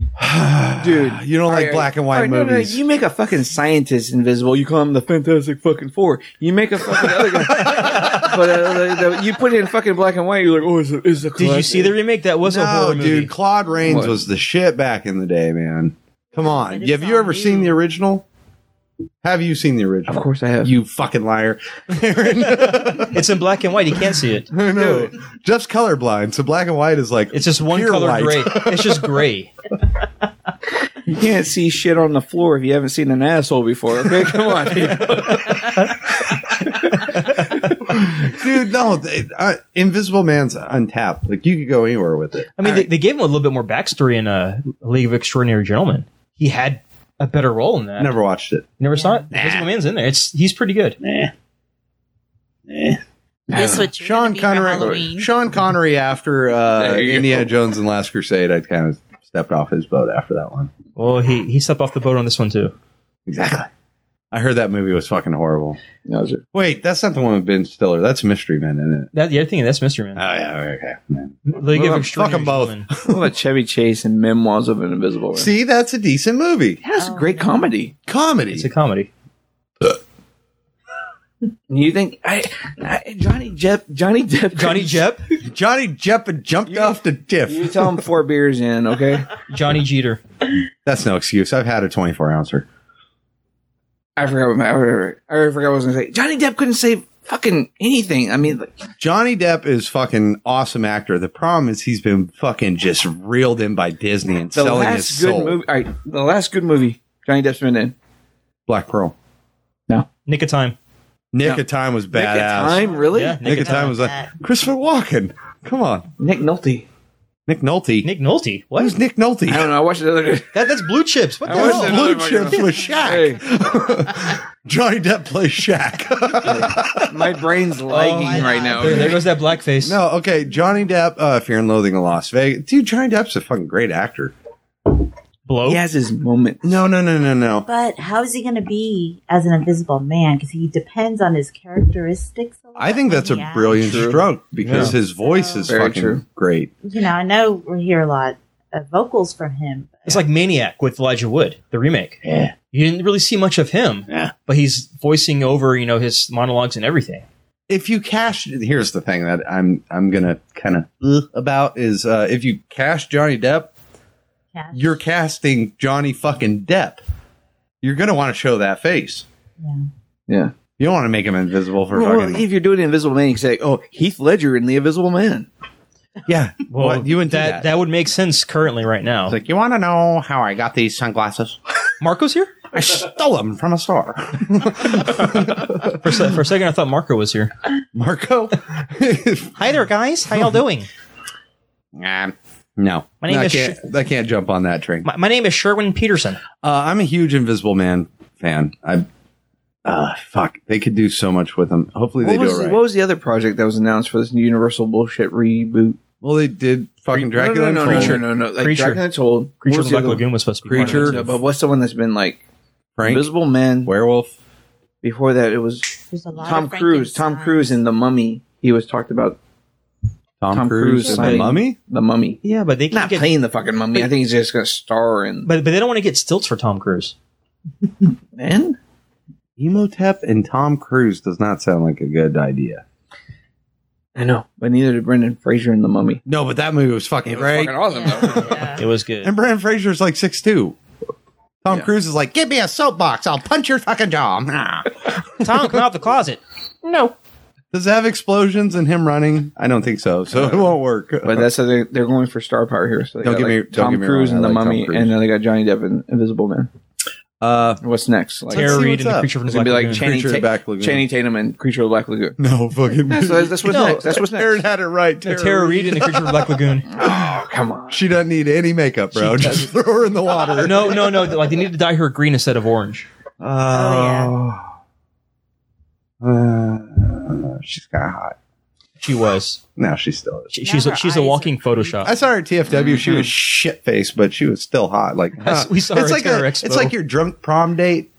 [SPEAKER 5] Dude,
[SPEAKER 7] you don't like
[SPEAKER 5] Alright,
[SPEAKER 7] black and white
[SPEAKER 5] alright, no, no,
[SPEAKER 7] movies.
[SPEAKER 5] you make a fucking scientist invisible. You call him the Fantastic Fucking Four. You make a fucking other guy, but uh, the, the, you put it in fucking black and white. You're like, oh, is it? Is it
[SPEAKER 6] Did you see the remake? That was a
[SPEAKER 7] No,
[SPEAKER 6] horror movie.
[SPEAKER 7] dude, Claude Rains
[SPEAKER 5] What?
[SPEAKER 7] was the shit back in the day, man. Come on.
[SPEAKER 8] But it's
[SPEAKER 7] Have you
[SPEAKER 8] on
[SPEAKER 7] ever seen
[SPEAKER 8] you.
[SPEAKER 7] the original? Have you seen the
[SPEAKER 5] Of
[SPEAKER 7] original?
[SPEAKER 5] course, I have.
[SPEAKER 7] You fucking liar.
[SPEAKER 6] It's in black and white. You can't see it.
[SPEAKER 7] I know. Jeff's colorblind, so black and white is like
[SPEAKER 6] It's just one
[SPEAKER 7] pure
[SPEAKER 6] color
[SPEAKER 7] white.
[SPEAKER 6] gray. It's just gray.
[SPEAKER 5] You can't see shit on the floor if you haven't seen an asshole before. Okay, come on. people.
[SPEAKER 7] Dude, no. They, uh, Invisible Man's untapped. Like, you could go anywhere with it.
[SPEAKER 6] I mean, they, they gave him a little bit more backstory in uh, League of Extraordinary Gentlemen. He had a better role in that.
[SPEAKER 7] I never watched it.
[SPEAKER 6] You never saw it. Invisible Man's in there. It's he's pretty good.
[SPEAKER 2] Eh. Eh.
[SPEAKER 10] Guess what you're
[SPEAKER 7] Sean
[SPEAKER 10] gonna be for
[SPEAKER 7] Connery.
[SPEAKER 10] Halloween.
[SPEAKER 7] Sean Connery after uh,
[SPEAKER 5] There you
[SPEAKER 7] Indiana
[SPEAKER 5] go.
[SPEAKER 7] Jones and Last Crusade, I kind of stepped off his boat after that one.
[SPEAKER 6] Well, he he stepped off the boat on this one too.
[SPEAKER 7] Exactly. I heard that movie was fucking horrible.
[SPEAKER 5] No, sir.
[SPEAKER 7] Wait, that's not the one with Ben Stiller. That's Mystery Men, isn't it?
[SPEAKER 6] That the other thing that's Mystery Man.
[SPEAKER 7] Oh yeah, okay.
[SPEAKER 6] League of
[SPEAKER 7] well, fuck
[SPEAKER 6] Extraordinary
[SPEAKER 7] them both.
[SPEAKER 6] Gentlemen.
[SPEAKER 5] What about Chevy Chase and Memoirs of an Invisible Man?
[SPEAKER 7] See, that's a decent movie.
[SPEAKER 5] that's a great comedy.
[SPEAKER 7] Comedy.
[SPEAKER 6] It's a comedy.
[SPEAKER 5] You think I, I Johnny Depp? Johnny Depp?
[SPEAKER 6] Johnny Jepp,
[SPEAKER 7] Johnny Jepp jumped off the
[SPEAKER 5] You
[SPEAKER 7] diff.
[SPEAKER 5] tell him four beers in, okay?
[SPEAKER 6] Johnny Jeter.
[SPEAKER 7] That's no excuse. I've had a 24 ouncer.
[SPEAKER 5] I forgot. What, I, already, I already forgot what I was gonna say. Johnny Depp couldn't say fucking anything. I mean, like,
[SPEAKER 7] Johnny Depp is fucking awesome actor. The problem is he's been fucking just reeled in by Disney and
[SPEAKER 5] the
[SPEAKER 7] selling
[SPEAKER 5] last
[SPEAKER 7] his
[SPEAKER 5] good
[SPEAKER 7] soul.
[SPEAKER 5] movie. All right, the last good movie Johnny Depp's been in.
[SPEAKER 7] Black Pearl.
[SPEAKER 6] Nick of Time.
[SPEAKER 7] Nick
[SPEAKER 5] Yeah.
[SPEAKER 7] of Time was
[SPEAKER 5] Nick at
[SPEAKER 7] badass.
[SPEAKER 5] Time, really?
[SPEAKER 6] Yeah,
[SPEAKER 7] Nick, of Time, was like Christopher Walken. Come on,
[SPEAKER 5] Nick Nolte.
[SPEAKER 7] Nick Nolte.
[SPEAKER 6] Nick Nolte. What?
[SPEAKER 7] Who's Nick Nolte?
[SPEAKER 5] I don't know. I watched it the other day.
[SPEAKER 6] That, that's Blue Chips. What
[SPEAKER 5] I
[SPEAKER 6] the
[SPEAKER 5] watched
[SPEAKER 6] hell?
[SPEAKER 5] that
[SPEAKER 7] Blue
[SPEAKER 5] another one,
[SPEAKER 7] Chips
[SPEAKER 5] yeah.
[SPEAKER 7] with Shaq. Johnny Depp plays Shaq.
[SPEAKER 5] My
[SPEAKER 7] Oh
[SPEAKER 5] brain's lagging right now.
[SPEAKER 6] There, there goes that blackface.
[SPEAKER 7] no, okay. Johnny Depp, uh, Fear and Loathing in Las Vegas. Dude, Johnny Depp's a fucking great actor.
[SPEAKER 6] Blow.
[SPEAKER 5] He has his moment.
[SPEAKER 7] No, no, no, no, no.
[SPEAKER 8] But how is he going to be as an invisible man? Because he depends on his characteristics. A lot
[SPEAKER 7] I think
[SPEAKER 8] when
[SPEAKER 7] that's a
[SPEAKER 8] he acts.
[SPEAKER 7] brilliant
[SPEAKER 5] True.
[SPEAKER 7] stroke because his voice is
[SPEAKER 5] Very
[SPEAKER 7] fucking
[SPEAKER 5] true.
[SPEAKER 7] great.
[SPEAKER 8] You know, I know we hear a lot of vocals from him.
[SPEAKER 6] It's like Maniac with Elijah Wood, the remake.
[SPEAKER 2] Yeah.
[SPEAKER 6] You didn't really see much of him,
[SPEAKER 9] Yeah.
[SPEAKER 6] but he's voicing over, you know, his monologues and everything.
[SPEAKER 7] if you cash here's the thing that i'm i'm gonna kind of about is uh if you cash johnny depp
[SPEAKER 8] Cash.
[SPEAKER 7] you're casting johnny fucking depp you're gonna want to show that face
[SPEAKER 5] Yeah.
[SPEAKER 7] you don't want to make him invisible for
[SPEAKER 5] Well,
[SPEAKER 7] fucking
[SPEAKER 5] if you're doing Invisible Man, you can say, "Oh, Heath Ledger in The Invisible Man."
[SPEAKER 7] yeah well you wouldn't do
[SPEAKER 6] that,
[SPEAKER 7] that,
[SPEAKER 6] that would make sense currently right now.
[SPEAKER 7] It's like you want to know how i got these sunglasses
[SPEAKER 6] Marco's here?
[SPEAKER 7] i stole them from a store
[SPEAKER 6] For, a se- for a second, I thought Marco was here.
[SPEAKER 7] marco
[SPEAKER 6] Hi there, guys. How y'all doing?
[SPEAKER 7] Nah, no
[SPEAKER 6] My name
[SPEAKER 7] No, I
[SPEAKER 6] is
[SPEAKER 7] can't, i can't jump on that train
[SPEAKER 6] My, my name is Sherwin Peterson.
[SPEAKER 7] Uh, I'm a huge Invisible Man fan. I, uh, fuck, they could do so much with him. Hopefully, they
[SPEAKER 5] What
[SPEAKER 7] do
[SPEAKER 5] was,
[SPEAKER 7] it right.
[SPEAKER 5] what was the other project that was announced for this Universal bullshit reboot?
[SPEAKER 7] well, they did fucking Dracula
[SPEAKER 5] no, no, no,
[SPEAKER 7] Untold,
[SPEAKER 5] no, no, no, Like
[SPEAKER 6] Creature.
[SPEAKER 5] Dracula Untold.
[SPEAKER 6] Creature
[SPEAKER 5] What was
[SPEAKER 6] of
[SPEAKER 5] the
[SPEAKER 6] the Black
[SPEAKER 5] other
[SPEAKER 6] Lagoon was supposed to be part of
[SPEAKER 5] one?
[SPEAKER 7] Creature.
[SPEAKER 6] it.
[SPEAKER 5] No, but what's the one that's been like
[SPEAKER 7] Frank,
[SPEAKER 5] Invisible Man?
[SPEAKER 7] Werewolf.
[SPEAKER 5] Before that, it was
[SPEAKER 8] There's a lot
[SPEAKER 5] Tom
[SPEAKER 8] of
[SPEAKER 5] Cruise. Tom
[SPEAKER 8] Frankenstein.
[SPEAKER 5] Cruise in The Mummy. He was talked about.
[SPEAKER 7] Tom,
[SPEAKER 5] Tom
[SPEAKER 7] Cruise,
[SPEAKER 5] Cruise
[SPEAKER 7] and the
[SPEAKER 5] fighting-
[SPEAKER 7] Mummy.
[SPEAKER 5] The Mummy.
[SPEAKER 6] Yeah, but they
[SPEAKER 5] He's not
[SPEAKER 6] can't get,
[SPEAKER 5] playing the fucking Mummy. I think he's just gonna star in.
[SPEAKER 6] but, but they don't want to get stilts for Tom Cruise.
[SPEAKER 5] Then
[SPEAKER 7] Emotep and Tom Cruise does not sound like a good idea.
[SPEAKER 5] I know, but neither did Brendan Fraser in The Mummy.
[SPEAKER 7] No, but that movie was fucking great.
[SPEAKER 8] Oh,
[SPEAKER 5] awesome
[SPEAKER 6] It was good.
[SPEAKER 7] and Brandon Fraser's like six two. Tom
[SPEAKER 5] Yeah.
[SPEAKER 7] Cruise is like, give me a soapbox. I'll punch your fucking jaw.
[SPEAKER 6] Tom, come out the closet.
[SPEAKER 7] Does it have explosions and him running? I don't think so. So it won't work.
[SPEAKER 5] But that's how they're, they're going for star power here. So they
[SPEAKER 7] Don't
[SPEAKER 5] got,
[SPEAKER 7] get me-
[SPEAKER 5] like,
[SPEAKER 7] don't
[SPEAKER 5] Tom
[SPEAKER 7] get me
[SPEAKER 5] Cruise
[SPEAKER 7] wrong,
[SPEAKER 5] and
[SPEAKER 7] I
[SPEAKER 5] the
[SPEAKER 7] like Tom
[SPEAKER 5] Mummy,
[SPEAKER 7] Cruise.
[SPEAKER 5] and now they got Johnny Depp in Invisible Man.
[SPEAKER 7] uh,
[SPEAKER 5] What's next? Like,
[SPEAKER 7] Let's
[SPEAKER 6] Tara
[SPEAKER 7] see
[SPEAKER 6] Reid
[SPEAKER 7] what's
[SPEAKER 6] and the
[SPEAKER 7] up.
[SPEAKER 6] Creature from the
[SPEAKER 5] it's gonna
[SPEAKER 6] Black
[SPEAKER 5] be like
[SPEAKER 6] Lagoon.
[SPEAKER 5] Channing,
[SPEAKER 7] Creature of the
[SPEAKER 5] Ta-
[SPEAKER 7] Black Lagoon.
[SPEAKER 5] Channing Tatum and Creature of the Black Lagoon.
[SPEAKER 7] no fucking.
[SPEAKER 5] So that's what's
[SPEAKER 6] No,
[SPEAKER 5] next. That's what's next.
[SPEAKER 7] Aaron had it right. Tara,
[SPEAKER 6] Tara Reid and the Creature from the Black Lagoon.
[SPEAKER 5] Oh come on!
[SPEAKER 7] She doesn't need any makeup, bro. Just throw her in the water.
[SPEAKER 6] No, no, no. Like they need to dye her green instead of orange.
[SPEAKER 8] Oh,
[SPEAKER 7] Uh, she's kind of hot.
[SPEAKER 6] She was.
[SPEAKER 7] No, she still is.
[SPEAKER 6] She, she's a,
[SPEAKER 10] her
[SPEAKER 6] she's a
[SPEAKER 10] eyes
[SPEAKER 6] walking Photoshop.
[SPEAKER 7] I saw her at TFW. She was shit faced, but she was still hot. Like huh.
[SPEAKER 6] Mm-hmm. we saw her
[SPEAKER 7] it's
[SPEAKER 6] at
[SPEAKER 7] like
[SPEAKER 6] Terror
[SPEAKER 7] a,
[SPEAKER 6] Expo.
[SPEAKER 7] it's like your drunk prom date.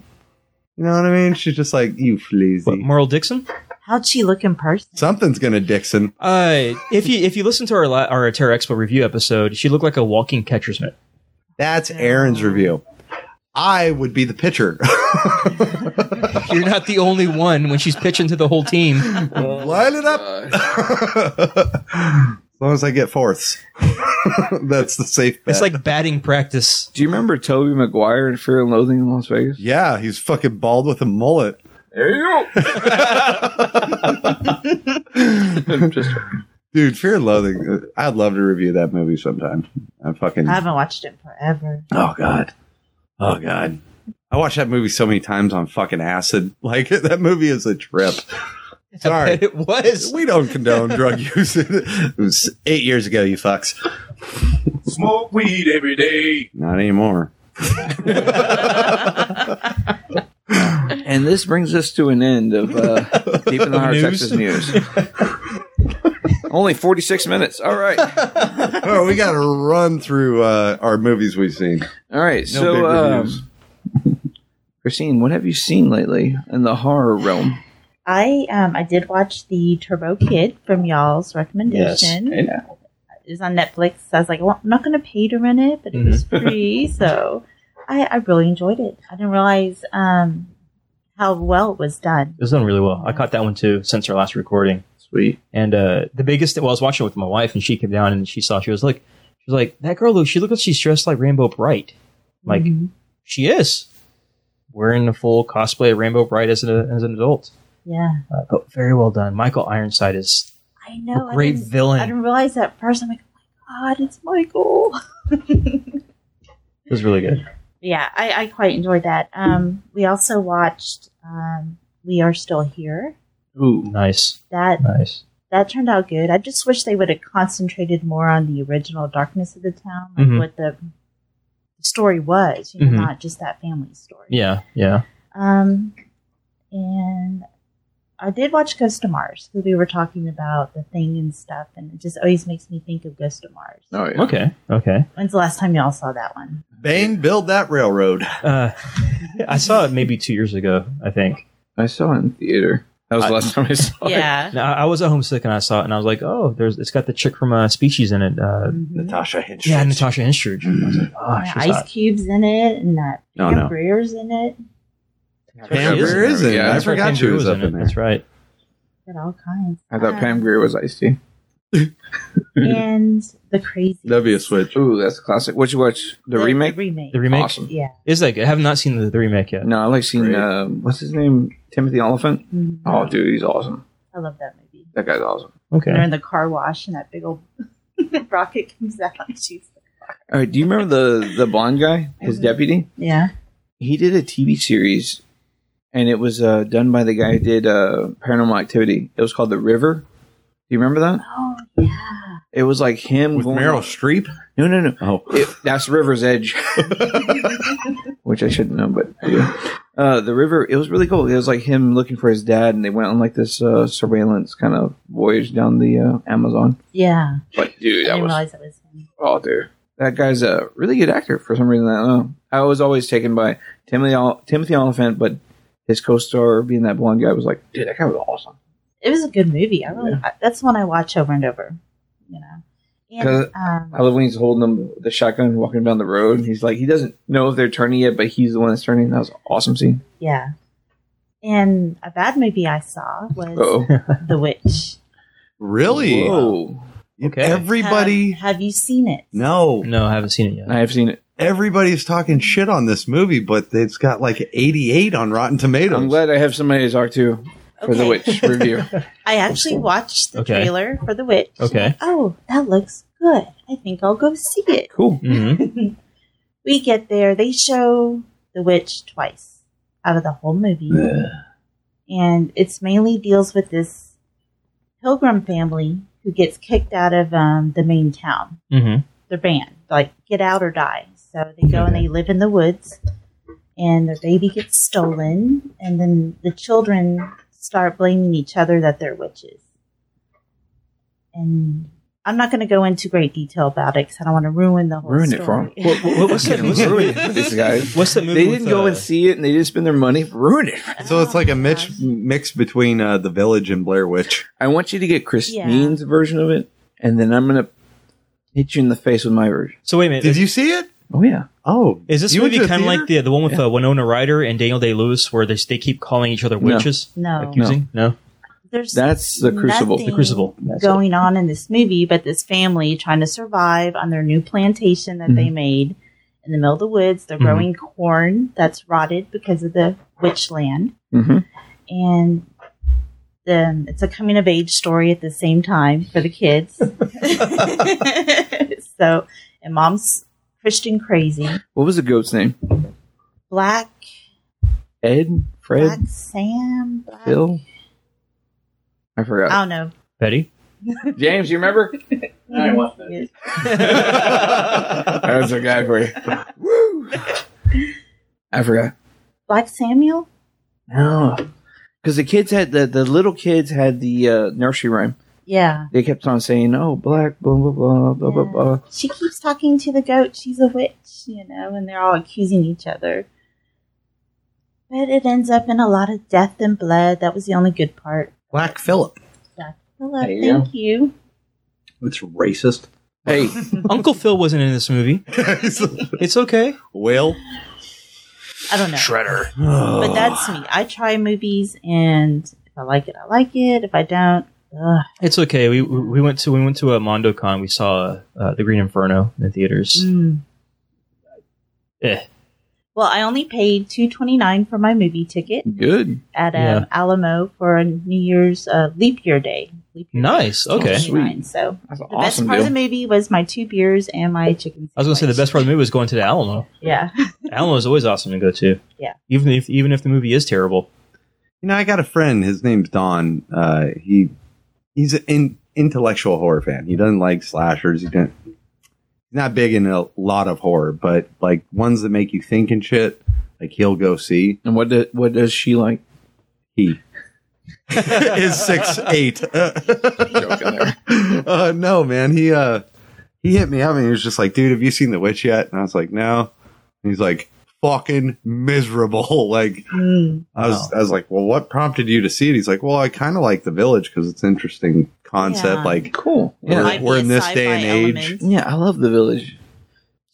[SPEAKER 7] You know what I mean? She's just like you,
[SPEAKER 6] What,
[SPEAKER 7] fleazy.
[SPEAKER 6] Merle Dixon.
[SPEAKER 8] How'd she look in person?
[SPEAKER 7] Something's gonna Dixon.
[SPEAKER 6] Uh, if you if you listen to our la- our Terra Expo review episode, she looked like a walking catcher's mitt.
[SPEAKER 7] That's Aaron's review. I would be the pitcher.
[SPEAKER 6] You're not the only one when she's pitching to the whole team.
[SPEAKER 7] Line it up. as long as I get fourths, that's the safe bet.
[SPEAKER 6] It's like batting practice.
[SPEAKER 5] Do you remember Toby Maguire in Fear and Loathing in Las Vegas?
[SPEAKER 7] yeah, he's fucking bald with a mullet.
[SPEAKER 5] There you go. Just
[SPEAKER 7] Dude, Fear and Loathing. uh, I'd love to review that movie sometime. I'm fucking.
[SPEAKER 8] I haven't watched it in forever.
[SPEAKER 7] oh god. Oh god. I watched that movie so many times on fucking acid. Like that movie is a trip. Sorry.
[SPEAKER 6] it was.
[SPEAKER 7] We don't condone drug use. It was eight years ago, you fucks.
[SPEAKER 9] Smoke weed every day.
[SPEAKER 7] Not anymore.
[SPEAKER 5] And this brings us to an end of uh, Deep in the Heart of
[SPEAKER 6] News.
[SPEAKER 5] Texas News. Only 46 minutes. All right.
[SPEAKER 7] Oh, we got to run through uh, our movies we've seen.
[SPEAKER 5] All right.
[SPEAKER 7] No big
[SPEAKER 5] so,
[SPEAKER 7] reviews.
[SPEAKER 5] um, Christine, what have you seen lately in the horror realm?
[SPEAKER 8] I um I did watch the Turbo Kid from y'all's recommendation.
[SPEAKER 5] Yeah.
[SPEAKER 8] It was on Netflix. So I was like, well, I'm not going to pay to rent it, but it was
[SPEAKER 6] Mm-hmm.
[SPEAKER 8] free, so I, I really enjoyed it. I didn't realize um how well it was done.
[SPEAKER 6] It was done really well. I caught that one too since our last recording.
[SPEAKER 5] Sweet.
[SPEAKER 6] And uh, the biggest, well, I was watching it with my wife, and she came down and she saw. She was like, she was like, that girl. Look, she looked like she's dressed like Rainbow Bright. I'm Like
[SPEAKER 8] Mhm.
[SPEAKER 6] she is wearing the full cosplay of Rainbow Bright as an as an adult.
[SPEAKER 8] yeah,
[SPEAKER 6] Uh, but very well done. Michael Ironside is
[SPEAKER 8] I know.
[SPEAKER 6] a great
[SPEAKER 8] I didn't, I
[SPEAKER 6] villain.
[SPEAKER 8] didn't realize that first. I'm like, oh my god, it's Michael.
[SPEAKER 6] It was really good.
[SPEAKER 8] yeah, I, I quite enjoyed that. Um, we also watched um, We Are Still Here.
[SPEAKER 5] Ooh.
[SPEAKER 6] Nice,
[SPEAKER 8] That
[SPEAKER 6] nice.
[SPEAKER 8] that turned out good. I just wish they would have concentrated more on the original darkness of the town, like
[SPEAKER 6] Mhm.
[SPEAKER 8] what the story was, you know,
[SPEAKER 6] Mhm.
[SPEAKER 8] not just that family story.
[SPEAKER 6] Yeah, yeah.
[SPEAKER 8] Um, and I did watch Ghost of Mars because we were talking about the thing and stuff, and it just always makes me think of Ghost of Mars.
[SPEAKER 5] Oh, yeah.
[SPEAKER 6] Okay, okay.
[SPEAKER 8] When's the last time y'all saw that one?
[SPEAKER 7] Bane, build that railroad.
[SPEAKER 6] Uh, I saw it maybe two years ago. I think
[SPEAKER 5] I saw it in theater. That was the last time I saw it.
[SPEAKER 10] Yeah.
[SPEAKER 6] No, I was at homesick and I saw it and I was like, oh, there's it's got the chick from uh, Species in it. Uh,
[SPEAKER 9] Natasha Hinch.
[SPEAKER 6] yeah, Natasha Henstridge. I was like, oh,
[SPEAKER 8] Yeah,
[SPEAKER 6] she's
[SPEAKER 8] Mm-hmm. ice
[SPEAKER 6] hot.
[SPEAKER 8] cubes in it, and that
[SPEAKER 7] No, no.
[SPEAKER 8] Pam Greer's in it,
[SPEAKER 7] Pam
[SPEAKER 6] She is
[SPEAKER 7] Grier
[SPEAKER 6] in
[SPEAKER 7] is
[SPEAKER 6] there.
[SPEAKER 7] in it. I
[SPEAKER 6] that's right,
[SPEAKER 7] forgot
[SPEAKER 6] Pam
[SPEAKER 7] she
[SPEAKER 6] Grier
[SPEAKER 7] was up
[SPEAKER 6] it.
[SPEAKER 7] in there.
[SPEAKER 6] That's right.
[SPEAKER 8] and all kinds.
[SPEAKER 5] I thought Pam Greer was Ice T.
[SPEAKER 8] Um, and the crazy.
[SPEAKER 7] That'd be a switch.
[SPEAKER 5] Ooh, that's a classic. What you watch? The, remake?
[SPEAKER 8] remake.
[SPEAKER 6] The remake
[SPEAKER 5] Awesome.
[SPEAKER 8] yeah.
[SPEAKER 6] is like I have not seen the, the remake yet.
[SPEAKER 5] No, I like seeing
[SPEAKER 7] Great.
[SPEAKER 5] uh, what's his name? Timothy Oliphant.
[SPEAKER 8] Mhm.
[SPEAKER 5] Oh, dude, he's awesome.
[SPEAKER 8] I love that movie.
[SPEAKER 5] That guy's awesome.
[SPEAKER 8] And They're
[SPEAKER 6] Okay.
[SPEAKER 8] in the car wash, and that big old rocket comes out. She's
[SPEAKER 5] All right, do you remember the the blonde guy, his deputy?
[SPEAKER 8] yeah.
[SPEAKER 5] He did a TV series, and it was uh, done by the guy who did uh, Paranormal Activity. It was called The River. Do you remember that?
[SPEAKER 8] Oh yeah.
[SPEAKER 5] It was like him
[SPEAKER 7] With
[SPEAKER 5] going-
[SPEAKER 7] Meryl Streep?
[SPEAKER 5] No, no, no.
[SPEAKER 7] Oh.
[SPEAKER 5] It- that's River's Edge, which I shouldn't know, but I do. uh, the river. It was really cool. It was like him looking for his dad, and they went on like this uh, surveillance kind of voyage down the uh, Amazon.
[SPEAKER 8] Yeah.
[SPEAKER 5] But dude,
[SPEAKER 8] I
[SPEAKER 5] that
[SPEAKER 8] didn't
[SPEAKER 5] was
[SPEAKER 8] realize that was him.
[SPEAKER 5] oh, dude, that guy's a really good actor for some reason. I don't know. I was always taken by Timothy Ol- Timothy Oliphant, but his co-star being that blonde guy was like, dude, that guy was awesome.
[SPEAKER 8] It was a good movie. I really. I, that's one I watch over and over. You know. And
[SPEAKER 5] 'Cause-
[SPEAKER 8] um,
[SPEAKER 5] Uh, I love when he's holding them, the shotgun walking down the road. He's like, he doesn't know if they're turning yet, but he's the one that's turning. That was an awesome scene.
[SPEAKER 8] yeah. And a bad movie I saw was
[SPEAKER 5] Oh,
[SPEAKER 8] The Witch.
[SPEAKER 7] Really?
[SPEAKER 5] whoa.
[SPEAKER 6] Okay.
[SPEAKER 7] Everybody.
[SPEAKER 8] Have, have you seen it?
[SPEAKER 7] No.
[SPEAKER 6] No, I haven't seen it yet.
[SPEAKER 5] I have seen it.
[SPEAKER 7] Everybody's talking shit on this movie, but it's got like 88 on Rotten Tomatoes.
[SPEAKER 5] I'm glad I have somebody to talk to for the
[SPEAKER 8] Okay.
[SPEAKER 5] witch review.
[SPEAKER 8] I actually watched the
[SPEAKER 6] Okay.
[SPEAKER 8] trailer for The Witch.
[SPEAKER 6] Okay.
[SPEAKER 8] Oh, that looks good. I think I'll go see it.
[SPEAKER 5] Cool.
[SPEAKER 6] Mm-hmm.
[SPEAKER 8] We get there, they show The Witch twice out of the whole movie. And it's mainly deals with this pilgrim family who gets kicked out of um, the main town.
[SPEAKER 6] Mm-hmm.
[SPEAKER 8] they're banned. Like get out or die. So they go and they live in the woods, and their baby gets stolen, and then the children start blaming each other that they're witches. And I'm not going to go into great detail about it because I don't want to ruin the whole
[SPEAKER 5] Ruin it for
[SPEAKER 8] story.
[SPEAKER 5] him.
[SPEAKER 6] What, what, what's that? What's,
[SPEAKER 5] Ruin it for these guys.
[SPEAKER 6] what's that movie?
[SPEAKER 5] They
[SPEAKER 6] with,
[SPEAKER 5] didn't go
[SPEAKER 6] uh,
[SPEAKER 5] and see it, and they didn't spend their money. Ruin it.
[SPEAKER 7] So it's like a
[SPEAKER 5] Oh,
[SPEAKER 7] mix, mix between uh, The Village and Blair Witch.
[SPEAKER 5] I want you to get Christine's version of it, and then I'm gonna hit you in the face with my version.
[SPEAKER 6] So wait a minute.
[SPEAKER 7] Did
[SPEAKER 6] Is,
[SPEAKER 7] you see it?
[SPEAKER 5] Oh yeah.
[SPEAKER 7] Oh.
[SPEAKER 6] is this
[SPEAKER 7] you went
[SPEAKER 6] movie
[SPEAKER 7] to the
[SPEAKER 6] kind of like
[SPEAKER 7] theater?
[SPEAKER 6] the the one with uh, Winona Ryder and Daniel Day Lewis, where they they keep calling each other
[SPEAKER 5] No.
[SPEAKER 6] witches?
[SPEAKER 8] No,
[SPEAKER 6] Accusing? No.
[SPEAKER 8] there's
[SPEAKER 5] That's the Crucible.
[SPEAKER 8] nothing
[SPEAKER 6] The Crucible. That's it.
[SPEAKER 8] going on in this movie, but this family trying to survive on their new plantation that
[SPEAKER 5] Mm-hmm.
[SPEAKER 8] they made in the middle of the woods. They're
[SPEAKER 6] Mhm.
[SPEAKER 8] growing corn that's rotted because of the witch land.
[SPEAKER 5] Mm-hmm.
[SPEAKER 8] and then it's a coming of age story at the same time for the kids. so, and mom's Christian crazy,
[SPEAKER 5] What was the goat's name?
[SPEAKER 8] black,
[SPEAKER 5] Ed?
[SPEAKER 8] black
[SPEAKER 5] Fred?
[SPEAKER 8] Sam, black,
[SPEAKER 5] Phil? I
[SPEAKER 8] I
[SPEAKER 5] forgot.
[SPEAKER 8] don't know.
[SPEAKER 6] Betty.
[SPEAKER 8] Um,
[SPEAKER 5] James, you remember? That's a guy for you. Woo! I forgot.
[SPEAKER 8] Black Samuel.
[SPEAKER 5] No. Because the kids had the, the little kids had the uh, nursery rhyme.
[SPEAKER 8] Yeah.
[SPEAKER 5] They kept on saying, "Oh, black, blah blah blah blah blah
[SPEAKER 8] Yeah.
[SPEAKER 5] blah."
[SPEAKER 8] She keeps talking to the goat. She's a witch, you know, and they're all accusing each other. But it ends up in a lot of death and blood. That was the only good part.
[SPEAKER 9] Black Phillip.
[SPEAKER 8] Hello,
[SPEAKER 5] There you go.
[SPEAKER 8] thank you.
[SPEAKER 9] It's racist.
[SPEAKER 5] Hey,
[SPEAKER 6] Uncle Phil wasn't in this movie. It's okay.
[SPEAKER 7] Will?
[SPEAKER 8] I don't know.
[SPEAKER 4] Shredder.
[SPEAKER 8] But that's me. I try movies, and if I like it, I like it. If I don't, ugh.
[SPEAKER 6] It's okay. We we went to we went to a MondoCon. We saw uh, the Green Inferno in the theaters.
[SPEAKER 8] Mm.
[SPEAKER 6] Eh.
[SPEAKER 8] Well, I only paid two twenty nine for my movie ticket
[SPEAKER 5] good.
[SPEAKER 8] at um,
[SPEAKER 6] Yeah.
[SPEAKER 8] Alamo for a New Year's uh, leap year day. Leap year
[SPEAKER 6] Nice.
[SPEAKER 8] day,
[SPEAKER 6] Okay.
[SPEAKER 5] Sweet.
[SPEAKER 8] $2.29. So
[SPEAKER 5] That's an
[SPEAKER 8] the best
[SPEAKER 5] awesome
[SPEAKER 8] part
[SPEAKER 5] deal.
[SPEAKER 8] of the movie was my two beers and my chicken.
[SPEAKER 6] I was gonna say the best part of the movie was going to the Alamo.
[SPEAKER 8] Yeah.
[SPEAKER 6] Alamo is always awesome to go to.
[SPEAKER 8] Yeah.
[SPEAKER 6] Even if even if the movie is terrible.
[SPEAKER 7] You know, I got a friend. His name's Don. Uh, he he's an in, intellectual horror fan. He doesn't like slashers. He doesn't. He's not big in a lot of horror, but like ones that make you think and shit. Like he'll go see.
[SPEAKER 5] and what do, what does she like?
[SPEAKER 7] He is six eight.
[SPEAKER 5] Joking there.
[SPEAKER 7] uh, no, man. He uh, he hit me up and he was just like, "Dude, have you seen The Witch yet?" And I was like, "No." And he's like, fucking miserable. Like I
[SPEAKER 9] Oh.
[SPEAKER 7] was, I was like, well, what prompted you to see it? He's like, well, I kind of like the village because it's interesting concept.
[SPEAKER 5] Yeah.
[SPEAKER 7] Like,
[SPEAKER 5] cool.
[SPEAKER 7] We're, we're in this day and age.
[SPEAKER 5] Yeah, I love the village.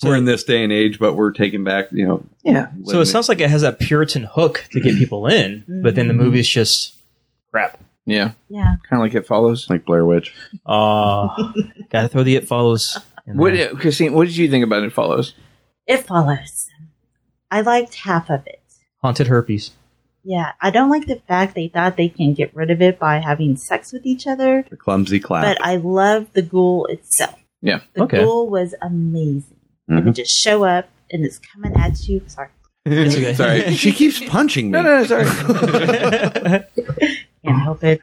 [SPEAKER 7] we're in this day and age, but we're taking back. You know,
[SPEAKER 5] Yeah.
[SPEAKER 6] So it sounds like it has that Puritan hook to get people in, but then the movie's just crap.
[SPEAKER 5] Yeah.
[SPEAKER 8] Yeah.
[SPEAKER 5] Kind of like it follows.
[SPEAKER 7] Like Blair Witch.
[SPEAKER 6] Uh, gotta throw the it follows.
[SPEAKER 5] What, Christine, what did you think about it follows?
[SPEAKER 8] It follows. I liked half of it.
[SPEAKER 6] Haunted herpes.
[SPEAKER 8] Yeah, I don't like the fact they thought they can get rid of it by having sex with each other,
[SPEAKER 7] the clumsy clap.
[SPEAKER 8] but I love the ghoul itself.
[SPEAKER 5] yeah.
[SPEAKER 8] The ghoul was amazing. It would just show up and it's coming at you. Sorry.
[SPEAKER 6] It's okay.
[SPEAKER 7] Sorry, she keeps punching me.
[SPEAKER 5] no, sorry.
[SPEAKER 8] Can't help it.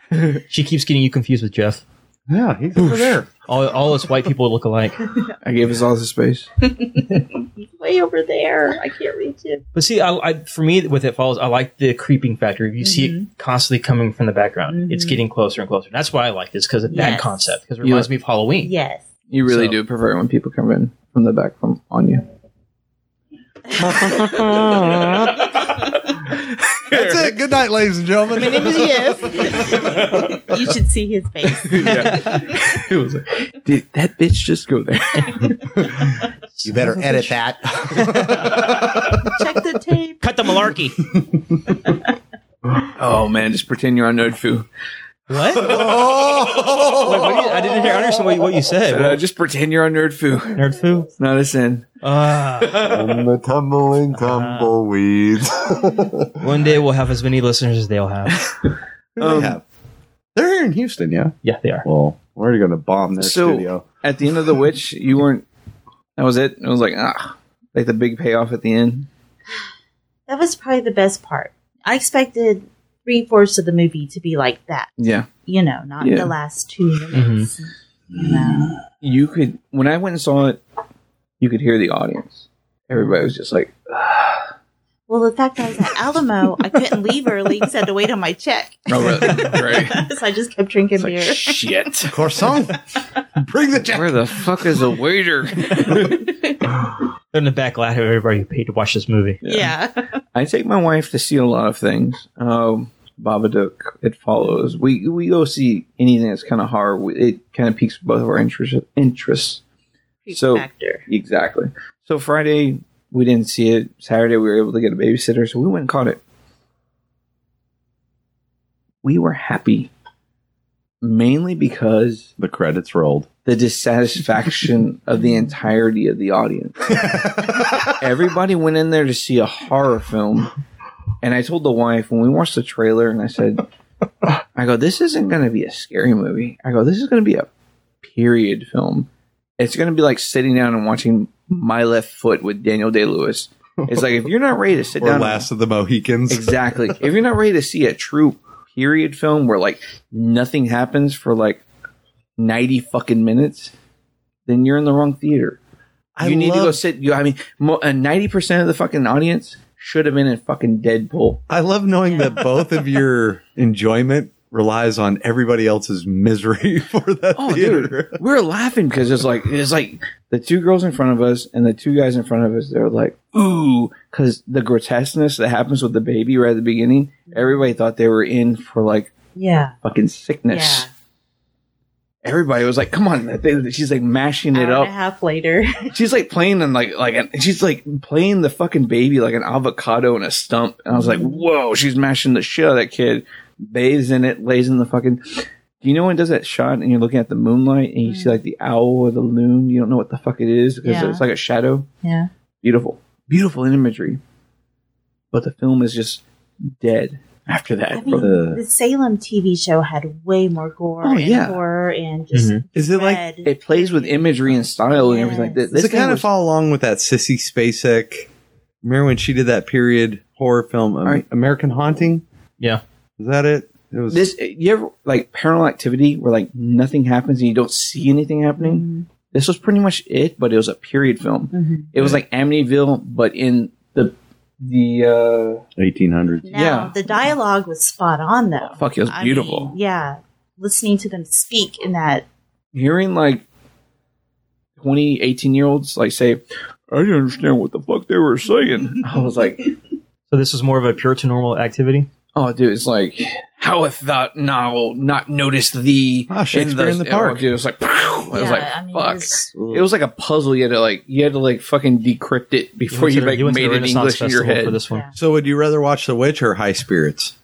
[SPEAKER 6] She keeps getting you confused with Jeff.
[SPEAKER 7] Yeah, he's over there.
[SPEAKER 6] All, all us white people look alike.
[SPEAKER 5] I gave us all the space.
[SPEAKER 8] He's way over there. I can't reach him.
[SPEAKER 6] But see, I, I, for me, with it follows, I like the creeping factor. You see it constantly coming from the background. It's getting closer and closer. That's why I like this because of that
[SPEAKER 8] Yes.
[SPEAKER 6] concept. Because it
[SPEAKER 5] You-
[SPEAKER 6] reminds me of Halloween.
[SPEAKER 8] Yes.
[SPEAKER 5] You really
[SPEAKER 6] So-
[SPEAKER 5] do prefer it when people come in from the back from on you.
[SPEAKER 7] That's it. Good night, ladies and gentlemen.
[SPEAKER 8] you should see his face.
[SPEAKER 5] It was like, did that bitch just go there?
[SPEAKER 9] You better edit that.
[SPEAKER 8] Check the tape.
[SPEAKER 6] Cut the malarkey.
[SPEAKER 5] oh man, just pretend you're on Nerdfu.
[SPEAKER 6] what? Wait, what do you- I didn't hear. I understand what, you- what you said.
[SPEAKER 5] Uh, just pretend you're on Nerdfu.
[SPEAKER 6] Nerd foo.
[SPEAKER 5] It's not a sin.
[SPEAKER 6] Ah,
[SPEAKER 7] and the tumbling tumbleweeds.
[SPEAKER 6] one day we'll have as many listeners as they'll have.
[SPEAKER 5] Um,
[SPEAKER 7] yeah. They're here in Houston, yeah.
[SPEAKER 6] Yeah, they are.
[SPEAKER 7] Well, we're already going to bomb their
[SPEAKER 5] So-
[SPEAKER 7] studio.
[SPEAKER 5] At the end of the witch, you weren't. That was it. It was like ah, like the big payoff at the end.
[SPEAKER 8] That was probably the best part. I expected three fourths of the movie to be like that.
[SPEAKER 5] Yeah.
[SPEAKER 8] You know, not
[SPEAKER 5] Yeah.
[SPEAKER 8] the last two minutes. You know.
[SPEAKER 5] you could when I went and saw it, you could hear the audience. Everybody was just like,
[SPEAKER 8] Well, the fact I was at Alamo, I couldn't leave early because I had to wait on my check.
[SPEAKER 5] "Oh, really? Right?
[SPEAKER 8] so I just kept drinking
[SPEAKER 5] It's like,
[SPEAKER 8] beer.
[SPEAKER 5] shit!
[SPEAKER 9] Corson, bring the jack.
[SPEAKER 5] Where the fuck is the waiter?"
[SPEAKER 6] They're in the back lot of everybody who paid to watch this movie.
[SPEAKER 8] yeah.
[SPEAKER 5] I take my wife to see a lot of things. Um, Babadook, it follows. We we go see anything that's kind of horror. We- It kind of piques both of our interest, interests. So-
[SPEAKER 8] factor.
[SPEAKER 5] Exactly. So Friday we didn't see it. Saturday we were able to get a babysitter, so we went and caught it. We were happy, mainly because
[SPEAKER 7] The credits rolled.
[SPEAKER 5] the dissatisfaction of the entirety of the audience. Everybody went in there to see a horror film. And I told the wife when we watched the trailer, and I said, I go, this isn't going to be a scary movie. I go, this is going to be a period film. It's going to be like sitting down and watching My Left Foot with Daniel Day Lewis. It's like, if you're not ready to sit
[SPEAKER 7] Or
[SPEAKER 5] down. and-
[SPEAKER 7] Last of the Mohicans.
[SPEAKER 5] Exactly. if you're not ready to see a true period film where like nothing happens for like ninety fucking minutes, then you're in the wrong theater.
[SPEAKER 9] I
[SPEAKER 5] you need to go
[SPEAKER 9] love-
[SPEAKER 5] sit. You, I mean, uh, ninety percent of the fucking audience should have been in fucking Deadpool.
[SPEAKER 7] I love knowing that both of your enjoyment relies on everybody else's misery for that
[SPEAKER 5] Oh,
[SPEAKER 7] theater.
[SPEAKER 5] dude, we're laughing because it's like it's like the two girls in front of us and the two guys in front of us. They're like, ooh, because the grotesqueness that happens with the baby right at the beginning. Everybody thought they were in for like
[SPEAKER 8] Yeah.
[SPEAKER 5] fucking sickness.
[SPEAKER 8] Yeah.
[SPEAKER 5] everybody was like, "Come on!" that thing- She's like mashing it
[SPEAKER 8] Hour and a
[SPEAKER 5] up.
[SPEAKER 8] half later.
[SPEAKER 5] She's like playing and like like and she's like playing the fucking baby like an avocado and a stump. And I was like,
[SPEAKER 8] Mm-hmm.
[SPEAKER 5] "Whoa!" She's mashing the shit out of that kid. Bathes in it, lays in the fucking. Do you know when it does that shot and you're looking at the moonlight and you see like the owl or the loon? You don't know what the fuck it is because
[SPEAKER 8] Mm-hmm. Yeah.
[SPEAKER 5] it's like a shadow.
[SPEAKER 8] yeah.
[SPEAKER 5] Beautiful, beautiful imagery. But the film is just dead after that.
[SPEAKER 8] I mean,
[SPEAKER 7] Ugh.
[SPEAKER 8] the Salem TV show had way more gore
[SPEAKER 5] Oh,
[SPEAKER 8] and
[SPEAKER 5] yeah.
[SPEAKER 8] horror and just
[SPEAKER 7] Is it like
[SPEAKER 8] dread.
[SPEAKER 5] it plays with imagery and style and everything like
[SPEAKER 8] Yes.
[SPEAKER 5] that.
[SPEAKER 7] does
[SPEAKER 5] This
[SPEAKER 7] it kind
[SPEAKER 5] thing
[SPEAKER 7] of
[SPEAKER 5] was-
[SPEAKER 7] follow along with that sissy Spacek? Remember when she did that period horror film, um,
[SPEAKER 5] Right.
[SPEAKER 7] American Haunting?
[SPEAKER 6] Yeah.
[SPEAKER 7] Is that it? It was
[SPEAKER 5] this you ever like paranormal activity where like nothing happens and you don't see anything happening
[SPEAKER 8] Mm-hmm.
[SPEAKER 5] this was pretty much it but it was a period film it was like amityville but in the the uh
[SPEAKER 7] 1800s.
[SPEAKER 8] Now,
[SPEAKER 5] yeah.
[SPEAKER 8] the dialogue was spot on though.
[SPEAKER 5] fuck it was
[SPEAKER 8] I
[SPEAKER 5] beautiful
[SPEAKER 8] mean, yeah. Listening to them speak in that.
[SPEAKER 5] hearing like 20 18 year olds like say I didn't understand what the fuck they were saying. I was like,
[SPEAKER 6] So this is more of a pure to normal activity.
[SPEAKER 5] Oh, dude, it's like, how if thou now not noticed thee
[SPEAKER 6] Ah, Shakespeare in the park.
[SPEAKER 5] Dude, it was like, "Phew." I was
[SPEAKER 6] Yeah,
[SPEAKER 5] like,
[SPEAKER 6] I mean,
[SPEAKER 5] fuck. It
[SPEAKER 6] it's-
[SPEAKER 5] was, like a puzzle. You had to like, you had to like fucking decrypt it before
[SPEAKER 6] went
[SPEAKER 5] you,
[SPEAKER 6] to the-
[SPEAKER 5] like
[SPEAKER 6] you went to
[SPEAKER 5] made
[SPEAKER 6] the
[SPEAKER 5] it in
[SPEAKER 6] Renaissance
[SPEAKER 5] English in your
[SPEAKER 6] Festival
[SPEAKER 5] head.
[SPEAKER 6] for this one.
[SPEAKER 7] So, would you rather watch The Witch or High Spirits?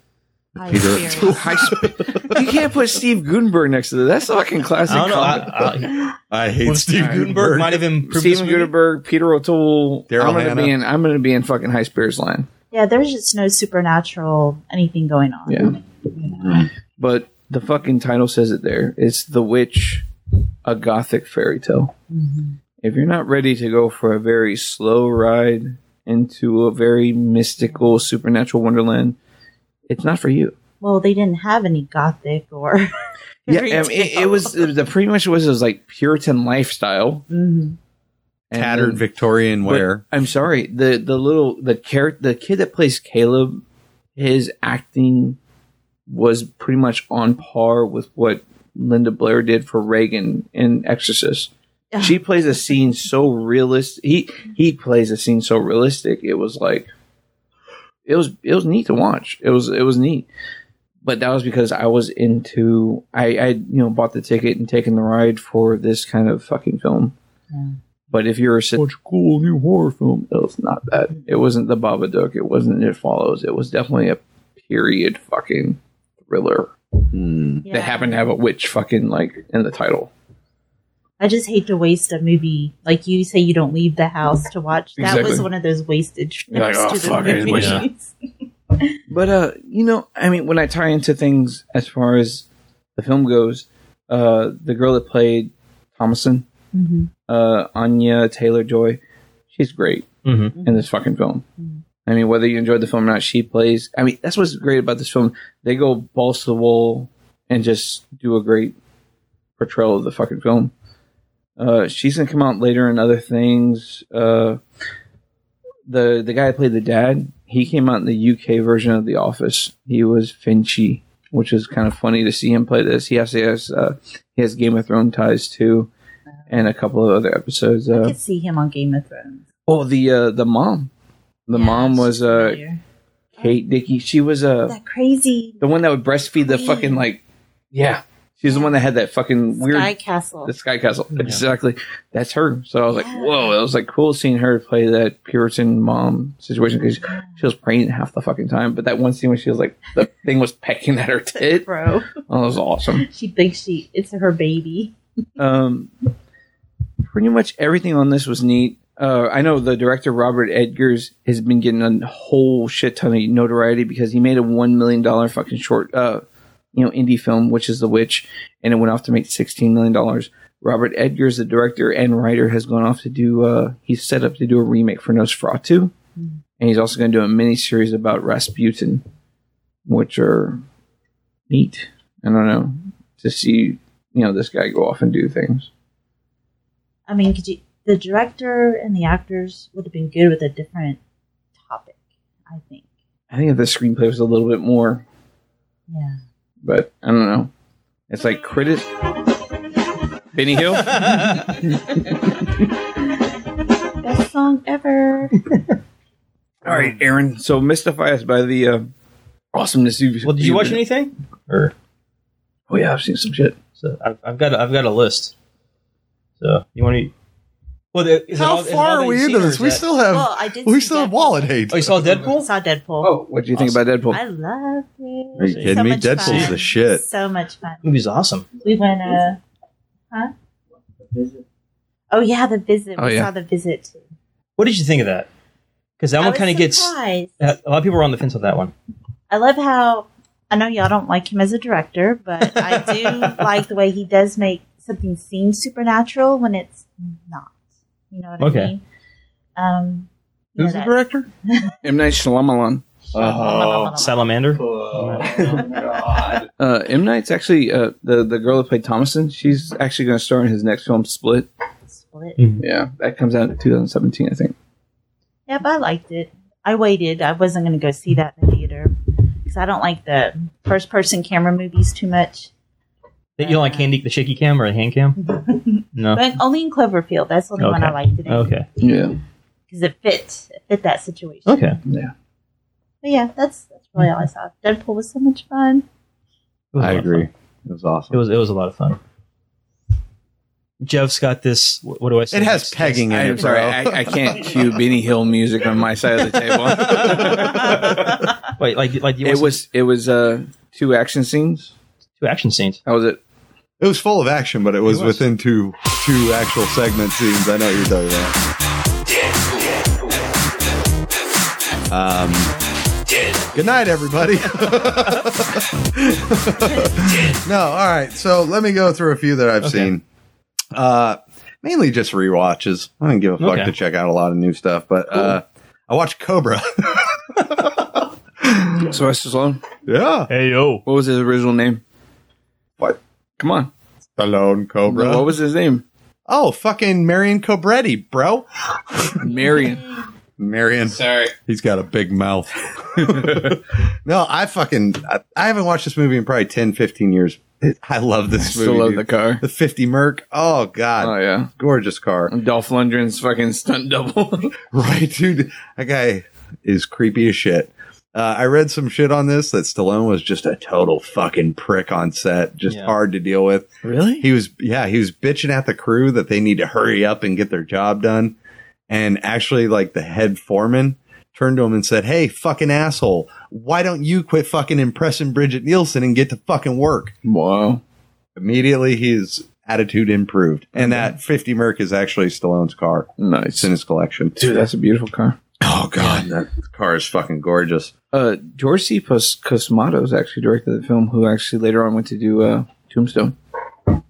[SPEAKER 7] Peter.
[SPEAKER 5] High sp- you can't put Steve Gutenberg next to that. That's fucking classic.
[SPEAKER 6] I don't know,
[SPEAKER 5] comic
[SPEAKER 6] I-
[SPEAKER 5] book.
[SPEAKER 7] I hate Steve
[SPEAKER 5] Alright.
[SPEAKER 7] Gutenberg.
[SPEAKER 6] might have improved this
[SPEAKER 5] Steven
[SPEAKER 6] movie.
[SPEAKER 5] Gutenberg, Peter O'Toole.
[SPEAKER 7] Daryl
[SPEAKER 5] I'm gonna
[SPEAKER 7] Hannah.
[SPEAKER 5] be in. I'm gonna be in fucking high spirits line.
[SPEAKER 8] Yeah, there's just no supernatural anything going on.
[SPEAKER 5] Yeah. But the fucking title says it there. It's The Witch, a Gothic fairy tale. If you're not ready to go for a very slow ride into a very mystical supernatural wonderland, it's not for you.
[SPEAKER 8] Well, they didn't have any gothic or.
[SPEAKER 5] Yeah, I mean, it, it was the pretty much was it was like Puritan lifestyle, and
[SPEAKER 8] Mhm.
[SPEAKER 7] Tattered
[SPEAKER 5] then-
[SPEAKER 7] Victorian
[SPEAKER 5] but
[SPEAKER 7] wear.
[SPEAKER 5] I'm sorry, the the little the character the kid that plays Caleb, his acting was pretty much on par with what Linda Blair did for Reagan in Exorcist. She plays a scene so realistic. He he plays a scene so realistic. It was like it was it was neat to watch. It was it was neat. But that was because I was into I I you know bought the ticket and taken the ride for this kind of fucking film. But if you're such a cool new horror film, it was not that. It wasn't the Babadook. It wasn't It Follows. It was definitely a period fucking thriller that happened to have a witch fucking like in the title.
[SPEAKER 8] I just hate to waste a movie. Like you say, you don't leave the house to watch. That was
[SPEAKER 5] Exactly.
[SPEAKER 8] one of those wasted trips
[SPEAKER 5] You're like, oh,
[SPEAKER 8] to the
[SPEAKER 5] fuck, I didn't
[SPEAKER 8] movies.
[SPEAKER 5] waste that. But uh, you know, I mean, when I tie into things as far as the film goes, uh, the girl that played Thomason,
[SPEAKER 8] Mhm.
[SPEAKER 5] uh, Anya Taylor Joy, she's great
[SPEAKER 6] Mm-hmm.
[SPEAKER 5] in this fucking film. I mean, whether you enjoyed the film or not, she plays. I mean, that's what's great about this film. They go balls to the wall and just do a great portrayal of the fucking film. Uh, she's gonna come out later in other things. Uh, the the guy that played the dad, he came out in the UK version of The Office. He was Finchy, which is kind of funny to see him play this. He also has uh, he has Game of Thrones ties too, and a couple of other episodes.
[SPEAKER 8] I
[SPEAKER 5] Uh,
[SPEAKER 8] could see him on Game of Thrones.
[SPEAKER 5] oh, the uh, the mom, the mom was uh, Kate Dickey. She was uh,
[SPEAKER 8] That crazy
[SPEAKER 5] the one that would breastfeed the fucking like yeah. She's the one that had that fucking weird
[SPEAKER 8] Sky Castle.
[SPEAKER 5] the Sky Castle. Exactly. That's her. So I was like, whoa, it was like cool seeing her play that Puritan mom situation because she was pregnant half the fucking time. But that one scene where she was like, the thing was pecking at her tit.
[SPEAKER 8] Bro,
[SPEAKER 5] Oh, that was awesome.
[SPEAKER 8] she thinks she it's her baby.
[SPEAKER 5] Um, pretty much everything on this was neat. Uh, I know the director Robert Edgers has been getting a whole shit ton of notoriety because he made a one million dollar fucking short, uh, you know, indie film, which is The Witch, and it went off to make sixteen million dollars. Robert Edgers, the director and writer, has gone off to do. Uh, he's set up to do a remake for Nosferatu, and he's also going to do a mini series about Rasputin, which are neat. I don't know to see you know this guy go off and do things.
[SPEAKER 8] I mean, could you, the director and the actors would have been good with a different topic. I think.
[SPEAKER 5] I think if the screenplay was a little bit more,
[SPEAKER 8] Yeah.
[SPEAKER 5] but I don't know. It's like critic. Benny Hill.
[SPEAKER 8] Best song ever.
[SPEAKER 5] All right, Aaron. So mystify us by the uh, awesomeness you've.
[SPEAKER 6] Well, did you watch anything? Or
[SPEAKER 5] oh yeah, I've seen some shit.
[SPEAKER 6] So I've, I've got a, I've got a list. So you want to? Well, there- is it
[SPEAKER 7] How
[SPEAKER 6] all- is it all
[SPEAKER 7] far
[SPEAKER 6] that
[SPEAKER 7] are
[SPEAKER 6] you've
[SPEAKER 7] we
[SPEAKER 6] seen,
[SPEAKER 7] into
[SPEAKER 6] or
[SPEAKER 7] this?
[SPEAKER 6] is
[SPEAKER 7] We
[SPEAKER 6] that-
[SPEAKER 7] still have
[SPEAKER 8] Well, I did.
[SPEAKER 7] we
[SPEAKER 8] see
[SPEAKER 7] still have
[SPEAKER 8] Deadpool.
[SPEAKER 7] wallet hate.
[SPEAKER 6] Oh, you saw Deadpool?
[SPEAKER 8] Saw Deadpool.
[SPEAKER 5] Oh, what do you think about Deadpool?
[SPEAKER 8] I love it.
[SPEAKER 7] Are you kidding
[SPEAKER 8] so
[SPEAKER 7] me?
[SPEAKER 8] much
[SPEAKER 7] Deadpool's
[SPEAKER 8] fun.
[SPEAKER 7] the shit.
[SPEAKER 8] So much fun.
[SPEAKER 6] Movie's awesome.
[SPEAKER 8] We went. Uh, huh? Oh yeah, the visit.
[SPEAKER 6] Oh,
[SPEAKER 8] we
[SPEAKER 6] yeah.
[SPEAKER 8] saw the visit too.
[SPEAKER 6] What did you think of that? Because that
[SPEAKER 8] I
[SPEAKER 6] one
[SPEAKER 8] was
[SPEAKER 6] kind of gets
[SPEAKER 8] surprised.
[SPEAKER 6] a lot of people are on the fence on that one.
[SPEAKER 8] I love how I know y'all don't like him as a director, but I do like the way he does make something seem supernatural when it's not. You know what I
[SPEAKER 5] Okay.
[SPEAKER 8] mean? Um, you know
[SPEAKER 5] Who's the
[SPEAKER 8] that-
[SPEAKER 5] director? M Night Shyamalan.
[SPEAKER 6] Oh, salamander.
[SPEAKER 5] Uh, M Night's actually uh, the the girl that played Thomason. She's actually going to star in his next film, Split.
[SPEAKER 8] Split.
[SPEAKER 5] Yeah, that comes out in 2017, I think.
[SPEAKER 8] Yep, I liked it. I waited. I wasn't going to go see that in the theater because I don't like the first person camera movies too much.
[SPEAKER 6] You don't like handy the shaky cam or the hand cam? No.
[SPEAKER 8] But only in Cloverfield. That's the only one I liked. It. in.
[SPEAKER 6] Oh. Okay.
[SPEAKER 5] Yeah.
[SPEAKER 8] because it fit it fit that situation.
[SPEAKER 6] Okay.
[SPEAKER 7] Yeah.
[SPEAKER 8] But yeah, that's that's really all I saw. Deadpool was so much fun.
[SPEAKER 7] I agree. It was awesome.
[SPEAKER 6] It was it was a lot of fun. Jeff's got this. wh- What do I say?
[SPEAKER 7] It has pegging in
[SPEAKER 5] I
[SPEAKER 7] it.
[SPEAKER 5] am sorry, I, I can't cue Benny Hill music on my side of the table.
[SPEAKER 6] Wait, like like you want
[SPEAKER 5] it was it was uh two action scenes.
[SPEAKER 6] two action scenes.
[SPEAKER 5] How was it?
[SPEAKER 7] It was full of action, but it was, within two two actual segment scenes. I know what you're talking about. Um, good night, everybody. no, all right. So let me go through a few that I've seen. Uh, mainly just rewatches. I didn't give a fuck
[SPEAKER 6] Okay.
[SPEAKER 7] to check out a lot of new stuff, but uh, I watched Cobra.
[SPEAKER 5] Sylvester Stallone.
[SPEAKER 7] yeah,
[SPEAKER 6] Hey yo,
[SPEAKER 5] What was his original name?
[SPEAKER 7] What?
[SPEAKER 5] Come on.
[SPEAKER 7] Stallone Cobra.
[SPEAKER 5] What was his name?
[SPEAKER 7] oh, fucking Marion Cobretti, bro.
[SPEAKER 5] Marion.
[SPEAKER 7] Marion.
[SPEAKER 4] Sorry.
[SPEAKER 7] He's got a big mouth. no, I fucking I, I haven't watched this movie in probably 10, 15 years. I love this movie.
[SPEAKER 5] Still love
[SPEAKER 7] dude.
[SPEAKER 5] the car.
[SPEAKER 7] The 50 Merc. Oh god.
[SPEAKER 5] Oh yeah.
[SPEAKER 7] Gorgeous car.
[SPEAKER 5] Dolph Lundgren's fucking stunt double.
[SPEAKER 7] Right, dude. That guy is creepy as shit. Uh, I read some shit on this that Stallone was just a total fucking prick on set, just
[SPEAKER 6] Yeah.
[SPEAKER 7] hard to deal with.
[SPEAKER 6] really?
[SPEAKER 7] He was, yeah, he was bitching at the crew that they need to hurry up and get their job done. And actually, like the head foreman turned to him and said, Hey, fucking asshole, why don't you quit fucking impressing Bridget Nielsen and get to fucking work?
[SPEAKER 5] wow.
[SPEAKER 7] Immediately, his attitude improved. And that 50 Merc is actually Stallone's car. It's
[SPEAKER 5] Nice.
[SPEAKER 7] in his collection.
[SPEAKER 5] Dude, that's a beautiful car.
[SPEAKER 7] Oh, God. That car is fucking gorgeous.
[SPEAKER 5] Uh George C. Pos- Cosmatos actually directed the film who actually later on went to do uh Tombstone.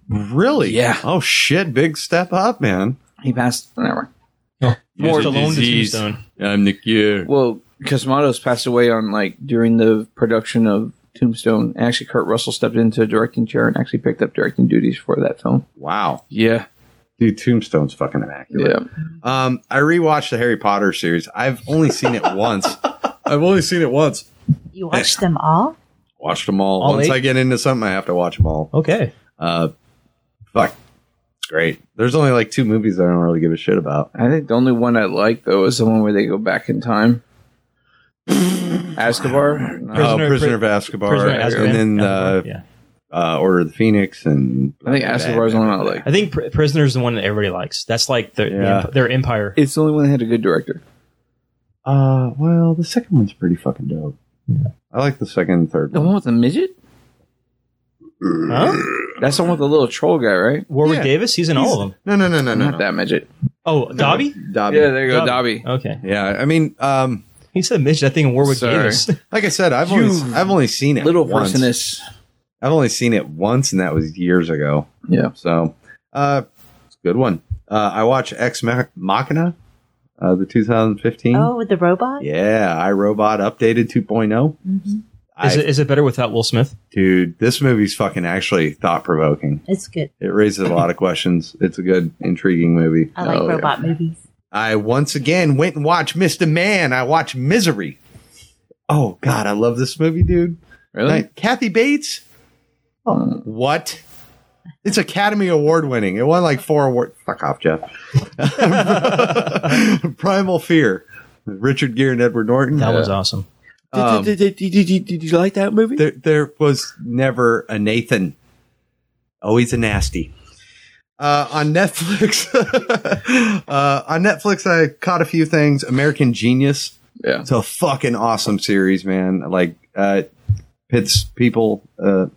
[SPEAKER 7] Really?
[SPEAKER 5] Yeah.
[SPEAKER 7] Oh, shit. Big step up, man.
[SPEAKER 5] He passed never.
[SPEAKER 6] More
[SPEAKER 7] He's a
[SPEAKER 6] Stallone to
[SPEAKER 7] disease.
[SPEAKER 6] Tombstone.
[SPEAKER 7] I'm Nick Year.
[SPEAKER 5] Well, Cosmatos passed away on like during the production of Tombstone. Actually Kurt Russell stepped into a directing chair and actually picked up directing duties for that film.
[SPEAKER 7] Wow.
[SPEAKER 5] Yeah.
[SPEAKER 7] Dude, Tombstone's fucking immaculate.
[SPEAKER 5] Yeah.
[SPEAKER 7] Um, I rewatched the Harry Potter series. I've only seen it once. I've only seen it once.
[SPEAKER 8] You watched them all.
[SPEAKER 7] Watched them all.
[SPEAKER 6] All
[SPEAKER 7] once
[SPEAKER 6] eight?
[SPEAKER 7] I get into something, I have to watch them all.
[SPEAKER 6] Okay.
[SPEAKER 7] Uh, fuck, it's great. There's only like two movies that I don't really give a shit about.
[SPEAKER 5] I think the only one I like though is the one where they go back in time. Azkabar. No.
[SPEAKER 6] Prisoner-
[SPEAKER 7] Prisoner, oh, Prisoner of Azkaban,
[SPEAKER 6] Prisoner of Azkaban.
[SPEAKER 7] and then uh,
[SPEAKER 6] yeah.
[SPEAKER 7] uh, Order of the Phoenix, and
[SPEAKER 5] I think Azkabar's the one I like.
[SPEAKER 6] I think pr- Prisoner's the one that everybody likes. That's like their
[SPEAKER 7] Yeah.
[SPEAKER 6] their empire.
[SPEAKER 5] It's the only one that had a good director.
[SPEAKER 7] Uh, well, the second one's pretty fucking dope. I like the second and third
[SPEAKER 5] The
[SPEAKER 7] one.
[SPEAKER 5] one with the midget?
[SPEAKER 6] Huh?
[SPEAKER 5] That's the one with the little troll guy, right?
[SPEAKER 6] Warwick
[SPEAKER 7] Yeah.
[SPEAKER 6] Davis, he's in all of them.
[SPEAKER 7] No, no, no, no, no,
[SPEAKER 5] Not
[SPEAKER 7] no.
[SPEAKER 5] that midget.
[SPEAKER 6] Oh, Dobby?
[SPEAKER 7] Dobby.
[SPEAKER 5] Yeah, there you go,
[SPEAKER 6] Dobby.
[SPEAKER 5] Dobby.
[SPEAKER 6] Okay.
[SPEAKER 7] yeah, I mean, um,
[SPEAKER 6] He said midget, I think, in Warwick
[SPEAKER 5] Sorry.
[SPEAKER 6] Davis.
[SPEAKER 7] like I said, I've only I've only seen it
[SPEAKER 5] Little
[SPEAKER 7] once.
[SPEAKER 5] person is.
[SPEAKER 7] I've only seen it once, and that was years ago.
[SPEAKER 5] Yeah.
[SPEAKER 7] So, uh, it's a good one. Uh, I watch Ex Mach- Machina, uh, the 2015.
[SPEAKER 8] Oh, with the robot.
[SPEAKER 7] Yeah, iRobot updated 2.0.
[SPEAKER 8] Mhm.
[SPEAKER 6] is,
[SPEAKER 7] I-
[SPEAKER 6] it, is it better without Will Smith?
[SPEAKER 7] Dude, this movie's fucking actually thought provoking.
[SPEAKER 8] It's good.
[SPEAKER 7] It raises a lot of questions. It's a good, intriguing movie.
[SPEAKER 8] I like
[SPEAKER 5] Oh, yeah.
[SPEAKER 8] robot movies.
[SPEAKER 7] I once again went and watched Mr. Man. I watched Misery. Oh, God, I love this movie, dude.
[SPEAKER 5] Really?
[SPEAKER 7] Like, Kathy Bates?
[SPEAKER 5] Oh.
[SPEAKER 7] What? It's Academy Award winning. It won like four award. Fuck off, Jeff. Primal Fear. Richard Gere and Edward Norton.
[SPEAKER 6] That one's awesome.
[SPEAKER 7] Um,
[SPEAKER 5] did, did- did- did- did- did you like that movie?
[SPEAKER 7] there, there was never a Nathan. Always a nasty. Uh, on Netflix, uh, on Netflix, I caught a few things. American Genius.
[SPEAKER 5] Yeah.
[SPEAKER 7] It's a fucking awesome series, man. Like uh pits people uh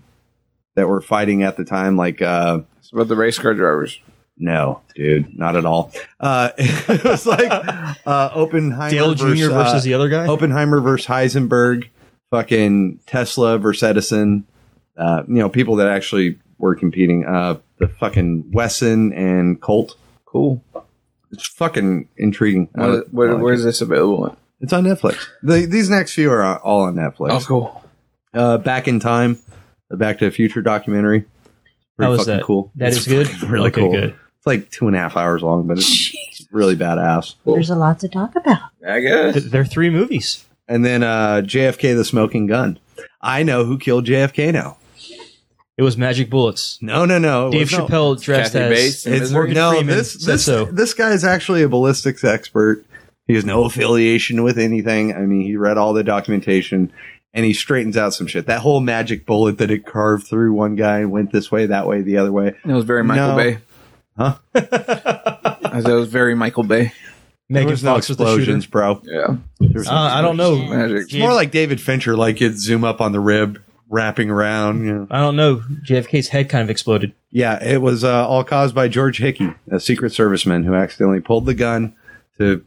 [SPEAKER 7] that were fighting at the time, like uh
[SPEAKER 5] It's about the race car drivers.
[SPEAKER 7] no, dude, not at all. Uh it was like uh Oppenheimer
[SPEAKER 6] Dale Jr.
[SPEAKER 7] versus, uh,
[SPEAKER 6] versus the other guy?
[SPEAKER 7] Oppenheimer versus Heisenberg, fucking Tesla versus Edison. Uh, you know, people that actually were competing. Uh, the fucking Wesson and Colt.
[SPEAKER 5] Cool.
[SPEAKER 7] It's fucking intriguing. I
[SPEAKER 5] Where,
[SPEAKER 7] like- I
[SPEAKER 5] where,
[SPEAKER 7] like
[SPEAKER 5] where
[SPEAKER 7] it.
[SPEAKER 5] is this available? At?
[SPEAKER 7] It's on Netflix. The, these next few are all on Netflix.
[SPEAKER 5] Oh, cool.
[SPEAKER 7] uh, Back in Time, the Back to the Future documentary.
[SPEAKER 6] How
[SPEAKER 7] Pretty
[SPEAKER 6] was
[SPEAKER 7] fucking
[SPEAKER 6] that?
[SPEAKER 7] cool.
[SPEAKER 6] That
[SPEAKER 7] It's
[SPEAKER 6] is good?
[SPEAKER 7] fucking Really
[SPEAKER 6] Okay,
[SPEAKER 7] cool.
[SPEAKER 6] good.
[SPEAKER 7] It's like two and a half hours long, but it's really badass.
[SPEAKER 8] There's a lot to talk about.
[SPEAKER 5] I guess.
[SPEAKER 6] Th- They're three movies.
[SPEAKER 7] And then uh, JFK, the smoking gun. I know who killed JFK now.
[SPEAKER 6] It was Magic Bullets.
[SPEAKER 7] No, no, no. it
[SPEAKER 6] Dave
[SPEAKER 7] was- no.
[SPEAKER 6] Chappelle dressed
[SPEAKER 5] Kathy
[SPEAKER 6] as
[SPEAKER 5] Bates.
[SPEAKER 7] It's
[SPEAKER 5] Morgan
[SPEAKER 7] no.
[SPEAKER 6] Freeman
[SPEAKER 7] This
[SPEAKER 6] said
[SPEAKER 7] this
[SPEAKER 6] so.
[SPEAKER 7] this guy is actually a ballistics expert He has no affiliation with anything. I mean, he read all the documentation and he straightens out some shit. That whole magic bullet that it carved through one guy and went this way, that way, the other way.
[SPEAKER 5] It was very Michael
[SPEAKER 7] No.
[SPEAKER 5] Bay.
[SPEAKER 7] Huh?
[SPEAKER 5] I said it was very Michael Bay.
[SPEAKER 7] There was no explosions, bro.
[SPEAKER 5] Yeah.
[SPEAKER 7] There's
[SPEAKER 6] Uh, I don't know.
[SPEAKER 5] Magic.
[SPEAKER 7] It's more like David Fincher, like it zoom up on the rib, wrapping around. You know.
[SPEAKER 6] I don't know. JFK's head kind of exploded.
[SPEAKER 7] Yeah, it was uh, all caused by George Hickey, a Secret Serviceman who accidentally pulled the gun to,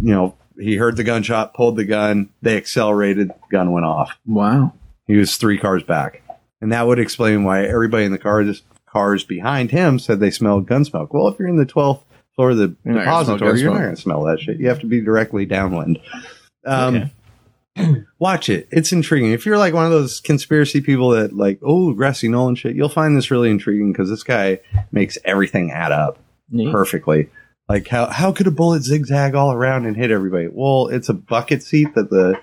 [SPEAKER 7] you know, he heard the gunshot, pulled the gun, they accelerated, gun went off.
[SPEAKER 5] Wow.
[SPEAKER 7] He was three cars back. And that would explain why everybody in the car, just cars behind him, said they smelled gun smoke. Well, if you're in the 12th floor of the
[SPEAKER 5] You're not gonna smell gun
[SPEAKER 7] depository, you're not
[SPEAKER 5] smoke.
[SPEAKER 7] going to smell that shit. You have to be directly downwind. Um, Watch it. It's intriguing. If you're like one of those conspiracy people that like, oh, Grassy Nolan shit, you'll find this really intriguing because this guy makes everything add up
[SPEAKER 5] Neat.
[SPEAKER 7] perfectly. Like how how could a bullet zigzag all around and hit everybody? Well, it's a bucket seat that the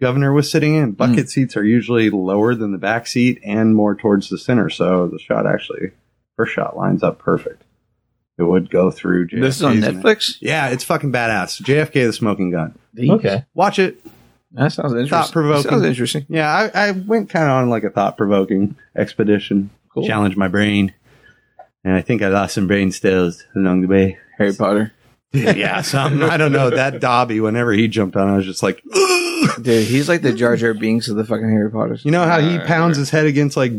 [SPEAKER 7] governor was sitting in.
[SPEAKER 5] Mm.
[SPEAKER 7] Bucket seats are usually lower than the back seat and more towards the center, so the shot actually first shot lines up perfect. It would go through. JFK's
[SPEAKER 5] This is on
[SPEAKER 7] neck.
[SPEAKER 5] Netflix?
[SPEAKER 7] Yeah, it's fucking badass. JFK the smoking gun.
[SPEAKER 6] Okay.
[SPEAKER 7] Watch it.
[SPEAKER 5] That sounds interesting.
[SPEAKER 7] Thought-provoking.
[SPEAKER 5] Sounds interesting.
[SPEAKER 7] Yeah, I, I went kind of on like a thought provoking expedition.
[SPEAKER 5] Cool.
[SPEAKER 7] Challenged my brain. And I think I lost some brain cells along the way.
[SPEAKER 5] Harry Potter.
[SPEAKER 7] yeah, some, I don't know. That Dobby, whenever he jumped on, I was just like,
[SPEAKER 5] Dude, he's like the Jar Jar Binks of the fucking Harry Potter.
[SPEAKER 7] you know how he pounds his head against like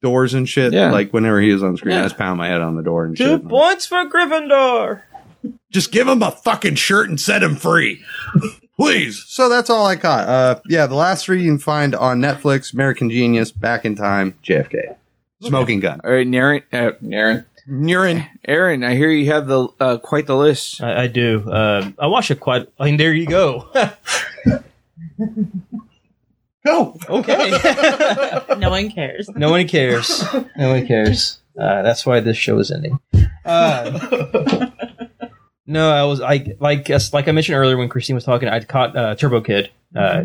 [SPEAKER 7] doors and shit?
[SPEAKER 5] Yeah.
[SPEAKER 7] Like whenever he was on screen, I just pound my head on the door and
[SPEAKER 6] Two
[SPEAKER 7] shit.
[SPEAKER 6] points for Gryffindor.
[SPEAKER 9] Just give him a fucking shirt and set him free. Please.
[SPEAKER 7] So that's all I caught. Uh, yeah, the last three you can find on Netflix American Genius, Back in Time, JFK. Smoking gun.
[SPEAKER 5] All right, Naren. Uh, Naren.
[SPEAKER 7] Urine.
[SPEAKER 5] Aaron, I hear you have the uh, quite the list.
[SPEAKER 6] I, I do. Um, I watch it quite. I mean, there you go.
[SPEAKER 9] Go.
[SPEAKER 6] okay.
[SPEAKER 10] No one cares.
[SPEAKER 6] no one cares. No one cares. Uh, that's why this show is ending. Uh, no, I was I like as, like I mentioned earlier when Christine was talking. I caught uh, Turbo Kid uh,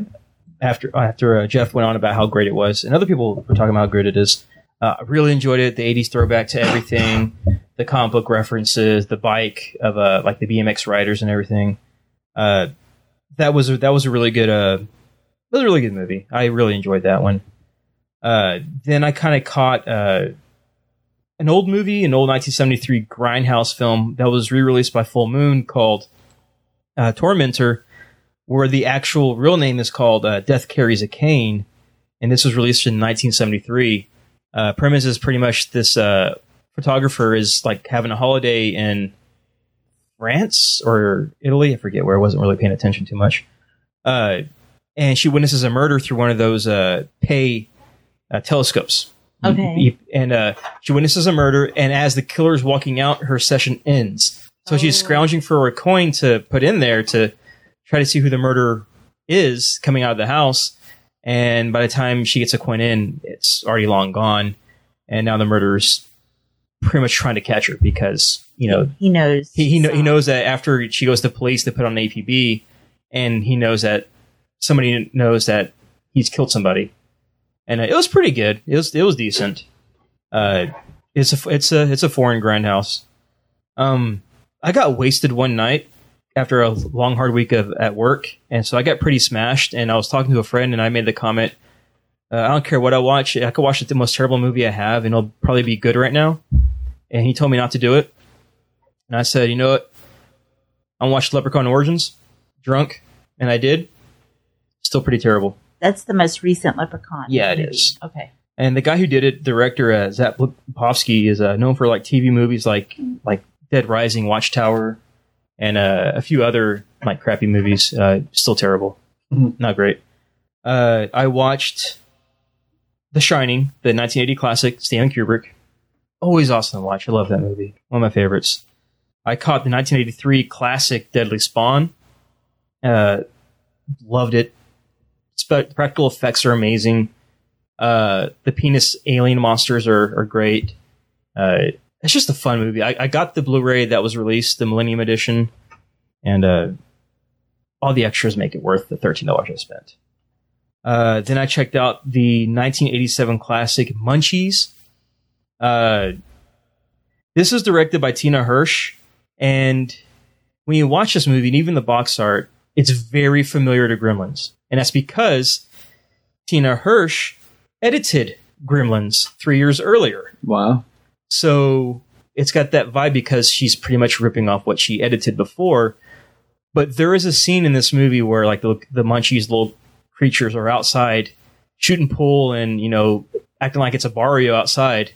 [SPEAKER 6] after after uh, Jeff went on about how great it was, and other people were talking about how great it is. Uh, I really enjoyed it. The '80s throwback to everything, the comic book references, the bike of uh, like the BMX riders and everything. Uh, that was a, that was a really good uh, that was a really good movie. I really enjoyed that one. Uh, then I kind of caught uh, an old movie, an old 1973 Grindhouse film that was re-released by Full Moon called uh, Tormentor, where the actual real name is called uh, Death Carries a Cane, and this was released in 1973. Uh, premise is pretty much this uh, photographer is like having a holiday in France or Italy, I forget where. I wasn't really paying attention too much. Uh, and she witnesses a murder through one of those uh, pay uh, telescopes.
[SPEAKER 8] Okay.
[SPEAKER 6] You- And uh, she witnesses a murder, and as the killer is walking out, her session ends. So she's scrounging for a coin to put in there to try to see who the murderer is coming out of the house. And by the time she gets a coin in, it's already long gone. And now the murderer's pretty much trying to catch her because, you know,
[SPEAKER 8] He knows.
[SPEAKER 6] he he, kno- he
[SPEAKER 8] some.
[SPEAKER 6] knows that after she goes to police, they put on an APB, and he knows that somebody knows that he's killed somebody, and uh, it was pretty good. It was it was decent. Uh, it's a f- it's a it's a foreign grindhouse. Um, I got wasted one night after a long hard week of at work, and so I got pretty smashed. And I was talking to a friend, and I made the comment. Uh, I don't care what I watch. I could watch the most terrible movie I have, and it'll probably be good right now. And he told me not to do it. And I said, you know what? I watched Leprechaun Origins, drunk, and I did. Still pretty terrible.
[SPEAKER 8] That's the most recent Leprechaun.
[SPEAKER 6] Yeah, it
[SPEAKER 8] movie.
[SPEAKER 6] is.
[SPEAKER 8] Okay.
[SPEAKER 6] And the guy who did it, director uh, Zach Popovsky, is uh, known for like TV movies like like Dead Rising, Watchtower, and uh, a few other like crappy movies. Uh, still terrible, not great. Uh, I watched The Shining, the 1980 classic, Stanley Kubrick. Always awesome to watch. I love that movie. One of my favorites. I caught the 1983 classic Deadly Spawn. Uh, loved it. Spe- practical effects are amazing uh, the penis alien monsters are, are great. Uh, it's just a fun movie. I, I got the Blu-ray that was released, the Millennium Edition, and uh, all the extras make it worth the thirteen dollars I spent. Uh, then I checked out the 1987 classic Munchies. Uh, this is directed by Tina Hirsch, and when you watch this movie and even the box art, it's very familiar to Gremlins, and that's because Tina Hirsch edited Gremlins three years earlier.
[SPEAKER 5] Wow.
[SPEAKER 6] So it's got that vibe because she's pretty much ripping off what she edited before. But there is a scene in this movie where like the the munchies little creatures are outside shooting pool and you know acting like it's a barrio outside,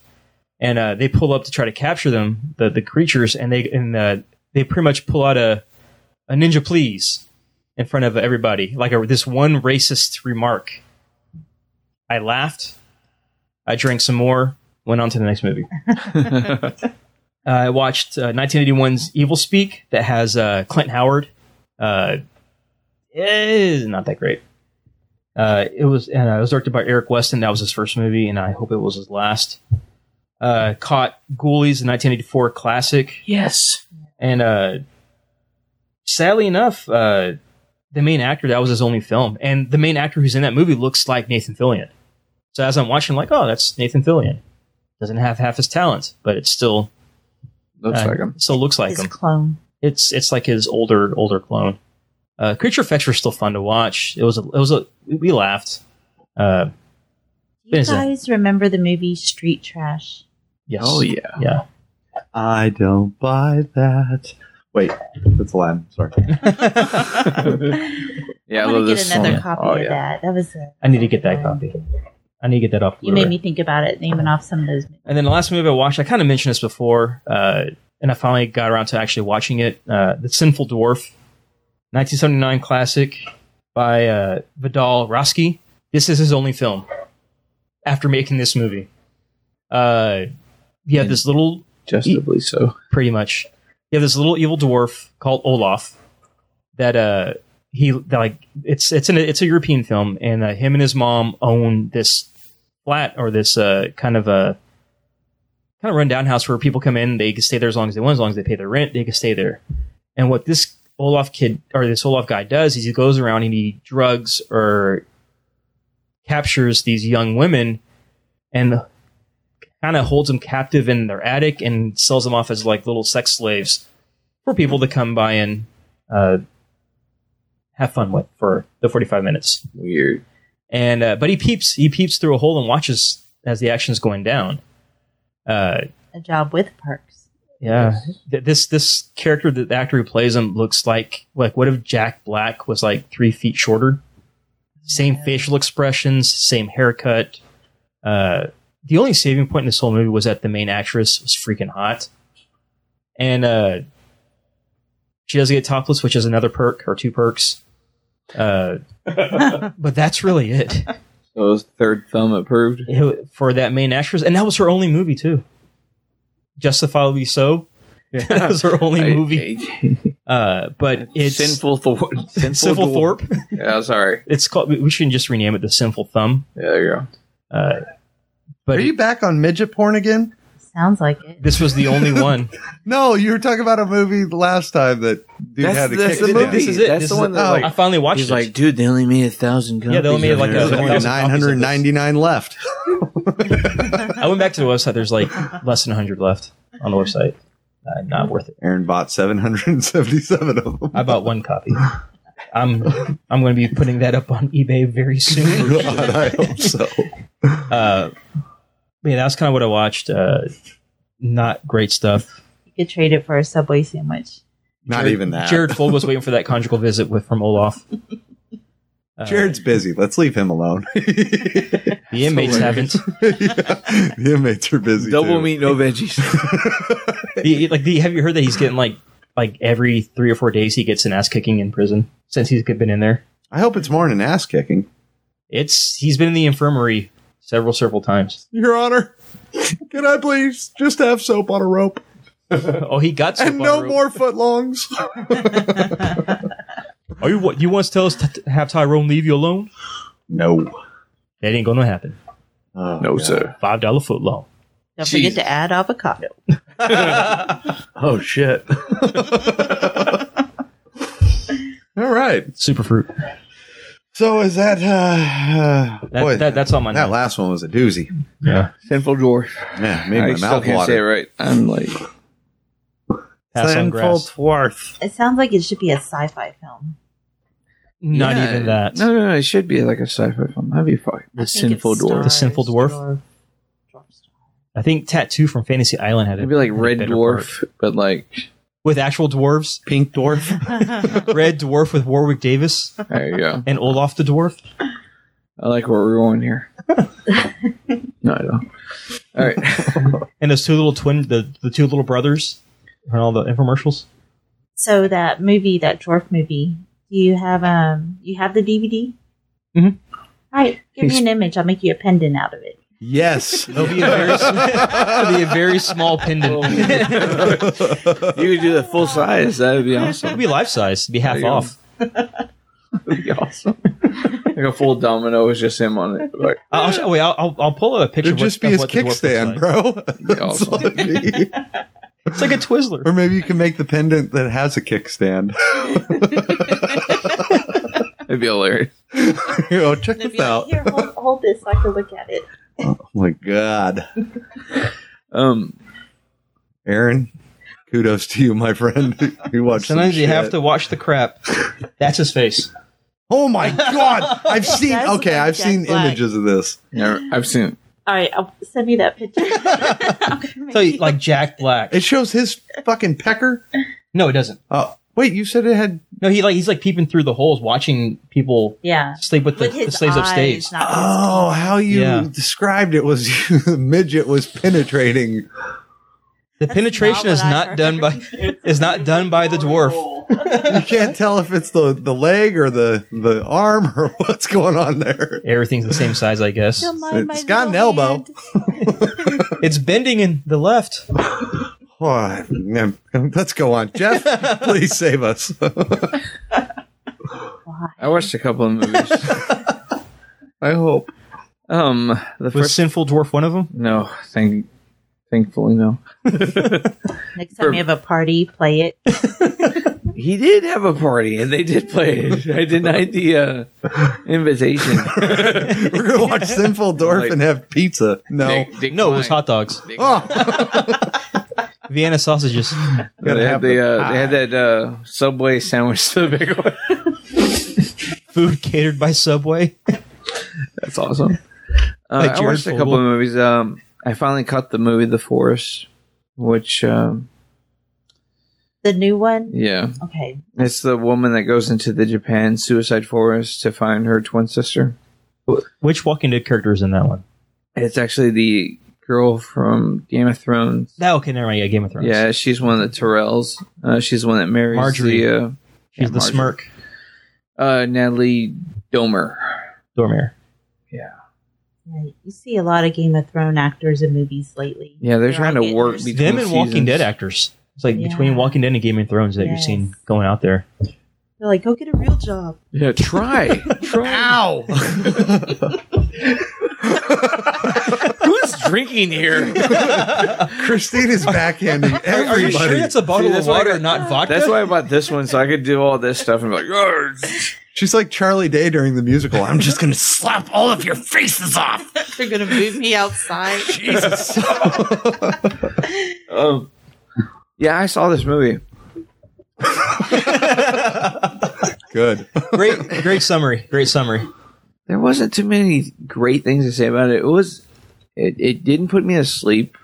[SPEAKER 6] and uh, they pull up to try to capture them the the creatures and they and uh, they pretty much pull out a a ninja please in front of everybody like a, this one racist remark. I laughed. I drank some more. Went on to the next movie. Uh, I watched uh, 1981's Evil Speak that has uh, Clint Howard. Uh, is not that great. Uh, it was and uh, it was directed by Eric Weston. That was his first movie, and I hope it was his last. Uh, caught Ghoulies, the 1984 classic,
[SPEAKER 4] Yes.
[SPEAKER 6] and uh, sadly enough, uh, the main actor that was his only film, and the main actor who's in that movie looks like Nathan Fillion. So as I'm watching, I'm like, oh, that's Nathan Fillion. Doesn't have half his talent, but it's still
[SPEAKER 5] Looks
[SPEAKER 6] uh,
[SPEAKER 5] like him.
[SPEAKER 6] Still looks like
[SPEAKER 8] His
[SPEAKER 6] him.
[SPEAKER 8] clone.
[SPEAKER 6] It's it's like his older older clone. Uh, Creature effects were still fun to watch. It was a, it was a we laughed. Uh,
[SPEAKER 8] Do you
[SPEAKER 6] Is it?
[SPEAKER 8] guys remember the movie Street Trash?
[SPEAKER 6] yes.
[SPEAKER 5] Oh yeah.
[SPEAKER 6] Yeah.
[SPEAKER 7] I don't buy that. Wait, that's Aladdin. Sorry.
[SPEAKER 5] Yeah,
[SPEAKER 8] I
[SPEAKER 5] I
[SPEAKER 8] want
[SPEAKER 5] love
[SPEAKER 8] to get
[SPEAKER 5] this
[SPEAKER 8] another
[SPEAKER 5] song.
[SPEAKER 8] copy
[SPEAKER 5] Oh,
[SPEAKER 8] of
[SPEAKER 5] yeah.
[SPEAKER 8] that. That was. A,
[SPEAKER 6] I need to get that copy. I need to get that off.
[SPEAKER 8] You
[SPEAKER 6] Blu-ray.
[SPEAKER 8] made me think about it, naming off some of those. movies.
[SPEAKER 6] And then the last movie I watched, I kind of mentioned this before, uh, and I finally got around to actually watching it. Uh, the Sinful Dwarf, 1979 classic by uh, Vidal Roski. This is his only film after making this movie. Uh, you have this little
[SPEAKER 5] Justably so.
[SPEAKER 6] pretty much. You have this little evil dwarf called Olaf that uh he that, like it's it's an it's a European film and uh, him and his mom own this flat or this uh kind of a kind of rundown house where people come in they can stay there as long as they want as long as they pay their rent they can stay there. And what this Olaf kid or this Olaf guy does is he goes around and he drugs or captures these young women and kind of holds them captive in their attic and sells them off as like little sex slaves for people to come by and uh, have fun with for the 45 minutes.
[SPEAKER 5] Weird.
[SPEAKER 6] And uh, but he peeps he peeps through a hole and watches as the action's going down. Uh,
[SPEAKER 8] A job with perks.
[SPEAKER 6] yeah, Th- this this character, the the actor who plays him, looks like like what if Jack Black was like three feet shorter? Same facial expressions, same haircut. Uh, the only saving point in this whole movie was that the main actress was freaking hot, and uh, she does get topless, which is another perk or two perks. Uh, but that's really it
[SPEAKER 5] So his third thumb approved.
[SPEAKER 6] it- for that main actress, and that was her only movie too. Justifiably so. that was her only movie. Uh, but it's
[SPEAKER 5] sinful Thor. Sinful,
[SPEAKER 6] Sinful Thorpe.
[SPEAKER 5] Yeah, sorry.
[SPEAKER 6] It's called. We we should just rename it the Sinful Thumb.
[SPEAKER 5] Yeah, there you go.
[SPEAKER 6] Uh, but
[SPEAKER 7] Are you back on midget porn again?
[SPEAKER 8] Sounds like it.
[SPEAKER 6] this was the only one.
[SPEAKER 7] No, you were talking about a movie last time that dude
[SPEAKER 5] That's-
[SPEAKER 7] had to
[SPEAKER 5] that's
[SPEAKER 7] kick
[SPEAKER 5] the
[SPEAKER 7] down.
[SPEAKER 5] movie.
[SPEAKER 6] This is it.
[SPEAKER 5] That's
[SPEAKER 6] This
[SPEAKER 5] the
[SPEAKER 6] is
[SPEAKER 5] one
[SPEAKER 6] it.
[SPEAKER 5] that,
[SPEAKER 7] Oh,
[SPEAKER 5] like,
[SPEAKER 6] I finally watched
[SPEAKER 5] He's
[SPEAKER 6] it.
[SPEAKER 5] like, dude, they only made a thousand copies.
[SPEAKER 6] Yeah, they only made,
[SPEAKER 5] of
[SPEAKER 6] like, a
[SPEAKER 5] it."
[SPEAKER 7] There's only
[SPEAKER 6] There's a thousand copies of this.
[SPEAKER 7] 999 left.
[SPEAKER 6] I went back to the website. There's like less than hundred left on the website. Uh, not worth it.
[SPEAKER 7] Aaron bought 777 of them.
[SPEAKER 6] I bought one copy. I'm I'm going to be putting that up on eBay very soon.
[SPEAKER 7] God, I hope so.
[SPEAKER 6] Uh, but yeah, that's kind of what I watched. Uh, not great stuff.
[SPEAKER 8] You could trade it for a Subway sandwich.
[SPEAKER 7] Not
[SPEAKER 6] Jared-
[SPEAKER 7] even that.
[SPEAKER 6] Jared Fogle was waiting for that conjugal visit with from Olaf. Uh,
[SPEAKER 7] Jared's busy. Let's leave him alone.
[SPEAKER 6] the inmates haven't.
[SPEAKER 7] the inmates are busy.
[SPEAKER 5] Double
[SPEAKER 7] too.
[SPEAKER 5] meat, no veggies.
[SPEAKER 6] The- like, the, have you heard that he's getting like like every three or four days he gets an ass kicking in prison since he's been in there.
[SPEAKER 7] I hope it's more than an ass kicking.
[SPEAKER 6] It's he's been in the infirmary several several times.
[SPEAKER 7] Your Honor, can I please just have soap on a rope
[SPEAKER 6] Oh, he got soap
[SPEAKER 7] and
[SPEAKER 6] on
[SPEAKER 7] no
[SPEAKER 6] a rope.
[SPEAKER 7] more footlongs?
[SPEAKER 6] Are you what you want to tell us to t- have Tyrone leave you alone?
[SPEAKER 7] No.
[SPEAKER 6] That ain't gonna happen.
[SPEAKER 7] Oh,
[SPEAKER 5] no,
[SPEAKER 7] God.
[SPEAKER 5] sir.
[SPEAKER 6] Five dollar foot long.
[SPEAKER 8] Don't forget to add avocado.
[SPEAKER 7] Oh shit. All right.
[SPEAKER 6] Super fruit.
[SPEAKER 7] So is that uh, uh
[SPEAKER 6] That,
[SPEAKER 7] boy,
[SPEAKER 6] that, that's all my
[SPEAKER 7] that
[SPEAKER 6] notes.
[SPEAKER 7] last one was a doozy.
[SPEAKER 6] Yeah.
[SPEAKER 5] Sinful dwarf.
[SPEAKER 7] Yeah, made
[SPEAKER 5] I
[SPEAKER 7] my
[SPEAKER 5] still
[SPEAKER 7] mouth
[SPEAKER 5] can't
[SPEAKER 7] water.
[SPEAKER 5] say it right. I'm like,
[SPEAKER 6] Pass on grass.
[SPEAKER 9] Twarth.
[SPEAKER 8] It sounds like it should be a sci-fi film.
[SPEAKER 6] Not
[SPEAKER 5] Yeah,
[SPEAKER 6] even that.
[SPEAKER 5] No, no, no. It should be like a sci-fi film. That'd be fun.
[SPEAKER 8] I
[SPEAKER 5] The
[SPEAKER 8] think it's
[SPEAKER 5] Sinful Dwarf.
[SPEAKER 6] The Sinful Dwarf?
[SPEAKER 8] Dwarf, Dwarf Star.
[SPEAKER 6] I think Tattoo from Fantasy Island had it.
[SPEAKER 5] It'd be like Red Dwarf, but like
[SPEAKER 6] with actual dwarves.
[SPEAKER 9] Pink dwarf.
[SPEAKER 6] Red Dwarf with Warwick Davis
[SPEAKER 5] there you go.
[SPEAKER 6] and Olaf the Dwarf.
[SPEAKER 5] I like where we're going here. no, I don't. All right.
[SPEAKER 6] And those two little twin, the, the two little brothers, and all the infomercials.
[SPEAKER 8] So that movie, that dwarf movie, do you have um you have the DVD?
[SPEAKER 6] Mhm.
[SPEAKER 8] All right, give me an image. I'll make you a pendant out of it.
[SPEAKER 7] Oh,
[SPEAKER 9] Yes.
[SPEAKER 6] It'll be a very, s- it'll be a very small
[SPEAKER 5] Oh,
[SPEAKER 6] pendant.
[SPEAKER 5] You could do the full size. That would be
[SPEAKER 6] It'll
[SPEAKER 5] awesome.
[SPEAKER 6] be life size. It'll be half
[SPEAKER 5] There you go.
[SPEAKER 6] off.
[SPEAKER 5] That'd be awesome. like a full domino is just him on it. Like,
[SPEAKER 6] I'll, I'll, wait, I'll, I'll, I'll pull a picture.
[SPEAKER 7] It'd
[SPEAKER 6] of what-
[SPEAKER 7] just be
[SPEAKER 6] of
[SPEAKER 7] his
[SPEAKER 6] what the dwarf looks
[SPEAKER 7] kickstand,
[SPEAKER 6] like.
[SPEAKER 7] bro. That's
[SPEAKER 5] awesome.
[SPEAKER 7] all it'd be.
[SPEAKER 6] It's like a Twizzler.
[SPEAKER 7] or maybe you can make the pendant that has a kickstand.
[SPEAKER 5] it'd be hilarious.
[SPEAKER 7] Here, oh, check
[SPEAKER 10] It'd
[SPEAKER 7] this
[SPEAKER 10] be like,
[SPEAKER 7] out.
[SPEAKER 8] Here, hold, hold this. so I can look at it.
[SPEAKER 7] Oh my god,
[SPEAKER 5] Um,
[SPEAKER 7] Aaron, kudos to you, my friend. you watch.
[SPEAKER 6] Sometimes you have to watch the crap. That's his face.
[SPEAKER 7] Oh my god, I've seen.
[SPEAKER 10] That's
[SPEAKER 7] Okay,
[SPEAKER 10] like
[SPEAKER 7] I've
[SPEAKER 10] Jack
[SPEAKER 7] seen
[SPEAKER 10] Black.
[SPEAKER 7] images of this.
[SPEAKER 5] yeah, I've seen it.
[SPEAKER 8] All right, I'll, send me that picture. I'm gonna make
[SPEAKER 6] So
[SPEAKER 8] you-
[SPEAKER 6] like Jack Black.
[SPEAKER 7] It shows his fucking pecker.
[SPEAKER 6] No, it doesn't.
[SPEAKER 7] Oh wait, you said it had.
[SPEAKER 6] No, he like he's like peeping through the holes, watching people
[SPEAKER 8] yeah,
[SPEAKER 6] sleep with,
[SPEAKER 8] with
[SPEAKER 6] the, the
[SPEAKER 8] his
[SPEAKER 6] slaves
[SPEAKER 8] eyes,
[SPEAKER 6] upstage.
[SPEAKER 8] not his-
[SPEAKER 7] Oh, how you
[SPEAKER 6] Yeah.
[SPEAKER 7] described it was the midget was penetrating.
[SPEAKER 6] The
[SPEAKER 10] That's
[SPEAKER 6] penetration
[SPEAKER 10] not
[SPEAKER 6] is
[SPEAKER 10] what I
[SPEAKER 6] not
[SPEAKER 10] heard.
[SPEAKER 6] done by is not done by the dwarf.
[SPEAKER 7] You can't tell if it's the the leg or the the arm or what's going on there.
[SPEAKER 6] Everything's the same size, I guess.
[SPEAKER 10] Don't mind my
[SPEAKER 7] It's got an
[SPEAKER 10] little
[SPEAKER 7] elbow.
[SPEAKER 10] hand.
[SPEAKER 6] It's bending in the left.
[SPEAKER 7] Oh, I- man, let's go on, Jeff. please save us.
[SPEAKER 5] I watched a couple of movies. I hope. Um, the
[SPEAKER 6] Was
[SPEAKER 5] first
[SPEAKER 6] sinful dwarf one of them?
[SPEAKER 5] no, thank, thankfully no.
[SPEAKER 8] Next time you have a party, play it.
[SPEAKER 5] He did have a party, and they did play it. I denied the uh, invitation.
[SPEAKER 7] We're gonna watch Sinful Dwarf
[SPEAKER 5] Like-
[SPEAKER 7] and have pizza. No,
[SPEAKER 5] Dick- Dick
[SPEAKER 6] No, it was
[SPEAKER 5] Klein.
[SPEAKER 6] hot dogs.
[SPEAKER 7] oh,
[SPEAKER 6] Vienna sausages.
[SPEAKER 7] Gotta
[SPEAKER 5] They
[SPEAKER 7] have
[SPEAKER 5] had the,
[SPEAKER 7] the
[SPEAKER 5] uh, they had that uh, Subway sandwich, the big one.
[SPEAKER 6] Food catered by Subway.
[SPEAKER 5] That's awesome. Uh,
[SPEAKER 6] Like
[SPEAKER 5] I
[SPEAKER 6] Jared
[SPEAKER 5] watched a couple
[SPEAKER 6] Fogle.
[SPEAKER 5] of movies. Um, I finally caught the movie The Forest, which um,
[SPEAKER 8] The new one.
[SPEAKER 5] yeah,
[SPEAKER 8] Okay,
[SPEAKER 5] it's the woman that goes into the Japan suicide forest to find her twin sister.
[SPEAKER 6] Which Walking Dead character is in that one?
[SPEAKER 5] It's actually the girl from Game of Thrones.
[SPEAKER 6] No, okay, never mind. Yeah, Game of Thrones.
[SPEAKER 5] Yeah, she's one of the Tyrells. Uh, she's the one that marries
[SPEAKER 6] Marjorie.
[SPEAKER 5] the, uh,
[SPEAKER 6] she's
[SPEAKER 5] yeah,
[SPEAKER 6] the
[SPEAKER 5] Marjorie.
[SPEAKER 6] smirk.
[SPEAKER 5] uh, Natalie Domer.
[SPEAKER 6] Dormir.
[SPEAKER 8] right. you see a lot of Game of Thrones actors in movies lately.
[SPEAKER 5] Yeah, they're
[SPEAKER 8] They're
[SPEAKER 5] trying
[SPEAKER 8] all
[SPEAKER 5] to
[SPEAKER 8] getting
[SPEAKER 5] work
[SPEAKER 8] their-
[SPEAKER 5] between
[SPEAKER 6] Them and Walking
[SPEAKER 5] seasons.
[SPEAKER 6] Dead actors. It's like
[SPEAKER 8] Yeah.
[SPEAKER 6] between Walking Dead and Game of Thrones that you've seen
[SPEAKER 8] Yes.
[SPEAKER 6] going out there.
[SPEAKER 8] They're like, go get a real job.
[SPEAKER 5] Yeah, try.
[SPEAKER 9] Ow.
[SPEAKER 4] Who's drinking here?
[SPEAKER 7] Christina's backhanding
[SPEAKER 6] Are, are you
[SPEAKER 7] everybody.
[SPEAKER 6] sure that's a bottle
[SPEAKER 5] See,
[SPEAKER 6] of
[SPEAKER 5] that's why
[SPEAKER 6] water,
[SPEAKER 5] I-
[SPEAKER 6] not vodka?
[SPEAKER 5] That's why I bought this one so I could do all this stuff and be like, "Argh."
[SPEAKER 7] She's like Charlie Day during the musical. I'm just gonna slap all of your faces off.
[SPEAKER 10] They're gonna move me outside.
[SPEAKER 7] Jesus.
[SPEAKER 5] um, yeah, I saw this movie.
[SPEAKER 7] Good.
[SPEAKER 6] great, great summary. Great summary.
[SPEAKER 5] There wasn't too many great things to say about it. It was, it, it didn't put me to sleep.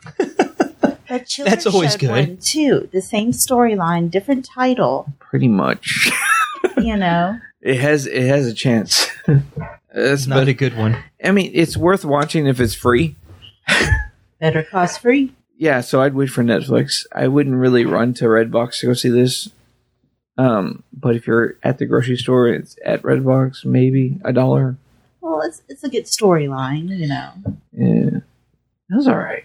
[SPEAKER 8] But children
[SPEAKER 6] That's always
[SPEAKER 8] showed
[SPEAKER 6] good.
[SPEAKER 8] One too. The same storyline, different title.
[SPEAKER 5] Pretty much,
[SPEAKER 8] You know,
[SPEAKER 5] it has it has a chance. That's
[SPEAKER 6] Not
[SPEAKER 5] about
[SPEAKER 6] a
[SPEAKER 5] it.
[SPEAKER 6] good one.
[SPEAKER 5] I mean, it's worth watching if it's free.
[SPEAKER 8] better cost free.
[SPEAKER 5] Yeah, so I'd wait for Netflix. I wouldn't really run to Redbox to go see this. Um, but if you're at the grocery store, it's at Redbox, maybe a dollar.
[SPEAKER 8] Well, it's it's a good storyline. You know,
[SPEAKER 5] Yeah. That was all right.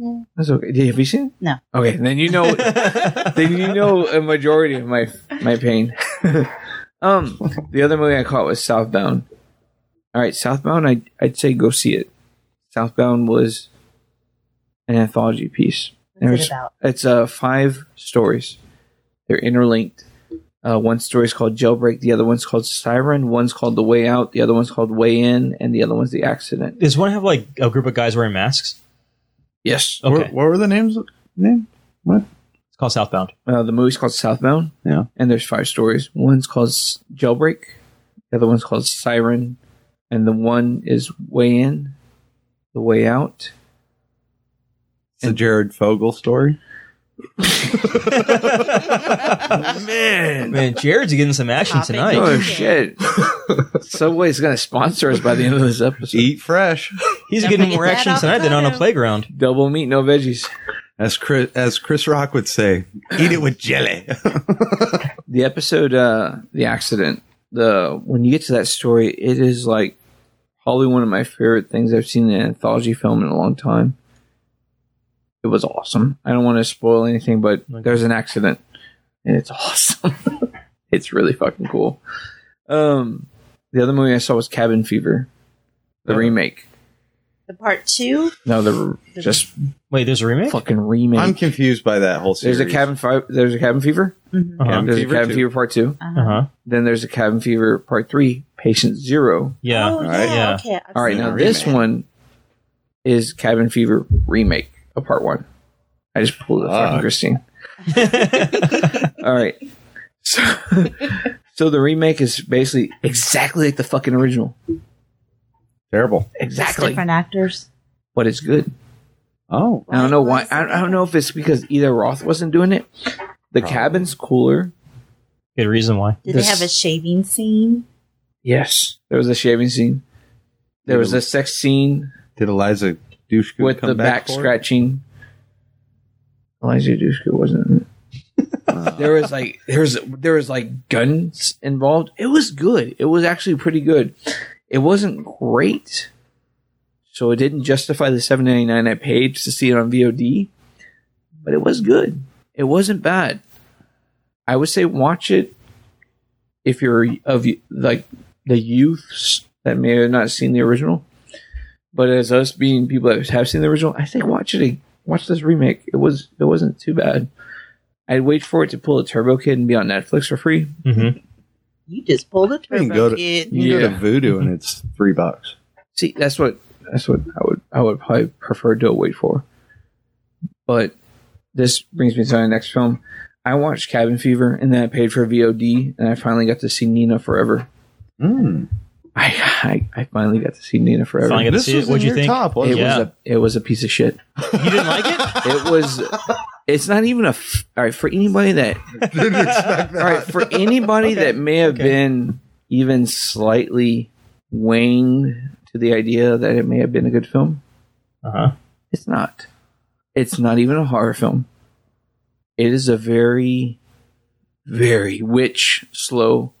[SPEAKER 8] Yeah.
[SPEAKER 5] That's okay. Did- Have you seen it?
[SPEAKER 8] No.
[SPEAKER 5] Okay, then you know then you know a majority of my my pain. um the other movie I caught was Southbound. All right, Southbound I I'd say go see it. Southbound was an anthology piece.
[SPEAKER 8] what's it about?
[SPEAKER 5] It's uh five stories. They're interlinked. Uh, one story is called Jailbreak. The other one's called Siren. One's called The Way Out. The other one's called Way In, and the other one's The Accident.
[SPEAKER 6] Does one have like a group of guys wearing masks?
[SPEAKER 5] Yes.
[SPEAKER 6] Okay.
[SPEAKER 7] What, what were the names? Name? What?
[SPEAKER 6] It's called Southbound.
[SPEAKER 5] Uh, the movie's called Southbound.
[SPEAKER 7] Yeah.
[SPEAKER 5] And there's five stories. One's called S- Jailbreak. The other one's called Siren. And the one is Way In, The Way Out.
[SPEAKER 7] It's a Jared Fogle story.
[SPEAKER 6] Man, Jared's getting some action tonight.
[SPEAKER 5] Oh, shit. Subway's going to sponsor us by the end of this episode.
[SPEAKER 7] Eat fresh.
[SPEAKER 6] He's
[SPEAKER 10] Don't
[SPEAKER 6] getting
[SPEAKER 10] forget
[SPEAKER 6] more
[SPEAKER 10] that
[SPEAKER 6] action tonight than on a
[SPEAKER 10] avocado.
[SPEAKER 6] playground.
[SPEAKER 5] Double meat, no veggies.
[SPEAKER 7] As Chris, as Chris Rock would say, eat it with jelly.
[SPEAKER 5] The episode, uh, The Accident, the when you get to that story, it is like probably one of my favorite things I've seen in an anthology film in a long time. It was awesome. I don't want to spoil anything, but there's an accident, and it's awesome. it's really fucking cool. Um, the other movie I saw was Cabin Fever, the remake.
[SPEAKER 8] The part two.
[SPEAKER 5] No, the
[SPEAKER 8] The-
[SPEAKER 5] just
[SPEAKER 6] Wait, there's a remake.
[SPEAKER 5] fucking remake.
[SPEAKER 7] I'm confused by that whole series.
[SPEAKER 5] there's a cabin. Fi- there's a Cabin Fever.
[SPEAKER 8] Mhm.
[SPEAKER 6] Uh-huh.
[SPEAKER 5] there's
[SPEAKER 7] Fever
[SPEAKER 5] a Cabin
[SPEAKER 7] two.
[SPEAKER 5] Fever Part Two.
[SPEAKER 8] Uh-huh.
[SPEAKER 6] Uh huh.
[SPEAKER 5] Then there's a Cabin Fever Part Three, Patient Zero.
[SPEAKER 6] Yeah.
[SPEAKER 8] Oh,
[SPEAKER 7] right.
[SPEAKER 8] yeah,
[SPEAKER 6] Yeah.
[SPEAKER 8] Okay. I've
[SPEAKER 5] All right,
[SPEAKER 8] seen
[SPEAKER 5] now
[SPEAKER 8] that.
[SPEAKER 5] this one is Cabin Fever remake of Part One. I just pulled it
[SPEAKER 7] Fuck.
[SPEAKER 5] from Christine. Oh. All right, so so the remake is basically exactly like the fucking original,
[SPEAKER 7] Terrible.
[SPEAKER 8] Just
[SPEAKER 5] exactly,
[SPEAKER 8] different actors.
[SPEAKER 5] but it's good.
[SPEAKER 7] Oh,
[SPEAKER 5] I don't know why. I I don't know if it's because either Roth wasn't doing it. The cabin's cooler.
[SPEAKER 6] Good reason why.
[SPEAKER 8] Did
[SPEAKER 5] This-
[SPEAKER 8] they have a shaving scene?
[SPEAKER 5] Yes, there was a shaving scene. There was a sex scene.
[SPEAKER 7] did Eliza douche
[SPEAKER 5] with
[SPEAKER 7] come
[SPEAKER 5] the back,
[SPEAKER 7] for it?
[SPEAKER 5] scratching. Elijah Dushku wasn't in
[SPEAKER 7] Uh,
[SPEAKER 5] it. there was like there was there was like guns involved. It was good. It was actually pretty good. It wasn't great, so it didn't justify the seven ninety nine I paid to see it on VOD. But it was good. It wasn't bad. I would say watch it if you're of like the youths that may have not seen the original. But as us being people that have seen the original, I think watch it. ag- Watch this remake. It was it wasn't too bad. I'd wait for it to pull a Turbo Kid and be on Netflix for free.
[SPEAKER 6] Mm-hmm.
[SPEAKER 8] You just pulled a
[SPEAKER 7] You can
[SPEAKER 8] turbo
[SPEAKER 7] go to-
[SPEAKER 8] kid.
[SPEAKER 7] You go to Voodoo and it's three bucks.
[SPEAKER 5] See, that's what that's what I would I would probably prefer to wait for. But this brings me to my next film. I watched Cabin Fever and then I paid for VOD and I finally got to see Nina Forever.
[SPEAKER 7] Mm.
[SPEAKER 5] I I, I finally got to see Nina Forever.
[SPEAKER 6] Finally got to
[SPEAKER 7] This
[SPEAKER 6] see it.
[SPEAKER 7] was
[SPEAKER 6] What'd
[SPEAKER 7] in
[SPEAKER 6] you
[SPEAKER 7] your
[SPEAKER 6] think?
[SPEAKER 7] top,
[SPEAKER 5] it
[SPEAKER 7] wasn't
[SPEAKER 6] Yeah.
[SPEAKER 5] was a it was a piece of shit.
[SPEAKER 6] You didn't like it?
[SPEAKER 5] It was. It's not even a. F- all right, for anybody that. All right, for anybody that may have been even slightly waned to the idea that it may have been a good film,
[SPEAKER 6] Uh huh.
[SPEAKER 5] it's not. It's not even a horror film. It is a very, very witch slow.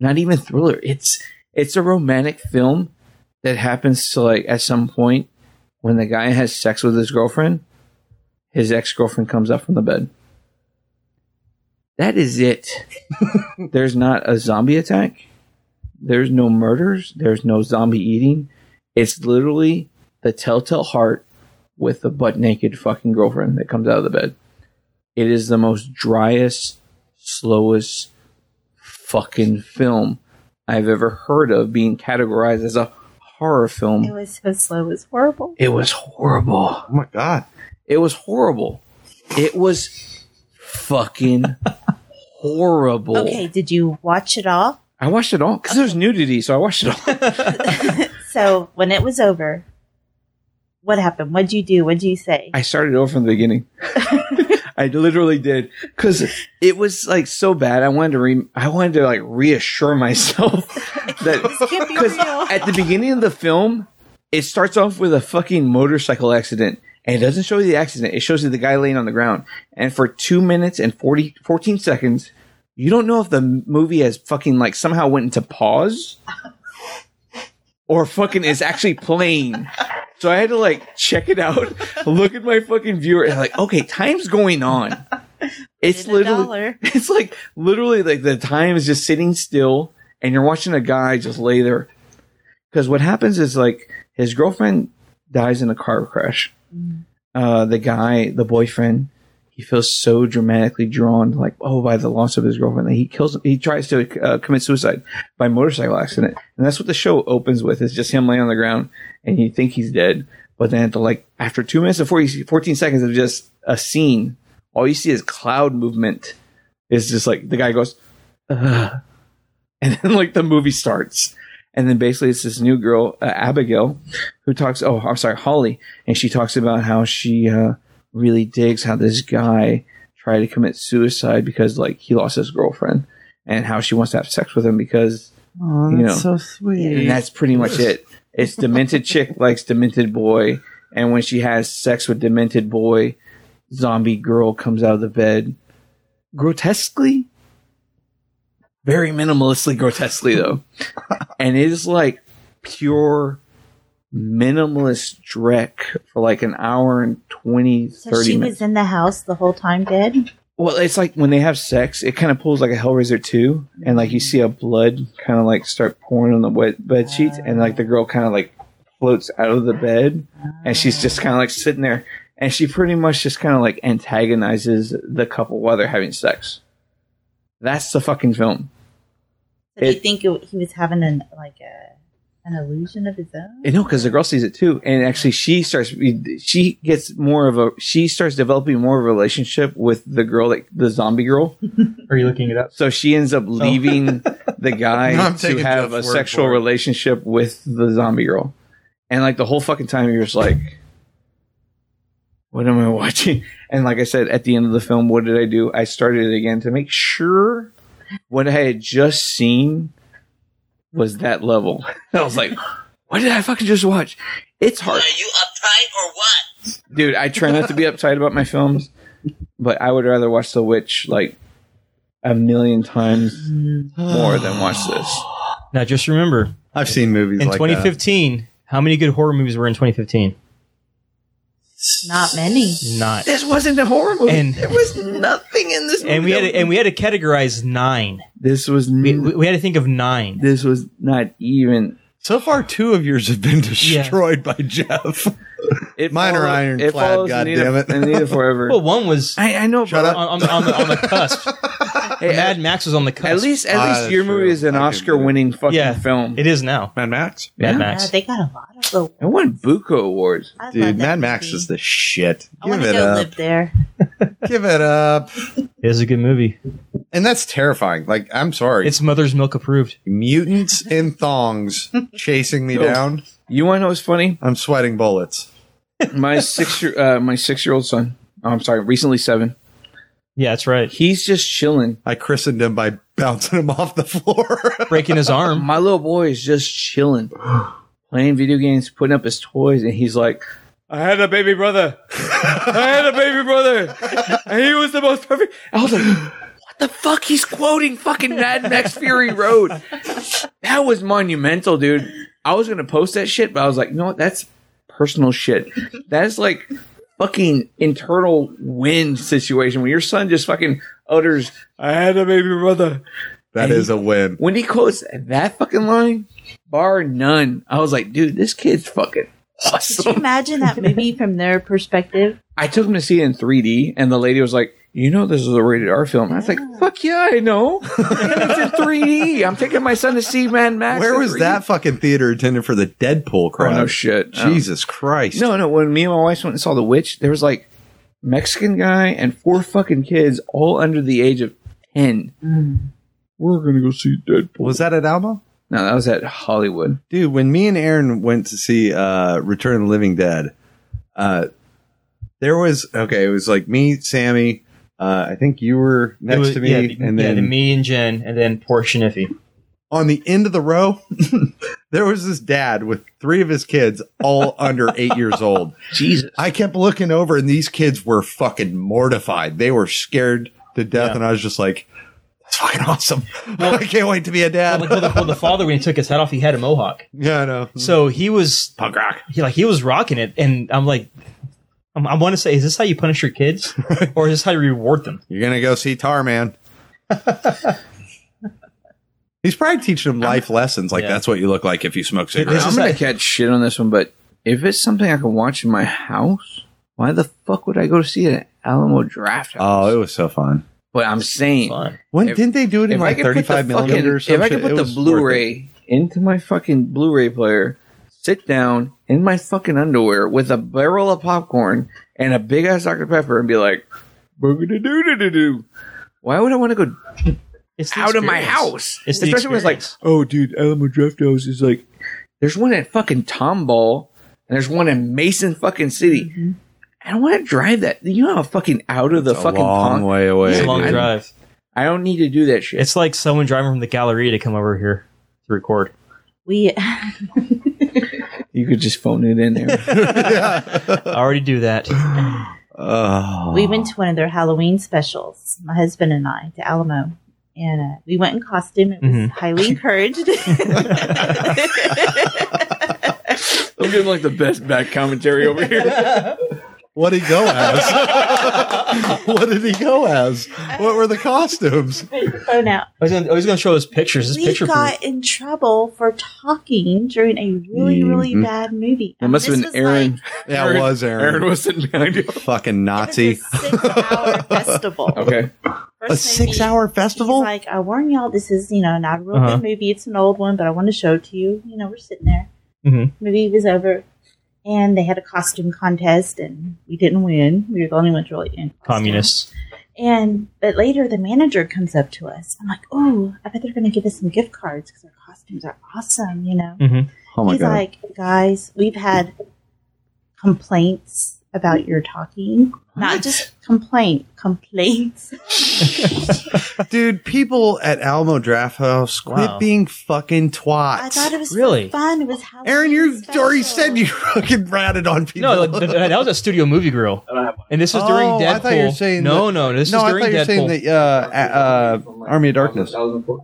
[SPEAKER 5] Not even thriller. It's it's a romantic film that happens to like at some point when the guy has sex with his girlfriend, his ex girlfriend comes up from the bed. That is it. There's not a zombie attack. There's no murders. There's no zombie eating. It's literally the telltale heart with the butt naked fucking girlfriend that comes out of the bed. It is the most driest, slowest fucking film I've ever heard of being categorized as a horror film.
[SPEAKER 8] It was so slow. It was horrible.
[SPEAKER 5] It was horrible.
[SPEAKER 7] Oh my god.
[SPEAKER 5] It was horrible. It was fucking horrible.
[SPEAKER 8] Okay. Did you watch it all?
[SPEAKER 5] I watched it all because there's nudity, so I watched it all.
[SPEAKER 8] So when it was over, what happened? What'd you do? What'd you say?
[SPEAKER 5] I started over from the beginning. I literally did because it was like so bad. I wanted to re- I wanted to like reassure myself that
[SPEAKER 8] Can't be
[SPEAKER 5] because
[SPEAKER 8] real.
[SPEAKER 5] at the beginning of the film, it starts off with a fucking motorcycle accident. And it doesn't show you the accident. It shows you the guy laying on the ground. And for two minutes and 40, 14 seconds, you don't know if the movie has fucking like somehow went into pause or fucking is actually playing. So I had to like check it out, look at my fucking viewer, and like, okay, time's going on. It's
[SPEAKER 10] in a
[SPEAKER 5] literally,
[SPEAKER 10] dollar.
[SPEAKER 5] it's like literally like the time is just sitting still and you're watching a guy just lay there. Because what happens is like his girlfriend dies in a car crash. Uh, the guy, the boyfriend, he feels so dramatically drawn, like oh, by the loss of his girlfriend that he kills. He tries to uh, commit suicide by motorcycle accident, and that's what the show opens with: is just him laying on the ground, and you think he's dead, but then at the like after two minutes and 40, 14 seconds of just a scene all you see is cloud movement. It's just like the guy goes, Ugh. and then like the movie starts, and then basically it's this new girl, uh, Abigail, who talks. Oh, I'm sorry, Holly, and she talks about how she uh, really digs how this guy tried to commit suicide because like he lost his girlfriend, and how she wants to have sex with him because
[SPEAKER 7] Oh,
[SPEAKER 5] You that's know. so
[SPEAKER 7] sweet.
[SPEAKER 5] and that's pretty much it. It's demented chick likes demented boy, and when she has sex with demented boy, zombie girl comes out of the bed, grotesquely, very minimalistically grotesquely though, and it is like pure minimalist dreck for like an hour and 20,
[SPEAKER 8] So
[SPEAKER 5] 30
[SPEAKER 8] she
[SPEAKER 5] minutes.
[SPEAKER 8] was in the house the whole time dead?
[SPEAKER 5] Well, it's like when they have sex, it kind of pulls like a Hellraiser 2, and like you see a blood kind of like start pouring on the wet bed sheets, and like the girl kind of like floats out of the bed, and she's just kind of like sitting there, and she pretty much just kind of like antagonizes the couple while they're having sex. That's the fucking film.
[SPEAKER 8] So do you
[SPEAKER 5] It-
[SPEAKER 8] think it, he was having an like a an illusion of his own?
[SPEAKER 5] And no, because the girl sees it too, and actually she starts, she gets more of a, she starts developing more of a relationship with the girl, like the zombie girl.
[SPEAKER 6] Are you looking it up?
[SPEAKER 5] So she ends up leaving the
[SPEAKER 9] No,
[SPEAKER 5] guy
[SPEAKER 9] I'm
[SPEAKER 5] to
[SPEAKER 9] taking
[SPEAKER 5] have a
[SPEAKER 9] Jeff's word
[SPEAKER 5] sexual
[SPEAKER 9] for it.
[SPEAKER 5] relationship with the zombie girl. And like the whole fucking time you're just like what am I watching? And like I said at the end of the film, what did I do? I started it again to make sure what I had just seen was that level. I was like, what did I fucking just watch? It's hard.
[SPEAKER 11] Are you uptight or what?
[SPEAKER 5] Dude, I try not to be uptight about my films, but I would rather watch The Witch like a million times more than watch this.
[SPEAKER 6] Now, just remember
[SPEAKER 7] I've seen movies
[SPEAKER 6] in
[SPEAKER 7] like
[SPEAKER 6] 2015, how many good horror movies were in 2015?
[SPEAKER 8] Not many.
[SPEAKER 6] Not.
[SPEAKER 5] This wasn't a horror movie.
[SPEAKER 6] And-
[SPEAKER 5] there was nothing in this movie.
[SPEAKER 6] And we had
[SPEAKER 5] that
[SPEAKER 6] to, and we had to categorize nine.
[SPEAKER 5] this was n-
[SPEAKER 6] We, we we had to think of nine.
[SPEAKER 5] this was not even
[SPEAKER 9] So far, two of yours have been destroyed by Jeff.
[SPEAKER 5] it
[SPEAKER 7] Mine are
[SPEAKER 5] follow-
[SPEAKER 7] ironclad,
[SPEAKER 5] follows
[SPEAKER 7] God
[SPEAKER 5] Anita-
[SPEAKER 7] damn it.
[SPEAKER 5] Anita forever.
[SPEAKER 6] Well, one was
[SPEAKER 5] I, I know.
[SPEAKER 7] Shut
[SPEAKER 5] but
[SPEAKER 7] up.
[SPEAKER 6] on, on, on, the, on the cusp.
[SPEAKER 5] Hey,
[SPEAKER 6] Mad Max was on the cusp.
[SPEAKER 5] at least at
[SPEAKER 7] Ah,
[SPEAKER 5] least
[SPEAKER 7] that's
[SPEAKER 5] your
[SPEAKER 7] true.
[SPEAKER 5] movie is an
[SPEAKER 7] I could do it.
[SPEAKER 5] Oscar-winning fucking
[SPEAKER 6] Yeah.
[SPEAKER 5] film. It,
[SPEAKER 6] it is now.
[SPEAKER 9] Mad Max.
[SPEAKER 6] Mad
[SPEAKER 5] Yeah.
[SPEAKER 8] Yeah,
[SPEAKER 6] Max.
[SPEAKER 8] Uh, they got a lot of awards.
[SPEAKER 5] won Buco Awards.
[SPEAKER 8] I love
[SPEAKER 7] Dude,
[SPEAKER 8] that
[SPEAKER 7] Mad Max
[SPEAKER 8] movie.
[SPEAKER 7] is the shit.
[SPEAKER 8] I
[SPEAKER 7] Give
[SPEAKER 8] want to
[SPEAKER 7] it
[SPEAKER 8] go
[SPEAKER 7] up.
[SPEAKER 8] live there.
[SPEAKER 7] Give it up.
[SPEAKER 6] It is a good movie.
[SPEAKER 7] And that's terrifying. Like, I'm sorry.
[SPEAKER 6] It's Mother's Milk approved.
[SPEAKER 7] mutants in thongs chasing me
[SPEAKER 5] Cool.
[SPEAKER 7] down.
[SPEAKER 5] You want to know what's funny?
[SPEAKER 7] I'm sweating bullets.
[SPEAKER 5] My six year uh, my six year old son. Oh, I'm sorry, recently seven.
[SPEAKER 6] Yeah, that's right.
[SPEAKER 5] He's just chilling.
[SPEAKER 7] I christened him by bouncing him off the floor.
[SPEAKER 6] Breaking his arm.
[SPEAKER 5] My little boy is just chilling, playing video games, putting up his toys, and he's like, I had a baby brother. I had a baby brother. And he was the most perfect. I was like, what the fuck? He's quoting fucking Mad Max Fury Road. That was monumental, dude. I was going to post that shit, but I was like, no, that's personal shit. That's like fucking internal win situation when your son just fucking utters, I had a baby brother.
[SPEAKER 7] that is a win.
[SPEAKER 5] When he quotes that fucking line, bar none, I was like, dude, this kid's fucking
[SPEAKER 8] Could you
[SPEAKER 5] awesome.
[SPEAKER 8] imagine that movie from their perspective?
[SPEAKER 5] I took him to see it in 3D, and the lady was like, "You know, this is a rated R film." I was like, "Fuck yeah, I know." and it's in 3D. I'm taking my son to see Mad Max.
[SPEAKER 7] Where
[SPEAKER 5] in
[SPEAKER 7] was
[SPEAKER 5] 3D.
[SPEAKER 7] that fucking theater intended for the Deadpool
[SPEAKER 5] Oh
[SPEAKER 7] crowd?
[SPEAKER 5] no, shit.
[SPEAKER 7] Jesus Christ.
[SPEAKER 5] No, no. When me and my wife went and saw The Witch, there was like Mexican guy and four fucking kids, all under the age of ten. We're gonna go see Deadpool.
[SPEAKER 7] Was that at Alma?
[SPEAKER 5] No, that was at Hollywood.
[SPEAKER 7] Dude, when me and Aaron went to see uh, Return of the Living Dead, uh, there was, okay, it was like me, Sammy, uh, I think you were
[SPEAKER 6] It
[SPEAKER 7] next
[SPEAKER 6] was-
[SPEAKER 7] to me,
[SPEAKER 6] yeah,
[SPEAKER 7] and
[SPEAKER 6] yeah,
[SPEAKER 7] then
[SPEAKER 6] me and Jen, and then poor Shiniffy.
[SPEAKER 7] on the end of the row, there was this dad with three of his kids, all under eight years old.
[SPEAKER 5] Jesus.
[SPEAKER 7] I kept looking over, and these kids were fucking mortified. They were scared to death,
[SPEAKER 6] Yeah.
[SPEAKER 7] and I was just like, "That's fucking awesome! I can't wait to be a
[SPEAKER 6] Well,
[SPEAKER 7] dad."
[SPEAKER 6] like, well, the, well, the father when he took his hat off, he had a mohawk.
[SPEAKER 5] Mm.
[SPEAKER 7] yeah, I know.
[SPEAKER 6] So he was
[SPEAKER 7] Punk rock.
[SPEAKER 6] he like he was rocking it, and I'm like, I'm, I want to say, is this how you punish your kids, or is this how you reward them?
[SPEAKER 7] You're gonna go see Tar Man. He's probably teaching them life lessons. Like
[SPEAKER 6] Yeah.
[SPEAKER 7] that's what you look like if you smoke
[SPEAKER 6] This
[SPEAKER 7] cigarettes.
[SPEAKER 5] I'm
[SPEAKER 6] is
[SPEAKER 5] gonna
[SPEAKER 6] like-
[SPEAKER 5] catch shit on this one, but if it's something I can watch in my house, why the fuck would I go see it at Alamo Draft House?
[SPEAKER 7] Oh, it was so fun.
[SPEAKER 5] but I'm saying,
[SPEAKER 6] Fun.
[SPEAKER 7] When
[SPEAKER 5] If-
[SPEAKER 7] didn't they do it in
[SPEAKER 5] if I
[SPEAKER 7] like
[SPEAKER 5] could put the
[SPEAKER 7] 35
[SPEAKER 5] fucking,
[SPEAKER 7] millimeter? Or some
[SPEAKER 5] if I
[SPEAKER 7] shit?
[SPEAKER 5] could
[SPEAKER 7] It
[SPEAKER 5] put the
[SPEAKER 7] was worth it.
[SPEAKER 5] Blu-ray into my fucking Blu-ray player, sit down in my fucking underwear with a barrel of popcorn and a big ass Dr Pepper, and be like, Boogity-doo-doo-doo-doo. Why would I want to go
[SPEAKER 6] It's the
[SPEAKER 5] out of my
[SPEAKER 6] experience.
[SPEAKER 5] house?
[SPEAKER 6] It's the
[SPEAKER 5] Especially when it's like,
[SPEAKER 6] experience.
[SPEAKER 5] oh, dude, Alamo Draft House is like, there's one at fucking Tomball, and there's one in Mason fucking City.
[SPEAKER 6] Mm-hmm.
[SPEAKER 5] I don't want to drive that. You know how fucking out of the
[SPEAKER 7] It's a
[SPEAKER 5] fucking
[SPEAKER 7] long
[SPEAKER 5] pond.
[SPEAKER 7] way away.
[SPEAKER 6] It's a long
[SPEAKER 7] dude.
[SPEAKER 6] drive.
[SPEAKER 5] I don't need to do that shit.
[SPEAKER 6] It's like someone driving from the gallery to come over here to record.
[SPEAKER 8] We
[SPEAKER 5] you could just phone it in there.
[SPEAKER 6] I already do that.
[SPEAKER 7] Oh.
[SPEAKER 8] we went to one of their Halloween specials, my husband and I, to Alamo, and uh, we went in costume. It was
[SPEAKER 5] Mm-hmm.
[SPEAKER 6] Mhm.
[SPEAKER 8] highly encouraged.
[SPEAKER 5] I'm giving like the best back commentary over here.
[SPEAKER 7] What did he go as? what did he go as? What were the costumes?
[SPEAKER 8] oh no,
[SPEAKER 6] I was gonna, I was gonna show us pictures. This
[SPEAKER 8] we
[SPEAKER 6] picture
[SPEAKER 8] got in trouble for talking during a really, really
[SPEAKER 7] Mhm.
[SPEAKER 8] bad movie.
[SPEAKER 5] It must have
[SPEAKER 8] This
[SPEAKER 5] been
[SPEAKER 8] was
[SPEAKER 5] Aaron.
[SPEAKER 8] like-
[SPEAKER 7] That
[SPEAKER 5] Aaron-
[SPEAKER 7] was Aaron.
[SPEAKER 5] Aaron was sitting behind you.
[SPEAKER 7] Fucking Nazi.
[SPEAKER 8] It was a six-hour festival.
[SPEAKER 5] Okay.
[SPEAKER 8] First
[SPEAKER 7] A
[SPEAKER 8] movie,
[SPEAKER 7] six-hour festival?
[SPEAKER 8] He's like, I warn y'all, this is you know not a real
[SPEAKER 6] Uh-huh.
[SPEAKER 8] good movie. It's an old one, but I want to show it to you. You know, we're sitting there.
[SPEAKER 6] Mhm.
[SPEAKER 8] Movie was over, and they had a costume contest, and we didn't win. We were the only ones really in. costume.
[SPEAKER 6] communists.
[SPEAKER 8] And but later, the manager comes up to us. I'm like, oh, I bet they're going to give us some gift cards because our costumes are awesome. You know.
[SPEAKER 7] Oh my
[SPEAKER 8] He's
[SPEAKER 7] god.
[SPEAKER 8] like, guys, we've had complaints about your talking. Not just complaint, complaints.
[SPEAKER 7] Dude, people at Alamo Draft House quit
[SPEAKER 6] Wow.
[SPEAKER 7] being fucking twats.
[SPEAKER 8] I thought it was
[SPEAKER 6] Really?
[SPEAKER 8] fun. It was Halloween
[SPEAKER 7] Aaron, you
[SPEAKER 8] special.
[SPEAKER 7] already said you fucking ratted on people.
[SPEAKER 6] No, like, th- that was a studio movie grill,
[SPEAKER 2] I don't have one.
[SPEAKER 6] and this was
[SPEAKER 7] Oh,
[SPEAKER 6] during Deadpool.
[SPEAKER 7] I thought you were saying
[SPEAKER 6] no,
[SPEAKER 7] that-
[SPEAKER 6] no, this
[SPEAKER 7] no,
[SPEAKER 6] was
[SPEAKER 7] I
[SPEAKER 6] during
[SPEAKER 7] thought you were saying
[SPEAKER 6] Deadpool.
[SPEAKER 7] that uh, a- uh, Army of Darkness.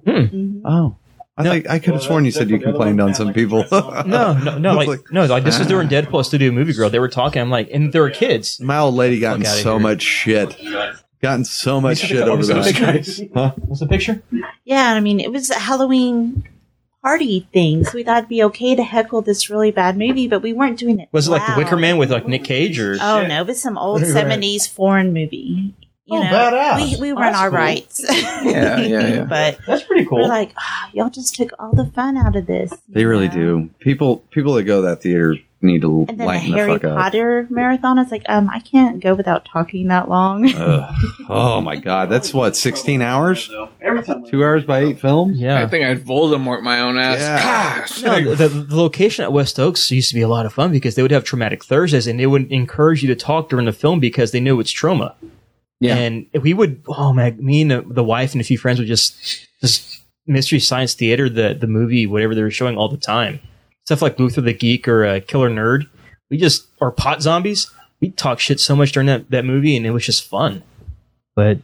[SPEAKER 8] Mhm.
[SPEAKER 7] Oh. I, think, I could have sworn you said you complained on some people.
[SPEAKER 6] No, no, no, like, no, like this was
[SPEAKER 7] Ah.
[SPEAKER 6] during Deadpool a studio movie grill. They were talking. I'm like, and there were kids.
[SPEAKER 7] My old lady gotten
[SPEAKER 6] Fuck outta
[SPEAKER 7] so
[SPEAKER 6] here.
[SPEAKER 7] much shit. Gotten so much
[SPEAKER 6] said
[SPEAKER 7] shit
[SPEAKER 6] the-
[SPEAKER 7] over
[SPEAKER 6] was
[SPEAKER 7] those
[SPEAKER 6] it the-
[SPEAKER 7] guys. Huh?
[SPEAKER 6] What's the picture?
[SPEAKER 8] Yeah, I mean, it was a Halloween party thing, so we thought it'd be okay to heckle this really bad movie, but we weren't doing it.
[SPEAKER 6] Was it like the
[SPEAKER 8] loud.
[SPEAKER 6] Wicker Man with like Nick Cage or?
[SPEAKER 8] Oh no, it was some old
[SPEAKER 7] Right.
[SPEAKER 8] '70s foreign movie. You
[SPEAKER 7] Oh,
[SPEAKER 8] know,
[SPEAKER 7] badass.
[SPEAKER 8] we we were in our rights.
[SPEAKER 5] Yeah, yeah, yeah.
[SPEAKER 8] but
[SPEAKER 6] That's pretty
[SPEAKER 8] we're
[SPEAKER 6] cool.
[SPEAKER 8] like, "Ah, y'all just took all the fun out of this.
[SPEAKER 7] They
[SPEAKER 8] you
[SPEAKER 7] really
[SPEAKER 8] know?
[SPEAKER 7] do. People people that go to that theater need to
[SPEAKER 8] And then
[SPEAKER 7] lighten
[SPEAKER 8] the
[SPEAKER 7] the,
[SPEAKER 8] Harry
[SPEAKER 7] fuck up.
[SPEAKER 8] Potter marathon. It's like, um, I can't go without talking that long.
[SPEAKER 7] Ugh. Oh my god, that's what sixteen hours,
[SPEAKER 2] Every time.
[SPEAKER 7] two hours by eight films.
[SPEAKER 5] I
[SPEAKER 6] Yeah.
[SPEAKER 5] think I'd Voldemort my own ass.
[SPEAKER 7] Yeah.
[SPEAKER 5] Gosh.
[SPEAKER 6] No, the, the location at West Oaks used to be a lot of fun because they would have traumatic Thursdays and they would encourage you to talk during the film because they knew it's trauma.
[SPEAKER 5] Yeah.
[SPEAKER 6] And we would, oh man, me and the, the wife and a few friends would just, just Mystery Science Theater, the, the movie, whatever they were showing all the time. Stuff like Luther the Geek or uh, Killer Nerd. We just, or Pot Zombies. We talk shit so much during that, that movie and it was just fun. But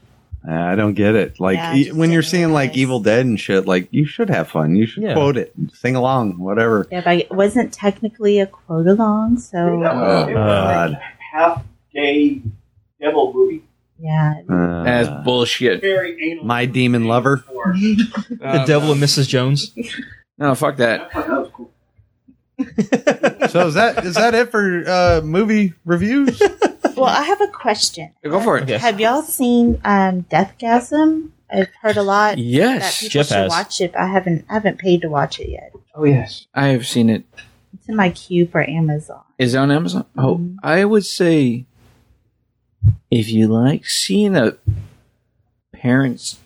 [SPEAKER 7] I don't get it. Like
[SPEAKER 8] Yeah, I
[SPEAKER 7] e-
[SPEAKER 8] just
[SPEAKER 7] when you're
[SPEAKER 8] didn't
[SPEAKER 7] seeing like
[SPEAKER 8] realize.
[SPEAKER 7] Evil Dead and shit, like you should have fun. You should
[SPEAKER 6] Yeah.
[SPEAKER 7] quote it, sing along, whatever.
[SPEAKER 8] Yeah, but it wasn't technically a quote along, so
[SPEAKER 7] Oh, God.
[SPEAKER 2] half gay devil movie.
[SPEAKER 8] yeah.
[SPEAKER 7] Uh,
[SPEAKER 5] That's bullshit.
[SPEAKER 2] Very anal.
[SPEAKER 7] my demon lover.
[SPEAKER 2] for-
[SPEAKER 5] Um, Uh,
[SPEAKER 6] The Devil and Mrs. Jones.
[SPEAKER 5] No, fuck that.
[SPEAKER 2] I thought that was cool.
[SPEAKER 7] So is that is that it for uh, movie reviews?
[SPEAKER 8] Well, I have a question.
[SPEAKER 5] Go for it.
[SPEAKER 6] Okay.
[SPEAKER 8] Have y'all seen um, Deathgasm? I've heard a lot that
[SPEAKER 5] Yes.
[SPEAKER 8] people
[SPEAKER 6] Jeff
[SPEAKER 8] should
[SPEAKER 6] has.
[SPEAKER 8] watch it. But I haven't I haven't paid to watch it yet.
[SPEAKER 5] Oh, yes. I have seen it.
[SPEAKER 8] It's in my queue for Amazon.
[SPEAKER 5] Is it on Amazon? Oh,
[SPEAKER 8] Mhm.
[SPEAKER 5] I would say if you like seeing a parents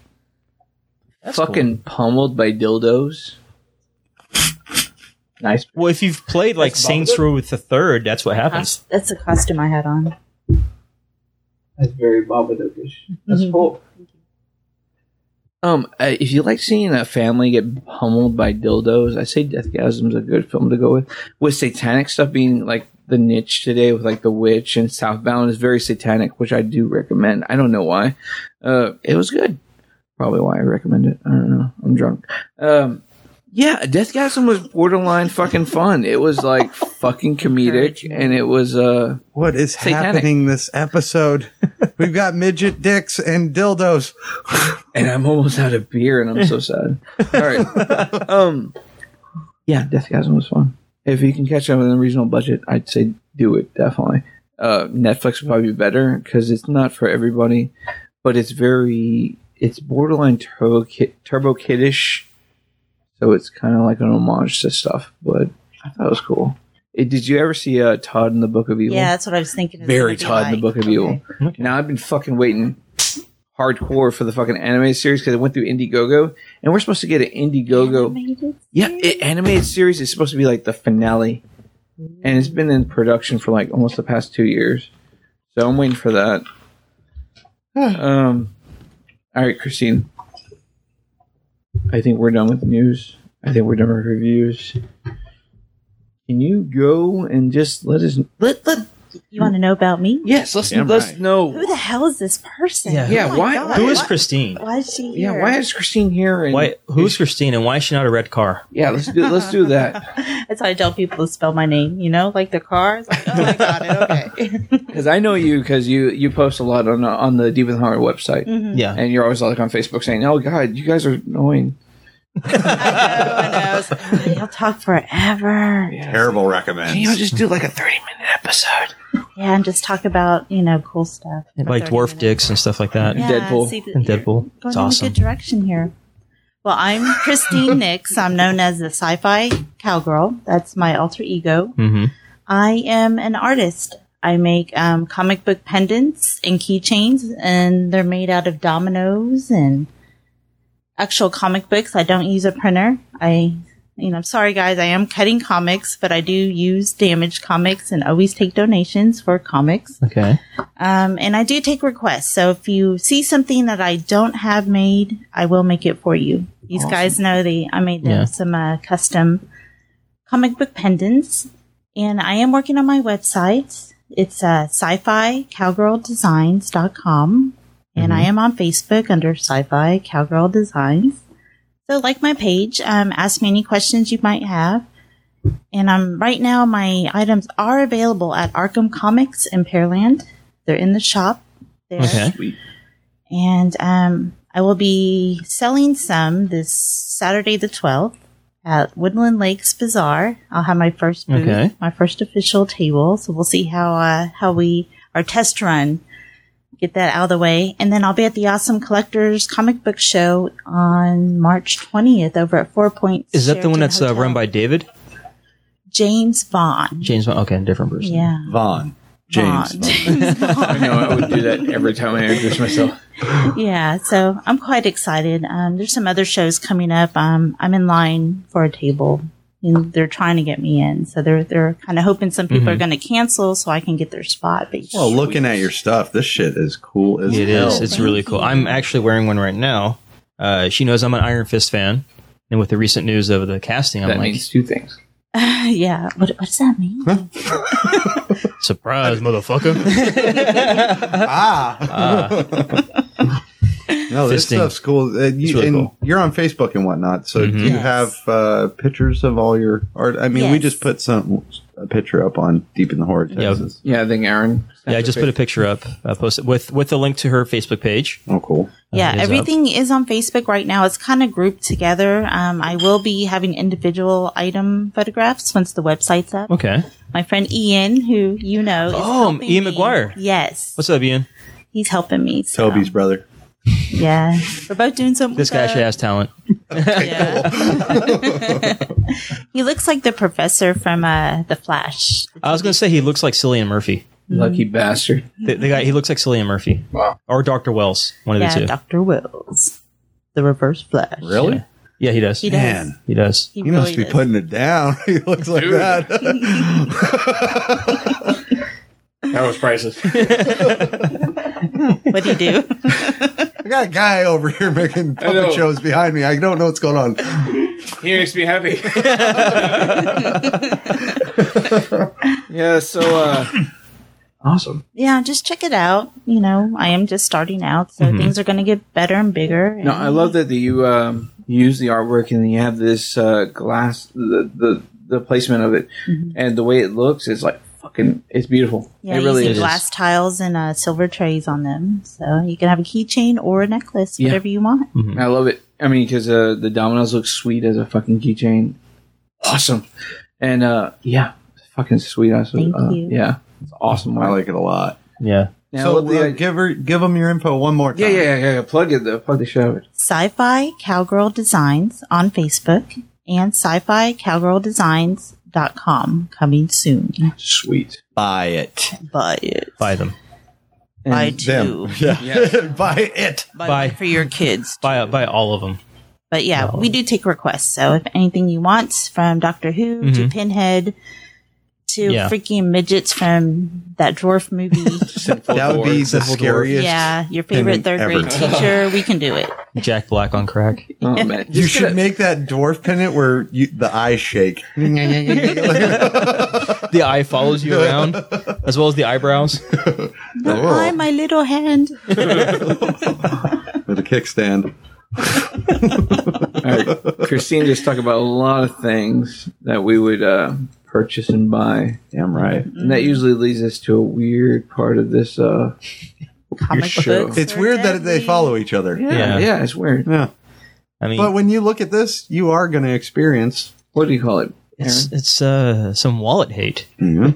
[SPEAKER 5] fucking pummeled by dildos. Nice.
[SPEAKER 6] Well, if you've played like Saints Row with the Third, that's what happens.
[SPEAKER 8] That's the costume I had on.
[SPEAKER 2] That's very Babadookish. That's
[SPEAKER 8] Mhm.
[SPEAKER 2] cool.
[SPEAKER 5] Um, uh, if you like seeing a family get pummeled by dildos, I say Deathgasm's a good film to go with. With satanic stuff being like the niche today, with like The Witch and Southbound is very satanic, which I do recommend. I don't know why. Uh, it was good. Probably why I recommend it. I don't know. I'm drunk. Um, yeah, Deathgasm was borderline fucking fun. It was like fucking comedic, and it was uh,
[SPEAKER 7] What is
[SPEAKER 5] Satanic.
[SPEAKER 7] happening this episode? We've got midget dicks and dildos.
[SPEAKER 5] and I'm almost out of beer, and I'm so sad. All right. Um, yeah, Deathgasm was fun. If you can catch up on a reasonable budget, I'd say do it definitely. Uh, Netflix would probably be better because it's not for everybody, but it's very it's borderline turbo kid, turbo kiddish, so it's kind of like an homage to stuff. But I thought it was cool. Eh, Did you ever see uh, Todd in the Book of Evil?
[SPEAKER 8] Yeah, that's what I was thinking. it was
[SPEAKER 5] Very
[SPEAKER 8] gonna be
[SPEAKER 5] Todd in the
[SPEAKER 8] like.
[SPEAKER 5] Book of Evil. Now I've been fucking waiting hardcore for the fucking anime series because it went through Indiegogo, and we're supposed to get an Indiegogo.
[SPEAKER 8] Animated?
[SPEAKER 5] Yeah, it, animated series is supposed to be like the finale, and it's been in production for like almost the past two years. So I'm waiting for that. um, all right, Christine. I think we're done with news. I think we're done with reviews. Can you go and just let us let let
[SPEAKER 8] You want to know about me?
[SPEAKER 5] yes let's
[SPEAKER 7] Damn
[SPEAKER 5] let's
[SPEAKER 7] right.
[SPEAKER 5] know
[SPEAKER 8] Who the hell is this person? Oh
[SPEAKER 6] Yeah,
[SPEAKER 5] yeah
[SPEAKER 8] my
[SPEAKER 5] why
[SPEAKER 8] God.
[SPEAKER 6] Who is Christine?
[SPEAKER 8] Why is she
[SPEAKER 5] yeah
[SPEAKER 8] here?
[SPEAKER 5] why is Christine here and
[SPEAKER 6] Why? Who's Christine, and why is she not a red car?
[SPEAKER 5] yeah let's do let's do that
[SPEAKER 8] That's how I tell people to spell my name. You know, like the cars. Like, oh, I got it. Okay.
[SPEAKER 5] because I know you because you you post a lot on on the Deep in the Heart website.
[SPEAKER 8] Mm.
[SPEAKER 6] Yeah.
[SPEAKER 5] and you're always like on Facebook saying, "Oh God, you guys are annoying."
[SPEAKER 8] You'll talk forever. Yeah.
[SPEAKER 9] Terrible recommend.
[SPEAKER 5] Can you just do like a thirty minute episode?
[SPEAKER 8] and just talk about you know cool stuff. for
[SPEAKER 6] like
[SPEAKER 8] 30
[SPEAKER 6] dwarf
[SPEAKER 8] minutes.
[SPEAKER 6] dicks and stuff like that.
[SPEAKER 8] Yeah,
[SPEAKER 5] Deadpool.
[SPEAKER 8] see that
[SPEAKER 6] And
[SPEAKER 8] you're
[SPEAKER 6] Deadpool.
[SPEAKER 8] Going
[SPEAKER 6] It's
[SPEAKER 8] in
[SPEAKER 6] awesome.
[SPEAKER 8] a good direction here. Well, I'm Christine Nix. I'm known as the Sci-Fi Cowgirl. That's my alter ego.
[SPEAKER 6] hmm
[SPEAKER 8] I am an artist. I make um, comic book pendants and keychains, and they're made out of dominoes and actual comic books. I don't use a printer. I, you know, I'm sorry guys, I am cutting comics, but I do use damaged comics and always take donations for comics.
[SPEAKER 6] Okay.
[SPEAKER 8] Um, and I do take requests. So if you see something that I don't have made, I will make it for you. These guys know they I made them
[SPEAKER 6] Yeah.
[SPEAKER 8] some uh, custom comic book pendants, and I am working on my website. It's uh, sci-fi cowgirldesigns.com, and I am on Facebook under sci-fi cowgirl designs. So like my page, um, ask me any questions you might have. And I'm right now. My items are available at Arkham Comics in Pearland. They're in the shop. There.
[SPEAKER 6] Okay.
[SPEAKER 8] And um, I will be selling some this Saturday the 12th at Woodland Lakes Bazaar. I'll have my first booth,
[SPEAKER 6] Okay.
[SPEAKER 8] my first official table. So we'll see how uh, how we our test run get that out of the way, and then I'll be at the Awesome Collectors Comic Book Show on March 20th over at Four Points.
[SPEAKER 6] Is that the one
[SPEAKER 8] Sheraton
[SPEAKER 6] that's uh,
[SPEAKER 8] Hotel.
[SPEAKER 6] run by David
[SPEAKER 8] James Vaughn?
[SPEAKER 6] James? Bond? Okay, different person.
[SPEAKER 8] Yeah,
[SPEAKER 7] Vaughn. James.
[SPEAKER 8] Vaughn.
[SPEAKER 5] I know I would do that every time I introduce myself.
[SPEAKER 8] yeah, so I'm quite excited. Um, there's some other shows coming up. Um, I'm in line for a table, and they're trying to get me in. So they're they're kind of hoping some
[SPEAKER 6] Mm-hmm.
[SPEAKER 8] people are going to cancel so I can get their spot. But
[SPEAKER 7] Well, looking at your stuff, this shit is cool as
[SPEAKER 6] It
[SPEAKER 7] hell.
[SPEAKER 6] is.
[SPEAKER 8] Oh,
[SPEAKER 6] It's really cool. I'm actually wearing one right now. Uh, she knows I'm an Iron Fist fan, and with the recent news of the casting, I'm
[SPEAKER 5] That
[SPEAKER 6] like
[SPEAKER 5] means two things.
[SPEAKER 8] yeah, what, what does that mean?
[SPEAKER 4] Surprise, motherfucker.
[SPEAKER 7] Ah,
[SPEAKER 6] uh,
[SPEAKER 7] no, this
[SPEAKER 6] Fisting.
[SPEAKER 7] stuff's cool. Uh, you,
[SPEAKER 6] really
[SPEAKER 7] and
[SPEAKER 6] cool.
[SPEAKER 7] You're on Facebook and whatnot, so
[SPEAKER 6] Mhm.
[SPEAKER 7] do you
[SPEAKER 8] Yes.
[SPEAKER 7] have uh, pictures of all your art? I mean, we
[SPEAKER 8] Yes.
[SPEAKER 7] just put some a picture up on Deep in the Horror,
[SPEAKER 6] Yeah.
[SPEAKER 7] Texas.
[SPEAKER 5] Yeah, I think Aaron.
[SPEAKER 6] yeah, I just put a picture up, uh, posted with with a link to her Facebook page.
[SPEAKER 7] Oh, cool.
[SPEAKER 6] Uh,
[SPEAKER 8] yeah,
[SPEAKER 6] it is up.
[SPEAKER 8] everything is on Facebook right now. It's kind of grouped together. Um, I will be having individual item photographs once the website's up.
[SPEAKER 6] Okay.
[SPEAKER 8] My friend Ian, who you know, is
[SPEAKER 6] Oh,
[SPEAKER 8] helping
[SPEAKER 6] Ian
[SPEAKER 8] me.
[SPEAKER 6] McGuire.
[SPEAKER 8] Yes,
[SPEAKER 6] What's up, Ian?
[SPEAKER 8] he's helping me. so-
[SPEAKER 7] Toby's brother.
[SPEAKER 8] Yeah, we're both doing something.
[SPEAKER 6] This guy
[SPEAKER 8] good.
[SPEAKER 6] actually has talent.
[SPEAKER 8] Yeah. he looks like the professor from uh, The Flash.
[SPEAKER 6] I was gonna say he looks like Cillian Murphy.
[SPEAKER 5] lucky bastard.
[SPEAKER 6] The, the guy he looks like Cillian Murphy. Or Doctor Wells, one of
[SPEAKER 8] yeah,
[SPEAKER 6] the two.
[SPEAKER 8] Doctor Wills, the Reverse Flash.
[SPEAKER 7] Really?
[SPEAKER 6] yeah, he does.
[SPEAKER 8] He
[SPEAKER 6] He,
[SPEAKER 8] does.
[SPEAKER 7] Man,
[SPEAKER 6] does.
[SPEAKER 8] He,
[SPEAKER 7] he
[SPEAKER 8] really
[SPEAKER 7] must be
[SPEAKER 8] does.
[SPEAKER 7] putting it down. he looks like
[SPEAKER 4] Dude.
[SPEAKER 7] that.
[SPEAKER 4] That was priceless.
[SPEAKER 8] What do you do?
[SPEAKER 7] I got a guy over here making
[SPEAKER 4] know.
[SPEAKER 7] puppet shows behind me. I don't know what's going on.
[SPEAKER 4] He makes me happy.
[SPEAKER 5] Yeah. So uh, awesome.
[SPEAKER 8] yeah, just check it out. You know, I am just starting out, so things are going to get better and bigger. And
[SPEAKER 5] Mm-hmm. No, I love that you um, use the artwork and you have this uh, glass, the, the the placement of it, and the way it looks is like fucking. It's beautiful.
[SPEAKER 8] Mm-hmm. Yeah,
[SPEAKER 5] it really
[SPEAKER 8] using
[SPEAKER 5] is.
[SPEAKER 8] glass tiles and uh, silver trays on them, so you can have a keychain or a necklace,
[SPEAKER 5] Yeah.
[SPEAKER 8] whatever you want.
[SPEAKER 5] I love it. I mean, because uh, the dominoes look sweet as a fucking keychain. Awesome. And uh, yeah, fucking sweet. I
[SPEAKER 8] Thank
[SPEAKER 5] uh,
[SPEAKER 8] you.
[SPEAKER 5] Yeah, it's awesome.
[SPEAKER 7] I
[SPEAKER 5] work.
[SPEAKER 7] like it a lot.
[SPEAKER 6] Yeah.
[SPEAKER 5] Now,
[SPEAKER 7] so
[SPEAKER 5] what the-
[SPEAKER 7] uh, give her, give them your info one more
[SPEAKER 5] yeah,
[SPEAKER 7] time.
[SPEAKER 5] yeah, yeah, yeah. Plug it. Though. Plug the show.
[SPEAKER 8] Sci-Fi Cowgirl Designs on Facebook and Sci-Fi Cowgirl Designs Amazon.com coming soon.
[SPEAKER 7] Sweet.
[SPEAKER 9] Buy it.
[SPEAKER 8] Buy it.
[SPEAKER 6] Buy them.
[SPEAKER 8] Buy
[SPEAKER 5] And
[SPEAKER 8] two.
[SPEAKER 9] Yeah. Buy it.
[SPEAKER 8] Buy,
[SPEAKER 6] Buy-
[SPEAKER 8] one for your kids.
[SPEAKER 6] Buy buy all of them.
[SPEAKER 8] But yeah,
[SPEAKER 6] No.
[SPEAKER 8] we do take requests. So if anything you want from Doctor Who to
[SPEAKER 6] Mhm.
[SPEAKER 8] Pinhead to
[SPEAKER 6] Yeah.
[SPEAKER 8] freaking midgets from that dwarf movie.
[SPEAKER 7] That would be the
[SPEAKER 6] Simple dwarf.
[SPEAKER 7] scariest.
[SPEAKER 8] yeah, your favorite
[SPEAKER 7] Pinhead
[SPEAKER 8] third grade
[SPEAKER 7] ever.
[SPEAKER 8] teacher, we can do it.
[SPEAKER 6] Jack Black on crack.
[SPEAKER 5] Oh, man.
[SPEAKER 7] You
[SPEAKER 5] Just
[SPEAKER 7] should
[SPEAKER 5] get a-
[SPEAKER 7] make that dwarf pennant where you, the eyes shake.
[SPEAKER 6] The eye follows you around, as well as the eyebrows.
[SPEAKER 8] Not I, my little hand.
[SPEAKER 7] With a kickstand.
[SPEAKER 5] All right. Christine just talked about a lot of things that we would uh, purchase and buy.
[SPEAKER 7] Damn right.
[SPEAKER 5] And that usually leads us to a weird part of this. Uh,
[SPEAKER 8] Comic
[SPEAKER 5] show.
[SPEAKER 8] books
[SPEAKER 7] It's
[SPEAKER 8] are
[SPEAKER 7] weird that they
[SPEAKER 8] deadly.
[SPEAKER 7] follow each other.
[SPEAKER 5] yeah,
[SPEAKER 6] Yeah.
[SPEAKER 5] yeah, it's weird.
[SPEAKER 7] Yeah.
[SPEAKER 6] I mean,
[SPEAKER 7] But when you look at this, you are going to experience.
[SPEAKER 5] What do you call it?
[SPEAKER 6] it's it's uh, some wallet hate. You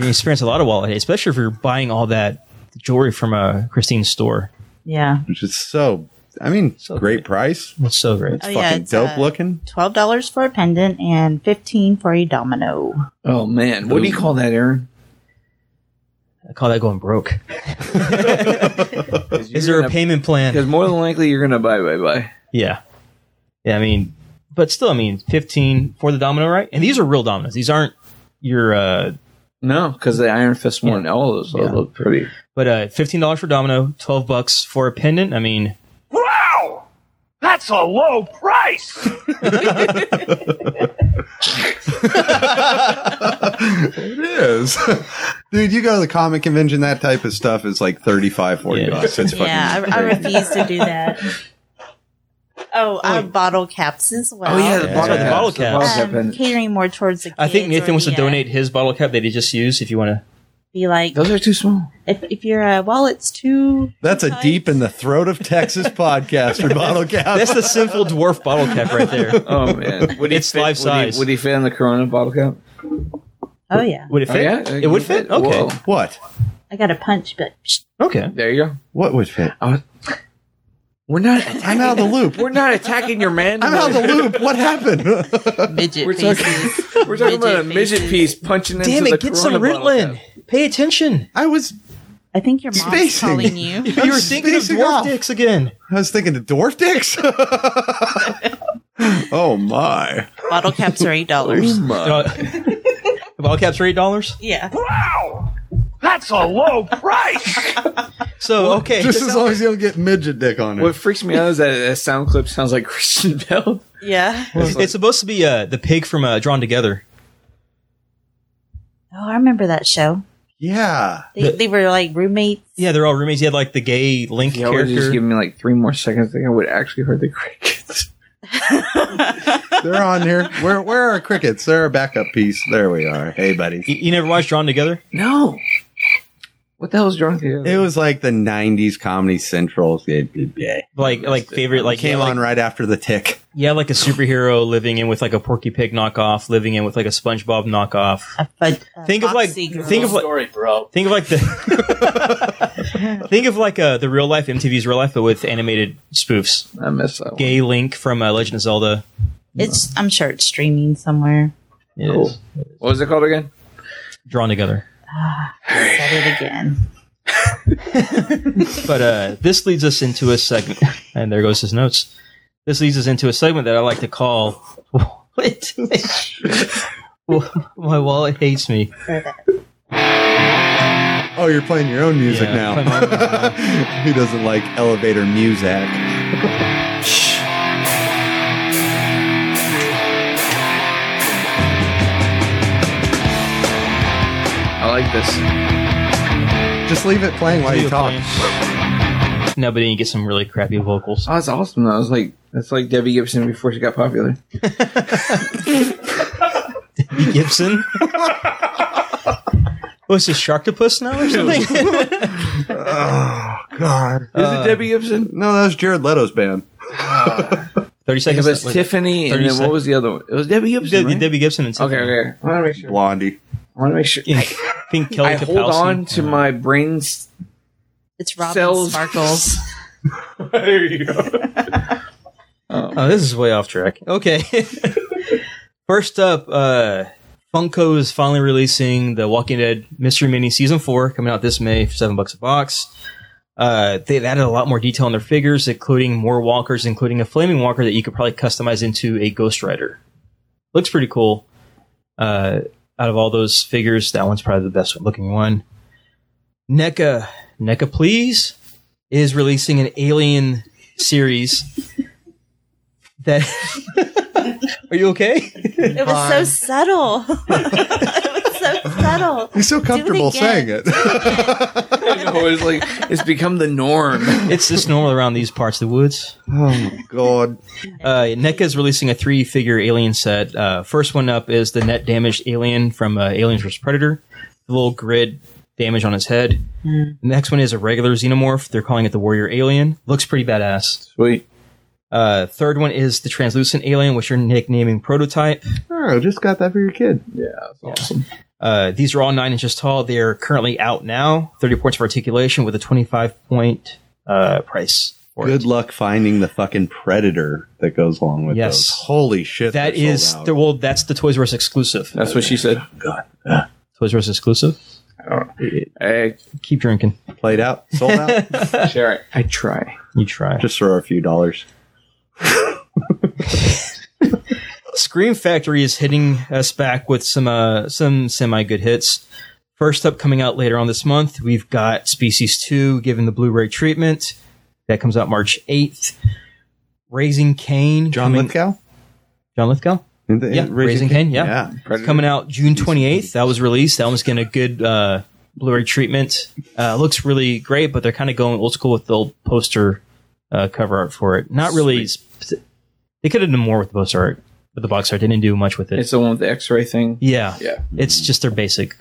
[SPEAKER 6] experience a lot of wallet hate, especially if you're buying all that jewelry from uh, Christine's store.
[SPEAKER 8] Yeah.
[SPEAKER 7] Which is so, I mean,
[SPEAKER 6] So
[SPEAKER 7] great
[SPEAKER 6] great.
[SPEAKER 7] price.
[SPEAKER 6] That's so great.
[SPEAKER 8] Oh,
[SPEAKER 7] Fucking
[SPEAKER 8] yeah, it's,
[SPEAKER 7] dope
[SPEAKER 8] uh,
[SPEAKER 7] looking.
[SPEAKER 8] Twelve dollars for a pendant and fifteen for a domino.
[SPEAKER 5] Oh man, what do you call that, Aaron?
[SPEAKER 6] I call that going broke. Is there a payment
[SPEAKER 5] Because
[SPEAKER 6] plan?
[SPEAKER 5] more than likely you're gonna buy, buy, buy.
[SPEAKER 6] Yeah. Yeah, I mean, but still, I mean, 15 for the domino, right? And these are real dominoes. These aren't your, uh,
[SPEAKER 5] No, because the Iron Fist one, all those all
[SPEAKER 6] Yeah.
[SPEAKER 5] look pretty.
[SPEAKER 6] but uh, $15 for domino, 12 bucks for a pendant. I mean,
[SPEAKER 7] it is. Dude, you go to the comic convention, that type of stuff is like 35, 40
[SPEAKER 6] Yeah.
[SPEAKER 7] bucks. It's fucking
[SPEAKER 8] Yeah, I, I
[SPEAKER 7] crazy.
[SPEAKER 8] refuse to do that. Oh, I have bottle caps as well.
[SPEAKER 5] Oh yeah, the
[SPEAKER 7] Yeah.
[SPEAKER 5] bottle,
[SPEAKER 7] The
[SPEAKER 5] caps,
[SPEAKER 6] bottle
[SPEAKER 5] the
[SPEAKER 6] caps.
[SPEAKER 5] bottle cap
[SPEAKER 8] Um,
[SPEAKER 5] and-
[SPEAKER 8] catering more towards the.
[SPEAKER 6] I think
[SPEAKER 8] kids or
[SPEAKER 6] Nathan wants to
[SPEAKER 8] the, uh,
[SPEAKER 6] donate his bottle cap that he just used if you want
[SPEAKER 8] Be like,
[SPEAKER 5] Those are too small.
[SPEAKER 8] if, if your uh, wallet's too
[SPEAKER 7] That's a deep in the throat of Texas podcaster bottle
[SPEAKER 6] to.
[SPEAKER 7] cap.
[SPEAKER 6] That's the sinful dwarf bottle cap right there.
[SPEAKER 5] Oh man, would
[SPEAKER 6] It's life size.
[SPEAKER 5] Would he, fit in the Corona bottle cap?
[SPEAKER 8] Oh yeah,
[SPEAKER 6] Would it
[SPEAKER 5] Oh,
[SPEAKER 6] fit?
[SPEAKER 5] yeah?
[SPEAKER 6] It would fit? Okay.
[SPEAKER 5] Whoa.
[SPEAKER 7] what?
[SPEAKER 8] I got a punch, but psh,
[SPEAKER 6] Okay.
[SPEAKER 5] There you go.
[SPEAKER 7] What would fit?
[SPEAKER 5] We're not. Attacking,
[SPEAKER 7] I'm out of the loop.
[SPEAKER 5] We're not attacking your man.
[SPEAKER 7] I'm out of the loop. What happened?
[SPEAKER 10] Midget
[SPEAKER 5] We're talking-
[SPEAKER 10] faces.
[SPEAKER 5] We're talking about a
[SPEAKER 10] Midget
[SPEAKER 5] midget piece punching
[SPEAKER 6] Damn
[SPEAKER 5] into
[SPEAKER 6] it,
[SPEAKER 5] the
[SPEAKER 6] get some
[SPEAKER 5] Corona bottle
[SPEAKER 6] Ritalin.
[SPEAKER 5] cap.
[SPEAKER 6] Pay attention.
[SPEAKER 7] I was
[SPEAKER 8] I think your mom's
[SPEAKER 7] Spacing.
[SPEAKER 8] calling you.
[SPEAKER 6] You were thinking of
[SPEAKER 7] spacing
[SPEAKER 6] dwarf
[SPEAKER 7] off.
[SPEAKER 6] dicks again.
[SPEAKER 7] I was thinking the dwarf dicks. oh my!
[SPEAKER 8] Bottle caps are eight dollars.
[SPEAKER 6] Uh, the bottle caps are $8.
[SPEAKER 8] yeah,
[SPEAKER 6] So, okay.
[SPEAKER 7] Just as long as you don't get midget dick on it.
[SPEAKER 5] What freaks me out is that that sound clip sounds like Christian Bell.
[SPEAKER 8] yeah.
[SPEAKER 6] It's supposed to be uh, the pig from uh, Drawn Together.
[SPEAKER 8] Oh, I remember that show.
[SPEAKER 7] yeah,
[SPEAKER 8] They, they were like roommates.
[SPEAKER 6] Yeah, they're all roommates. He had like the gay Link
[SPEAKER 5] Y'all would just give
[SPEAKER 6] character.
[SPEAKER 5] me like three more seconds. I think I would actually heard the crickets.
[SPEAKER 7] they're on here. Where where are our crickets? They're our backup piece. There we are. Hey, buddy.
[SPEAKER 6] You, you never watched Drawn Together?
[SPEAKER 5] No. What the hell's drunk here?
[SPEAKER 7] It was like the '90s Comedy Central. It, it, yeah.
[SPEAKER 6] Like, like
[SPEAKER 5] uh,
[SPEAKER 6] favorite, like
[SPEAKER 7] Came
[SPEAKER 6] yeah,
[SPEAKER 7] on
[SPEAKER 6] like,
[SPEAKER 7] right after the tick.
[SPEAKER 6] yeah, like a superhero living in with like a Porky Pig knockoff, living in with like a SpongeBob knockoff.
[SPEAKER 8] A fun- a
[SPEAKER 6] Think of, like-
[SPEAKER 8] Foxy girl.
[SPEAKER 6] think of- what-
[SPEAKER 2] story, bro.
[SPEAKER 6] Think of like the think of like uh, the real life MTV's real life, but with animated spoofs.
[SPEAKER 5] I missed that one.
[SPEAKER 6] Gay Link from uh, Legend of Zelda.
[SPEAKER 8] it's. I'm sure it's streaming somewhere.
[SPEAKER 6] It
[SPEAKER 5] Cool.
[SPEAKER 6] is
[SPEAKER 5] What was it called again?
[SPEAKER 6] Drawn Together.
[SPEAKER 8] Said it again.
[SPEAKER 6] But uh, this leads us into a segment, and there goes his notes. This leads us into a segment that I like to call "Wallet." My wallet hates me.
[SPEAKER 7] Oh, you're playing your own music
[SPEAKER 6] Yeah,
[SPEAKER 7] now.
[SPEAKER 6] play my own music
[SPEAKER 7] Who doesn't like elevator music?
[SPEAKER 5] I like this.
[SPEAKER 7] Just leave it playing while you talk.
[SPEAKER 6] No, but then you get some really crappy vocals.
[SPEAKER 5] Oh, that's awesome. That was like that's like Debbie Gibson before she got popular.
[SPEAKER 6] Gibson. Was this Sharktopus now or something?
[SPEAKER 7] Oh God!
[SPEAKER 5] Is
[SPEAKER 6] Uh,
[SPEAKER 5] it Debbie Gibson?
[SPEAKER 7] No, that was Jared Leto's band.
[SPEAKER 6] Thirty
[SPEAKER 5] It
[SPEAKER 6] seconds.
[SPEAKER 5] was
[SPEAKER 6] was it?
[SPEAKER 5] Tiffany, and
[SPEAKER 6] 30
[SPEAKER 5] then what was the other one? It was Debbie Gibson.
[SPEAKER 6] Debbie,
[SPEAKER 5] right?
[SPEAKER 6] Debbie Gibson and
[SPEAKER 5] Okay,
[SPEAKER 6] Tiffany.
[SPEAKER 5] okay. I want to make sure.
[SPEAKER 7] Blondie.
[SPEAKER 5] I want to make sure.
[SPEAKER 6] Yeah. Think Kelly
[SPEAKER 5] I hold
[SPEAKER 6] Kapowski.
[SPEAKER 5] on to my brain's
[SPEAKER 8] It's Robin
[SPEAKER 5] Sells-
[SPEAKER 8] Sparkles.
[SPEAKER 4] there you go.
[SPEAKER 6] Oh, this is way off track. Okay. First up, uh, Funko is finally releasing the Walking Dead Mystery Mini Season 4 coming out this May for 7 bucks a box. Uh, they've added a lot more detail in their figures, including more walkers, including a flaming walker that you could probably customize into a Ghost Rider. Looks pretty cool. Uh, out of all those figures, that one's probably the best looking one. NECA, NECA Please is releasing an Alien series that. Are you okay?
[SPEAKER 8] It was so subtle. it was so subtle.
[SPEAKER 7] He's so comfortable
[SPEAKER 8] again.
[SPEAKER 7] saying it.
[SPEAKER 5] know, it's like it's become the norm.
[SPEAKER 6] It's just normal around these parts of the woods.
[SPEAKER 7] God.
[SPEAKER 6] Uh, NECA is releasing a three figure alien set. Uh, first one up is the net damaged alien from uh, Aliens vs. Predator, the little grid damage on his head. The next one is a regular xenomorph. They're calling it the Warrior Alien. Looks pretty badass.
[SPEAKER 5] Sweet.
[SPEAKER 6] Uh, third one is the translucent alien, which are nicknaming Prototype.
[SPEAKER 7] Oh, just got that for your kid.
[SPEAKER 6] Uh, these are all nine inches tall. They are currently out now. 30 points of articulation with a 25 point uh, price. for it.
[SPEAKER 7] Good luck finding the fucking predator that goes along with
[SPEAKER 6] Yes.
[SPEAKER 7] those. Holy shit.
[SPEAKER 6] That
[SPEAKER 7] they're
[SPEAKER 6] is
[SPEAKER 7] sold out.
[SPEAKER 6] the well. That's the Toys R Us exclusive.
[SPEAKER 5] That's what she said.
[SPEAKER 6] Toys R Us exclusive.
[SPEAKER 5] I
[SPEAKER 6] Keep drinking.
[SPEAKER 7] played out, sold out.
[SPEAKER 5] share. I try.
[SPEAKER 6] You try.
[SPEAKER 7] just for a few dollars.
[SPEAKER 6] Scream Factory is hitting us back with some uh, some semi good hits. First up, coming out later on this month, we've got Species Two, given the Blu-ray treatment. That comes out March eighth. Raising Cain,
[SPEAKER 7] John
[SPEAKER 6] coming,
[SPEAKER 7] Lithgow?
[SPEAKER 6] John Lithgow,
[SPEAKER 7] Isn't it-
[SPEAKER 6] Yeah, Raising Cain, yeah.
[SPEAKER 5] Predator.
[SPEAKER 6] coming out June twenty eighth. That was released. That one's getting a good uh, Blu-ray treatment. Uh, looks really great, but they're kind of going old school with the old poster uh, cover art for it. Not really. sp- They could have done more with the poster art, but the box art didn't do much with it.
[SPEAKER 5] It's the one with the X-ray thing.
[SPEAKER 6] Yeah.
[SPEAKER 4] Yeah.
[SPEAKER 6] It's just their basic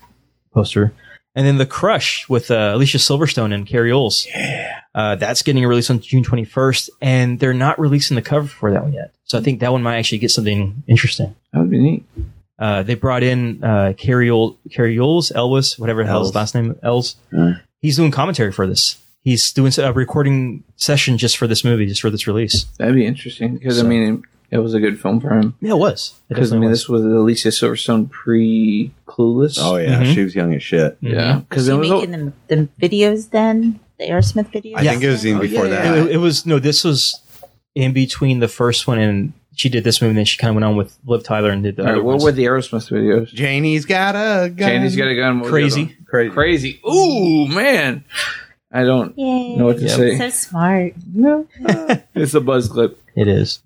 [SPEAKER 6] poster. And then The Crush with uh, Alicia Silverstone and Carrie Oles. Yeah. Uh, that's getting a release on June 21st, and they're not releasing the cover for that one yet. So I think that one might actually get something interesting.
[SPEAKER 5] That would be neat.
[SPEAKER 6] Uh, they brought in uh, Carrie Ol- Carrie Oles, Elvis, whatever the hell his
[SPEAKER 7] Ellis.
[SPEAKER 6] last name Ells.
[SPEAKER 7] Yeah.
[SPEAKER 6] He's doing commentary for this. He's doing a recording session just for this movie, just for this release.
[SPEAKER 5] That'd be interesting because
[SPEAKER 6] So-
[SPEAKER 5] I mean, it was a good film for him.
[SPEAKER 6] Yeah, it was. It
[SPEAKER 5] Because I
[SPEAKER 6] definitely
[SPEAKER 5] mean,
[SPEAKER 6] was.
[SPEAKER 5] this was Alicia Silverstone pre Clueless.
[SPEAKER 7] Oh yeah,
[SPEAKER 6] Mhm.
[SPEAKER 7] she was young as shit.
[SPEAKER 5] yeah. Because
[SPEAKER 8] She
[SPEAKER 5] it was.
[SPEAKER 8] making them, them videos then? The Aerosmith videos?
[SPEAKER 7] I think it was even
[SPEAKER 5] Oh,
[SPEAKER 7] before
[SPEAKER 5] yeah.
[SPEAKER 7] that.
[SPEAKER 6] It, it was no. This was in between the first one, and she did this movie, and then she kind of went on with Liv Tyler and did the
[SPEAKER 5] All right,
[SPEAKER 6] other
[SPEAKER 5] what
[SPEAKER 6] ones.
[SPEAKER 5] were the Aerosmith videos?
[SPEAKER 7] Janie's got a gun.
[SPEAKER 5] Chandy's got a gun. What was the
[SPEAKER 6] Crazy.
[SPEAKER 5] other
[SPEAKER 7] crazy.
[SPEAKER 5] one? Crazy. Ooh man, I don't
[SPEAKER 8] Yay.
[SPEAKER 5] know what to
[SPEAKER 6] Yep.
[SPEAKER 5] say.
[SPEAKER 8] So smart.
[SPEAKER 5] No, it's a buzz clip.
[SPEAKER 6] It is.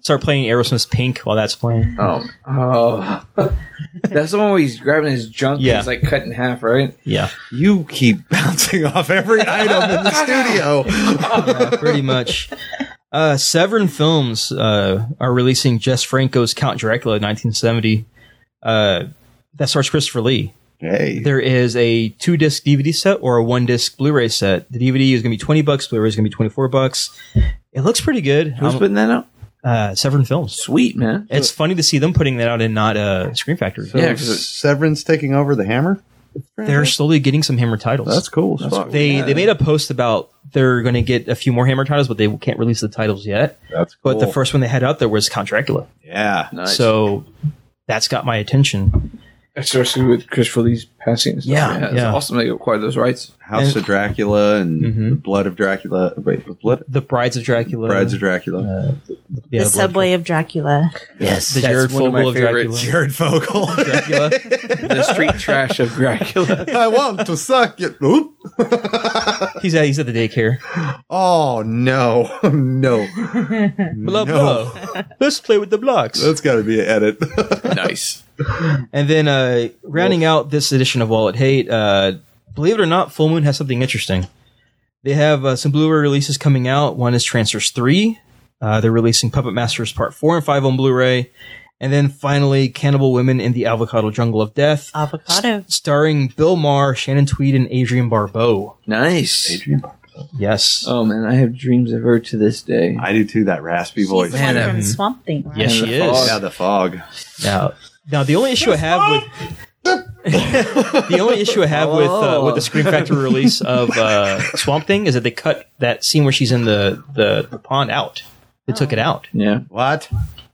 [SPEAKER 6] Start playing Aerosmith's Pink while that's playing.
[SPEAKER 5] Um, oh, that's the one where he's grabbing his junk.
[SPEAKER 6] Yeah.
[SPEAKER 5] and he's like cut in half, right?
[SPEAKER 6] Yeah,
[SPEAKER 7] You keep bouncing off every item in the studio.
[SPEAKER 6] pretty much. Uh, Severn Films uh, are releasing Jess Franco's Count Dracula, 1970. Uh, that stars Christopher Lee.
[SPEAKER 7] hey,
[SPEAKER 6] There is a two disc DVD set or a one disc Blu-ray set. The DVD is going to be 20 bucks. Blu-ray is going to be 24 bucks. It looks pretty good.
[SPEAKER 5] Who's
[SPEAKER 6] Um,
[SPEAKER 5] putting that out?
[SPEAKER 6] uh, Severn Films.
[SPEAKER 5] Sweet man.
[SPEAKER 6] It's funny to see them putting that out and not uh, Screen Factory.
[SPEAKER 5] Yeah, 'cause it-
[SPEAKER 7] Severin's taking over the hammer.
[SPEAKER 6] They're slowly getting some Hammer titles.
[SPEAKER 7] That's cool. as fuck.
[SPEAKER 6] they they made a post about they're going to get a few more Hammer titles, but they can't release the titles yet.
[SPEAKER 7] That's
[SPEAKER 6] But
[SPEAKER 7] cool.
[SPEAKER 6] the first one they had out there was Count Dracula,
[SPEAKER 7] yeah.
[SPEAKER 5] nice.
[SPEAKER 6] so that's got my attention.
[SPEAKER 5] especially with Christopher Lee's passing. And stuff.
[SPEAKER 6] Yeah,
[SPEAKER 5] it's
[SPEAKER 6] yeah.
[SPEAKER 5] awesome they acquired those rights.
[SPEAKER 7] House
[SPEAKER 6] And-
[SPEAKER 7] of Dracula and
[SPEAKER 6] Mhm.
[SPEAKER 7] the Blood of Dracula. Wait, the Blood
[SPEAKER 6] The Brides of Dracula,
[SPEAKER 7] Brides of Dracula.
[SPEAKER 6] uh, yeah,
[SPEAKER 8] the
[SPEAKER 6] Blood-
[SPEAKER 8] Subway of Dracula.
[SPEAKER 7] Yes,
[SPEAKER 6] the
[SPEAKER 5] That's
[SPEAKER 6] Jared
[SPEAKER 5] one of my
[SPEAKER 6] Fogle of
[SPEAKER 5] favorites.
[SPEAKER 6] Dracula.
[SPEAKER 7] Jared Fogle.
[SPEAKER 6] Dracula.
[SPEAKER 5] The street trash of Dracula.
[SPEAKER 7] I want to suck it. Oop.
[SPEAKER 6] He's at he's at the daycare.
[SPEAKER 7] Oh no, no,
[SPEAKER 6] Blah
[SPEAKER 7] no.
[SPEAKER 6] blah. Let's play with the blocks.
[SPEAKER 7] That's got to be an edit.
[SPEAKER 5] nice.
[SPEAKER 6] And then uh, rounding out this edition of Wallet Hate, uh, believe it or not, Full Moon has something interesting. They have uh, some Blu-ray releases coming out. One is Transfers Three. Uh, they're releasing Puppet Masters Part Four and Five on Blu-ray, and then finally Cannibal Women in the Avocado Jungle of Death,
[SPEAKER 8] Avocado.
[SPEAKER 6] starring Bill Maher, Shannon Tweed, and Adrian Barbeau.
[SPEAKER 5] Nice.
[SPEAKER 6] Yes,
[SPEAKER 5] Oh man, I have dreams of her to this day.
[SPEAKER 7] I do too. That raspy voice.
[SPEAKER 8] She's the one
[SPEAKER 5] Man,
[SPEAKER 8] from
[SPEAKER 6] um,
[SPEAKER 8] Swamp Thing, right?
[SPEAKER 6] yes,
[SPEAKER 5] and
[SPEAKER 6] she
[SPEAKER 5] the fog.
[SPEAKER 6] is.
[SPEAKER 7] Yeah, the fog.
[SPEAKER 6] Now, now the only issue I have with the only issue I have with uh, with the Scream Factory release of uh, Swamp Thing is that they cut that scene where she's in the the, the pond out. They took it out,
[SPEAKER 5] Yeah.
[SPEAKER 7] What?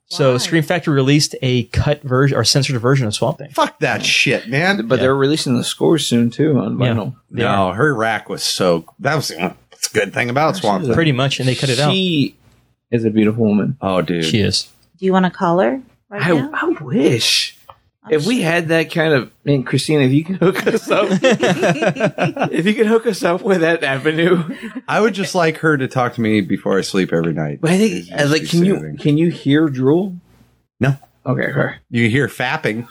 [SPEAKER 6] So
[SPEAKER 10] Why?
[SPEAKER 6] Scream Factory released a cut version or censored version of Swamp Thing.
[SPEAKER 9] Fuck that shit, man.
[SPEAKER 5] But they're releasing the score soon too on
[SPEAKER 6] Yeah.
[SPEAKER 5] vinyl.
[SPEAKER 6] They
[SPEAKER 9] No, her rack was so. That was that's a good thing about Swamp. Thing.
[SPEAKER 6] Pretty much, and they cut it out.
[SPEAKER 5] She is a beautiful woman.
[SPEAKER 9] Oh, dude.
[SPEAKER 6] She is.
[SPEAKER 8] Do you want to call her right
[SPEAKER 5] I,
[SPEAKER 8] now?
[SPEAKER 5] I wish
[SPEAKER 8] I'm
[SPEAKER 5] if we
[SPEAKER 8] sure-
[SPEAKER 5] had that kind of. Man, Christina, if you can hook us up, if you can hook us up with that avenue,
[SPEAKER 7] I would just like her to talk to me before I sleep every night.
[SPEAKER 5] but I think uh,
[SPEAKER 7] It's
[SPEAKER 5] like can you
[SPEAKER 7] soothing.
[SPEAKER 5] can you hear drool?
[SPEAKER 7] No.
[SPEAKER 5] Okay. Her.
[SPEAKER 7] You hear fapping.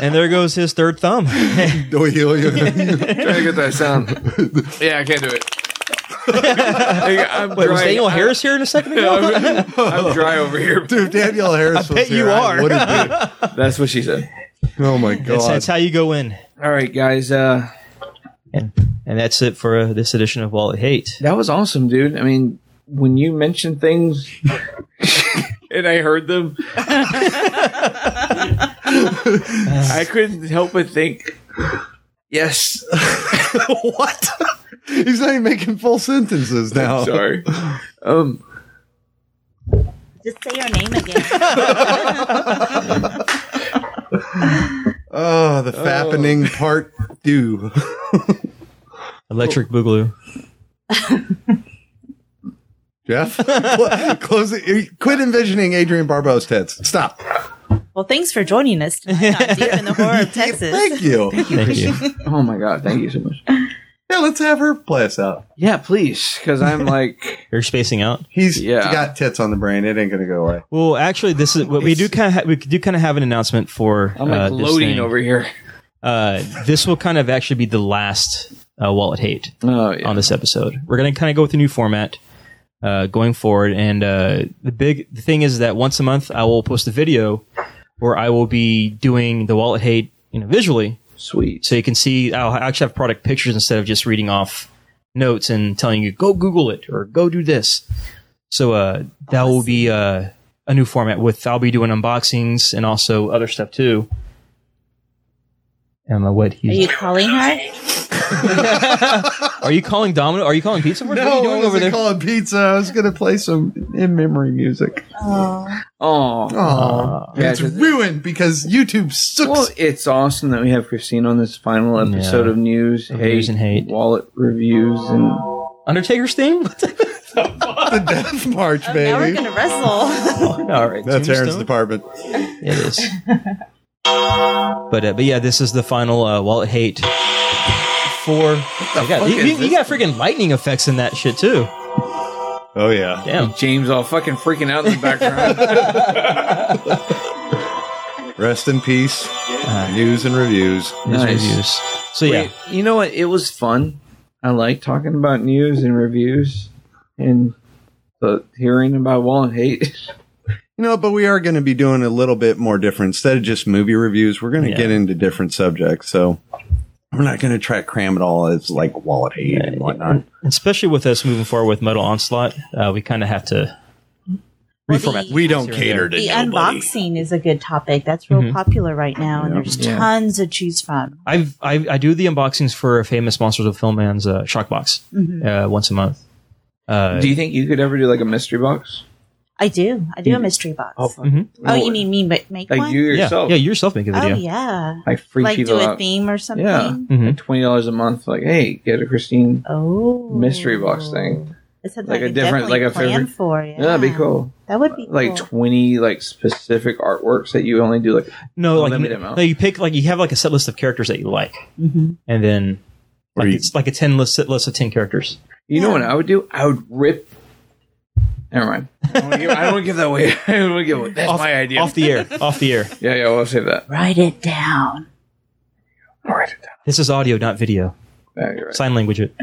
[SPEAKER 6] And there goes his third thumb.
[SPEAKER 7] Oh,
[SPEAKER 5] Trying to get that sound. yeah, I can't do it. Like, I'm
[SPEAKER 6] Wait, was
[SPEAKER 5] dry-
[SPEAKER 6] Daniel
[SPEAKER 5] I-
[SPEAKER 6] Harris here in a second ago?
[SPEAKER 5] I'm, I'm dry over here.
[SPEAKER 7] Dude, Danielle Harris. I
[SPEAKER 6] bet you are.
[SPEAKER 5] That's what she said.
[SPEAKER 7] oh my
[SPEAKER 6] That's,
[SPEAKER 7] god.
[SPEAKER 6] that's how you go in.
[SPEAKER 5] All right, guys. Uh,
[SPEAKER 6] And, and that's it for uh, this edition of Wallet Hate.
[SPEAKER 5] that was awesome, dude. I mean, when you mentioned things and I heard them, I couldn't help but think, yes.
[SPEAKER 7] what? He's not even making full sentences now.
[SPEAKER 5] Sorry. Um,
[SPEAKER 8] just say her name again.
[SPEAKER 7] Oh, the fappening part two.
[SPEAKER 6] Electric Boogaloo.
[SPEAKER 7] Jeff, cl- close it. Quit envisioning Adrian Barbeau's tits. Stop.
[SPEAKER 8] well, thanks for joining us tonight on Deep in the Horror of Texas.
[SPEAKER 7] Thank you.
[SPEAKER 6] Thank you.
[SPEAKER 5] oh my God. Thank you so much.
[SPEAKER 7] Yeah, let's have her play us out.
[SPEAKER 5] Yeah, please. Because I'm like,
[SPEAKER 6] You're spacing out.
[SPEAKER 7] He's
[SPEAKER 5] Yeah.
[SPEAKER 7] got tits on the brain. It ain't gonna go away.
[SPEAKER 6] Well, actually, this is what we do. Kind of ha- we do kind of have an announcement for.
[SPEAKER 5] I'm like
[SPEAKER 6] uh, this
[SPEAKER 5] gloating
[SPEAKER 6] thing.
[SPEAKER 5] over here.
[SPEAKER 6] Uh, this will kind of actually be the last uh, Wallet Hate.
[SPEAKER 5] Oh, yeah.
[SPEAKER 6] on this episode. We're going to kind of go with a new format uh, going forward. And uh, the big the thing is that once a month, I will post a video where I will be doing the wallet hate, you know, visually,
[SPEAKER 5] Sweet.
[SPEAKER 6] so you can see. I'll actually have product pictures instead of just reading off notes and telling you go Google it or go do this. So uh, that will be uh, a new format. With I'll be doing unboxings and also other stuff too. Emma, what
[SPEAKER 8] Are
[SPEAKER 6] he's
[SPEAKER 8] you calling her?
[SPEAKER 6] are you calling Domino? Are you calling Pizza? What are you doing over there?
[SPEAKER 7] calling pizza. I was gonna play some in memory music.
[SPEAKER 8] Oh,
[SPEAKER 5] Oh.
[SPEAKER 7] Oh,
[SPEAKER 5] yeah,
[SPEAKER 7] it's
[SPEAKER 5] 'cause-
[SPEAKER 7] ruined because YouTube sucks.
[SPEAKER 5] Well, it's awesome that we have Christine on this final episode
[SPEAKER 6] Yeah.
[SPEAKER 5] of News,
[SPEAKER 6] Of
[SPEAKER 5] hate,
[SPEAKER 6] News and Hate.
[SPEAKER 5] Wallet Reviews, and
[SPEAKER 6] Undertaker's theme? What the-
[SPEAKER 7] the Death March,
[SPEAKER 8] oh now we're
[SPEAKER 7] baby.
[SPEAKER 8] gonna wrestle.
[SPEAKER 6] All right,
[SPEAKER 7] That's Aaron's
[SPEAKER 6] Tombstone?
[SPEAKER 7] department.
[SPEAKER 6] It is. but uh, but yeah, this is the final uh, wallet hate for. You got, you,
[SPEAKER 5] is
[SPEAKER 6] you- you got freaking lightning effects in that shit too.
[SPEAKER 7] Oh yeah.
[SPEAKER 6] Damn.
[SPEAKER 5] James all fucking freaking out in the background.
[SPEAKER 7] Rest in peace.
[SPEAKER 6] Uh,
[SPEAKER 7] News and reviews.
[SPEAKER 6] these
[SPEAKER 5] Nice.
[SPEAKER 6] reviews. So yeah,
[SPEAKER 5] Wait, you know what? It was fun. I like talking about news and reviews and the hearing about Wallet Hate.
[SPEAKER 7] You know, but we are going to be doing a little bit more different. Instead of just movie reviews, we're going to
[SPEAKER 6] Yeah.
[SPEAKER 7] get into different subjects. So we're not going to try to cram it all as like wallet hate and whatnot.
[SPEAKER 6] especially with us moving forward with Metal Onslaught, uh, we kind of have to
[SPEAKER 8] Well,
[SPEAKER 6] reformat.
[SPEAKER 8] the-
[SPEAKER 9] We don't cater to
[SPEAKER 8] the
[SPEAKER 9] nobody.
[SPEAKER 8] unboxing is a good topic. That's real
[SPEAKER 6] Mhm.
[SPEAKER 8] popular right now, and there's
[SPEAKER 5] Mm-hmm. Yeah.
[SPEAKER 8] tons to choose from.
[SPEAKER 6] I've, I I do the unboxings for famous monsters of Filmman's uh, Shockbox uh, once a month. Uh,
[SPEAKER 5] Do you think you could ever do like a mystery box?
[SPEAKER 8] I do. I do a mystery box.
[SPEAKER 5] Oh,
[SPEAKER 8] Oh,
[SPEAKER 5] fuck.
[SPEAKER 6] Mhm.
[SPEAKER 8] you mean me ma- make
[SPEAKER 5] like
[SPEAKER 8] one?
[SPEAKER 5] you
[SPEAKER 6] yeah,
[SPEAKER 5] yourself?
[SPEAKER 6] yeah, yourself make a
[SPEAKER 8] oh
[SPEAKER 6] video.
[SPEAKER 8] yeah,
[SPEAKER 5] Like free
[SPEAKER 8] like
[SPEAKER 5] people
[SPEAKER 8] do a
[SPEAKER 5] out.
[SPEAKER 8] theme or something.
[SPEAKER 5] Yeah.
[SPEAKER 6] Mhm.
[SPEAKER 5] Twenty dollars a month. Like, hey, get a Christine.
[SPEAKER 8] Oh,
[SPEAKER 5] Mystery box thing.
[SPEAKER 8] It's something
[SPEAKER 5] Like
[SPEAKER 8] I
[SPEAKER 5] a
[SPEAKER 8] could
[SPEAKER 5] different- like
[SPEAKER 8] definitely
[SPEAKER 5] a
[SPEAKER 8] plan
[SPEAKER 5] favorite-
[SPEAKER 8] for. Yeah.
[SPEAKER 5] that'd be cool.
[SPEAKER 8] That would be
[SPEAKER 5] Like
[SPEAKER 8] cool.
[SPEAKER 5] twenty like specific artworks that you only do like
[SPEAKER 6] No, like
[SPEAKER 5] Unlimited
[SPEAKER 6] you,
[SPEAKER 5] amount.
[SPEAKER 6] no, you pick like you have like a set list of characters that you like,
[SPEAKER 8] Mhm.
[SPEAKER 6] and then
[SPEAKER 7] Or
[SPEAKER 6] like
[SPEAKER 7] you-
[SPEAKER 6] it's like a ten list set list of ten characters.
[SPEAKER 5] You know what I would do? I would rip. Never mind. I don't wanna give- I don't wanna give that away. I don't want to give away. That's
[SPEAKER 6] off,
[SPEAKER 5] my idea.
[SPEAKER 6] Off the air. Off the air.
[SPEAKER 5] yeah, yeah, we'll save that.
[SPEAKER 8] Write it down.
[SPEAKER 5] All right. it down.
[SPEAKER 6] This is audio, not video.
[SPEAKER 5] Yeah, you're right.
[SPEAKER 6] Sign language. It.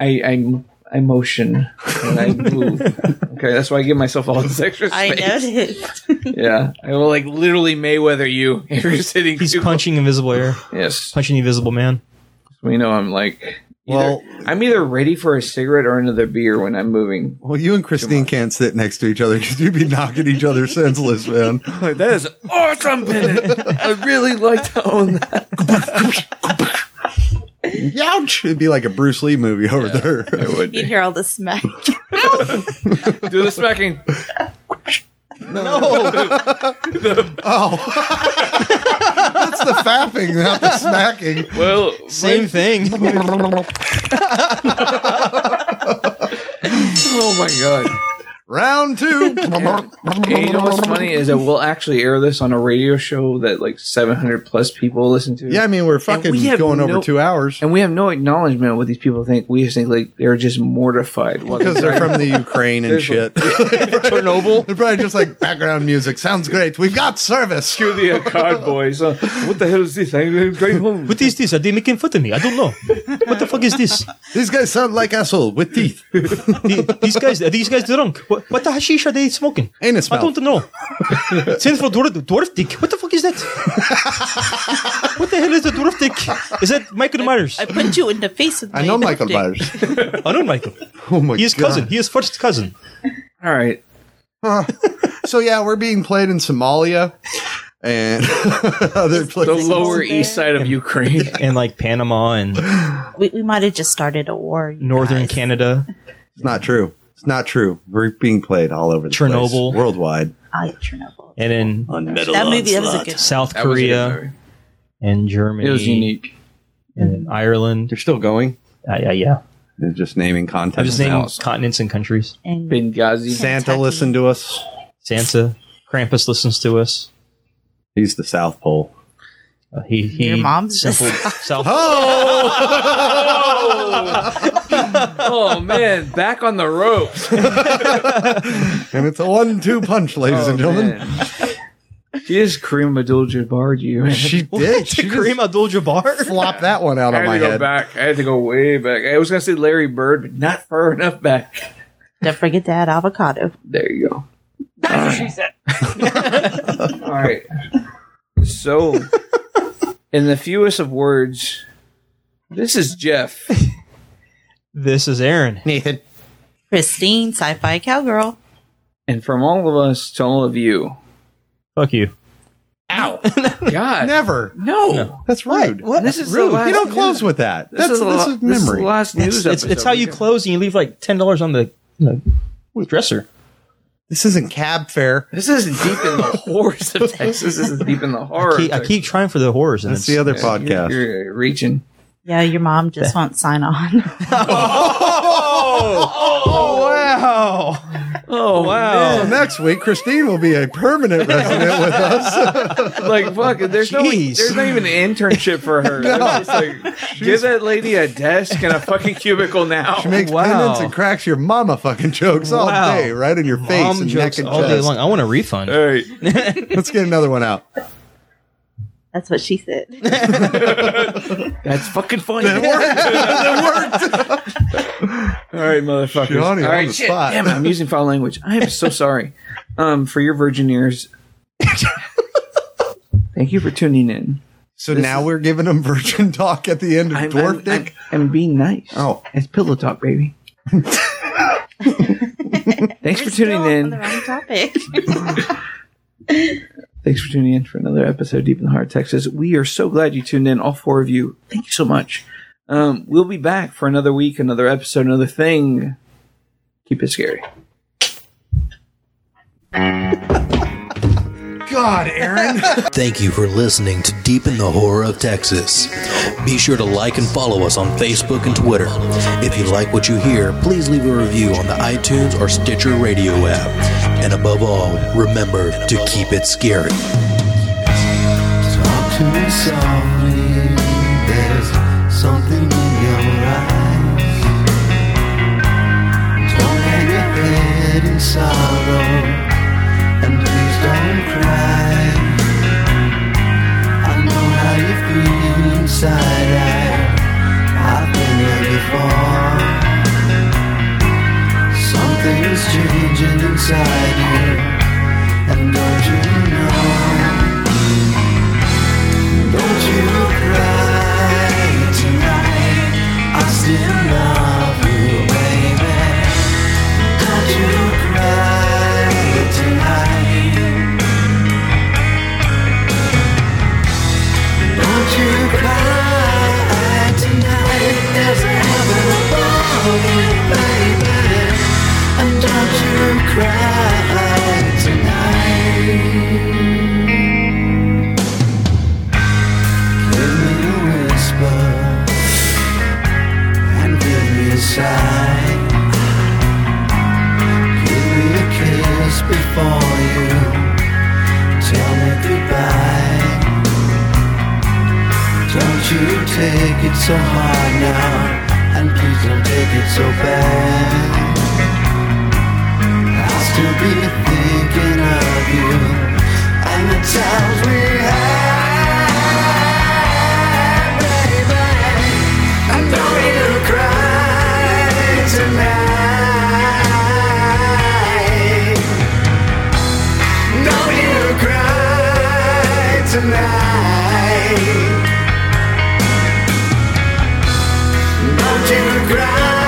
[SPEAKER 5] I, I, I motion and I move. okay, that's why I give myself all this extra
[SPEAKER 8] I
[SPEAKER 5] space.
[SPEAKER 8] noticed.
[SPEAKER 5] Yeah, I will like literally Mayweather you if you're sitting.
[SPEAKER 6] He's
[SPEAKER 5] too
[SPEAKER 6] punching invisible air.
[SPEAKER 5] close. Yes,
[SPEAKER 6] Punching the invisible man.
[SPEAKER 5] we know. I'm like. Either,
[SPEAKER 7] Well-
[SPEAKER 5] I'm either ready for a cigarette or another beer when I'm moving.
[SPEAKER 7] Well, you and Christine can't sit next to each other because you'd be knocking each other senseless, man.
[SPEAKER 5] Like, that is awesome, Bennett. I really like to own that.
[SPEAKER 7] Youch! It'd be like a Bruce Lee movie over there.
[SPEAKER 5] It would be.
[SPEAKER 8] You'd hear all the smack.
[SPEAKER 12] Do the smacking.
[SPEAKER 7] Oh. That's the fapping, not the smacking.
[SPEAKER 12] Well,
[SPEAKER 6] Same thing.
[SPEAKER 5] Oh my god.
[SPEAKER 7] Round two.
[SPEAKER 5] And you know what's funny is that we'll actually air this on a radio show that like 700 plus people listen to.
[SPEAKER 7] yeah, I mean, we're fucking
[SPEAKER 5] we have
[SPEAKER 7] going over
[SPEAKER 5] no-
[SPEAKER 7] two hours
[SPEAKER 5] And we have no acknowledgement of what these people think. We just think like they're just mortified. while
[SPEAKER 7] because they're from the Ukraine and
[SPEAKER 5] There's a-
[SPEAKER 7] shit. Chernobyl. They're probably just like background music. Sounds great. We've got service.
[SPEAKER 12] do the card boys. Uh, what the hell is this? I'm going home.
[SPEAKER 6] What is this? Are they making fun of me? I don't know. What the fuck is this?
[SPEAKER 7] These guys sound like asshole with teeth.
[SPEAKER 6] The- These guys, are these guys drunk? What, what the hashish are they smoking?
[SPEAKER 7] Anus
[SPEAKER 6] I
[SPEAKER 7] mouth.
[SPEAKER 6] don't know. Send for dwarf, dwarf dick. What the fuck is that? what the hell is the dwarf dick? Is that Michael Myers?
[SPEAKER 13] I put you in the face with my
[SPEAKER 7] I know Michael
[SPEAKER 13] lipstick.
[SPEAKER 7] Myers.
[SPEAKER 6] I know Michael.
[SPEAKER 7] Oh my
[SPEAKER 6] He is
[SPEAKER 7] God.
[SPEAKER 6] cousin. He is first cousin.
[SPEAKER 5] All right.
[SPEAKER 7] So yeah, we're being played in Somalia and other
[SPEAKER 12] The
[SPEAKER 7] places.
[SPEAKER 12] lower east side of Ukraine.
[SPEAKER 6] And like Panama and
[SPEAKER 8] We, we might have just started a war. you
[SPEAKER 6] northern
[SPEAKER 8] guys.
[SPEAKER 6] Canada.
[SPEAKER 7] It's not true. It's not true. We're being played all over the
[SPEAKER 6] Chernobyl.
[SPEAKER 7] place, worldwide.
[SPEAKER 8] Oh, yeah, Chernobyl.
[SPEAKER 6] And in
[SPEAKER 1] on metal
[SPEAKER 13] That movie, that was a
[SPEAKER 1] Onslaught.
[SPEAKER 13] good
[SPEAKER 6] South
[SPEAKER 5] That was a good
[SPEAKER 6] Korea
[SPEAKER 5] movie.
[SPEAKER 6] and Germany.
[SPEAKER 5] It was unique.
[SPEAKER 6] And in Ireland.
[SPEAKER 14] They're still going.
[SPEAKER 6] Uh, yeah, yeah.
[SPEAKER 14] They're just naming
[SPEAKER 6] I'm
[SPEAKER 14] contest.
[SPEAKER 6] just naming
[SPEAKER 14] now.
[SPEAKER 6] continents and countries.
[SPEAKER 8] And
[SPEAKER 5] Benghazi.
[SPEAKER 14] Santa
[SPEAKER 8] Kentucky.
[SPEAKER 14] listened to us.
[SPEAKER 6] Sansa. Krampus listens to us.
[SPEAKER 14] He's the South Pole.
[SPEAKER 6] Uh, he, he
[SPEAKER 13] Your mom's-
[SPEAKER 6] simple self.
[SPEAKER 12] Oh man, back on the ropes.
[SPEAKER 7] And it's a one-two punch, ladies
[SPEAKER 5] Oh,
[SPEAKER 7] and gentlemen.
[SPEAKER 5] She just Kareem Abdul-Jabbar you.
[SPEAKER 7] She did. She just
[SPEAKER 6] Kareem Abdul-Jabbar.
[SPEAKER 7] flopped that one out
[SPEAKER 12] I
[SPEAKER 7] on
[SPEAKER 12] had
[SPEAKER 7] my
[SPEAKER 12] to go
[SPEAKER 7] head.
[SPEAKER 12] back. I had to go way back. I was gonna say Larry Bird, but not far enough back.
[SPEAKER 8] don't forget to add avocado.
[SPEAKER 5] There you go. All right. So, in the fewest of words, this is Jeff.
[SPEAKER 6] This is Aaron.
[SPEAKER 14] Nathan.
[SPEAKER 8] Christine, sci-fi cowgirl.
[SPEAKER 5] And from all of us to all of you.
[SPEAKER 6] Fuck you.
[SPEAKER 5] Ow. God.
[SPEAKER 7] Never.
[SPEAKER 5] No.
[SPEAKER 7] That's rude.
[SPEAKER 6] What?
[SPEAKER 5] This is
[SPEAKER 7] Rude.
[SPEAKER 5] the last.
[SPEAKER 7] You don't close with that.
[SPEAKER 5] This
[SPEAKER 7] That's
[SPEAKER 5] is, the
[SPEAKER 7] this
[SPEAKER 5] la-
[SPEAKER 7] is
[SPEAKER 5] this is the
[SPEAKER 7] memory.
[SPEAKER 5] last news
[SPEAKER 6] It's, it's, it's
[SPEAKER 5] episode
[SPEAKER 6] how
[SPEAKER 5] we
[SPEAKER 6] you
[SPEAKER 5] got.
[SPEAKER 6] close and you leave like ten dollars on the you know, dresser.
[SPEAKER 7] This isn't cab fare.
[SPEAKER 5] This is deep in the horrors of Texas. This is deep in the horror.
[SPEAKER 6] Keep- I keep trying for the horrors. And
[SPEAKER 7] That's
[SPEAKER 6] it's,
[SPEAKER 7] the other
[SPEAKER 5] You're,
[SPEAKER 7] podcast.
[SPEAKER 5] you're reaching.
[SPEAKER 8] Yeah, your mom just won't sign on.
[SPEAKER 7] Oh,
[SPEAKER 6] wow.
[SPEAKER 5] Oh
[SPEAKER 6] wow.
[SPEAKER 7] So next week, Christine will be a permanent resident with us.
[SPEAKER 5] Like fuck. There's no.
[SPEAKER 6] Jeez.
[SPEAKER 5] There's not even an internship for her. It's just like, give that lady a desk and a fucking cubicle now.
[SPEAKER 7] She makes
[SPEAKER 6] Wow.
[SPEAKER 7] pendants and cracks your mama fucking jokes all
[SPEAKER 6] Wow.
[SPEAKER 7] day, right in your face
[SPEAKER 6] Mom
[SPEAKER 7] and
[SPEAKER 6] jokes
[SPEAKER 7] neck and
[SPEAKER 6] all day
[SPEAKER 7] chest.
[SPEAKER 6] long. I want a refund.
[SPEAKER 12] All right.
[SPEAKER 7] Let's get another one out.
[SPEAKER 8] That's what she said.
[SPEAKER 5] That's fucking funny. All right, motherfuckers.
[SPEAKER 7] Johnny,
[SPEAKER 5] All
[SPEAKER 7] on
[SPEAKER 5] right,
[SPEAKER 7] the
[SPEAKER 5] shit.
[SPEAKER 7] spot.
[SPEAKER 5] Damn, it, I'm using foul language. I am so sorry. Um, for your virgin ears. Thank you for tuning in.
[SPEAKER 7] So now we're giving them virgin talk at the end of
[SPEAKER 5] I'm,
[SPEAKER 7] Dwarf
[SPEAKER 5] I'm,
[SPEAKER 7] Dick.
[SPEAKER 5] I'm, I'm being nice.
[SPEAKER 7] Oh.
[SPEAKER 5] it's pillow talk, baby. Thanks for tuning
[SPEAKER 8] On the
[SPEAKER 5] in.
[SPEAKER 8] wrong topic.
[SPEAKER 5] Thanks for tuning in for another episode of Deep in the Heart of Texas. We are so glad you tuned in, all four of you. Thank you so much. Um, we'll be back for another week, another episode, another thing. Keep it scary.
[SPEAKER 1] Thank you for listening to Deep in the Horror of Texas. Be sure to like and follow us on Facebook and Twitter. If you like what you hear, please leave a review on the iTunes or Stitcher radio app. And above all, remember to keep it scary.
[SPEAKER 11] Talk to me softly. There's something in your eyes. Don't hang your head in sorrow, and please don't cry. I know how you feel inside. I, I've been there before. Something is changing inside you, and don't you know? Don't you cry tonight. I still love you, baby. Don't you cry tonight. Don't you cry tonight. There's never a bargain, baby. take it so hard now, and please don't take it so bad. I'll still be thinking of you and the times we had, baby. I don't need to cry tonight. No need to cry tonight. Don't you cry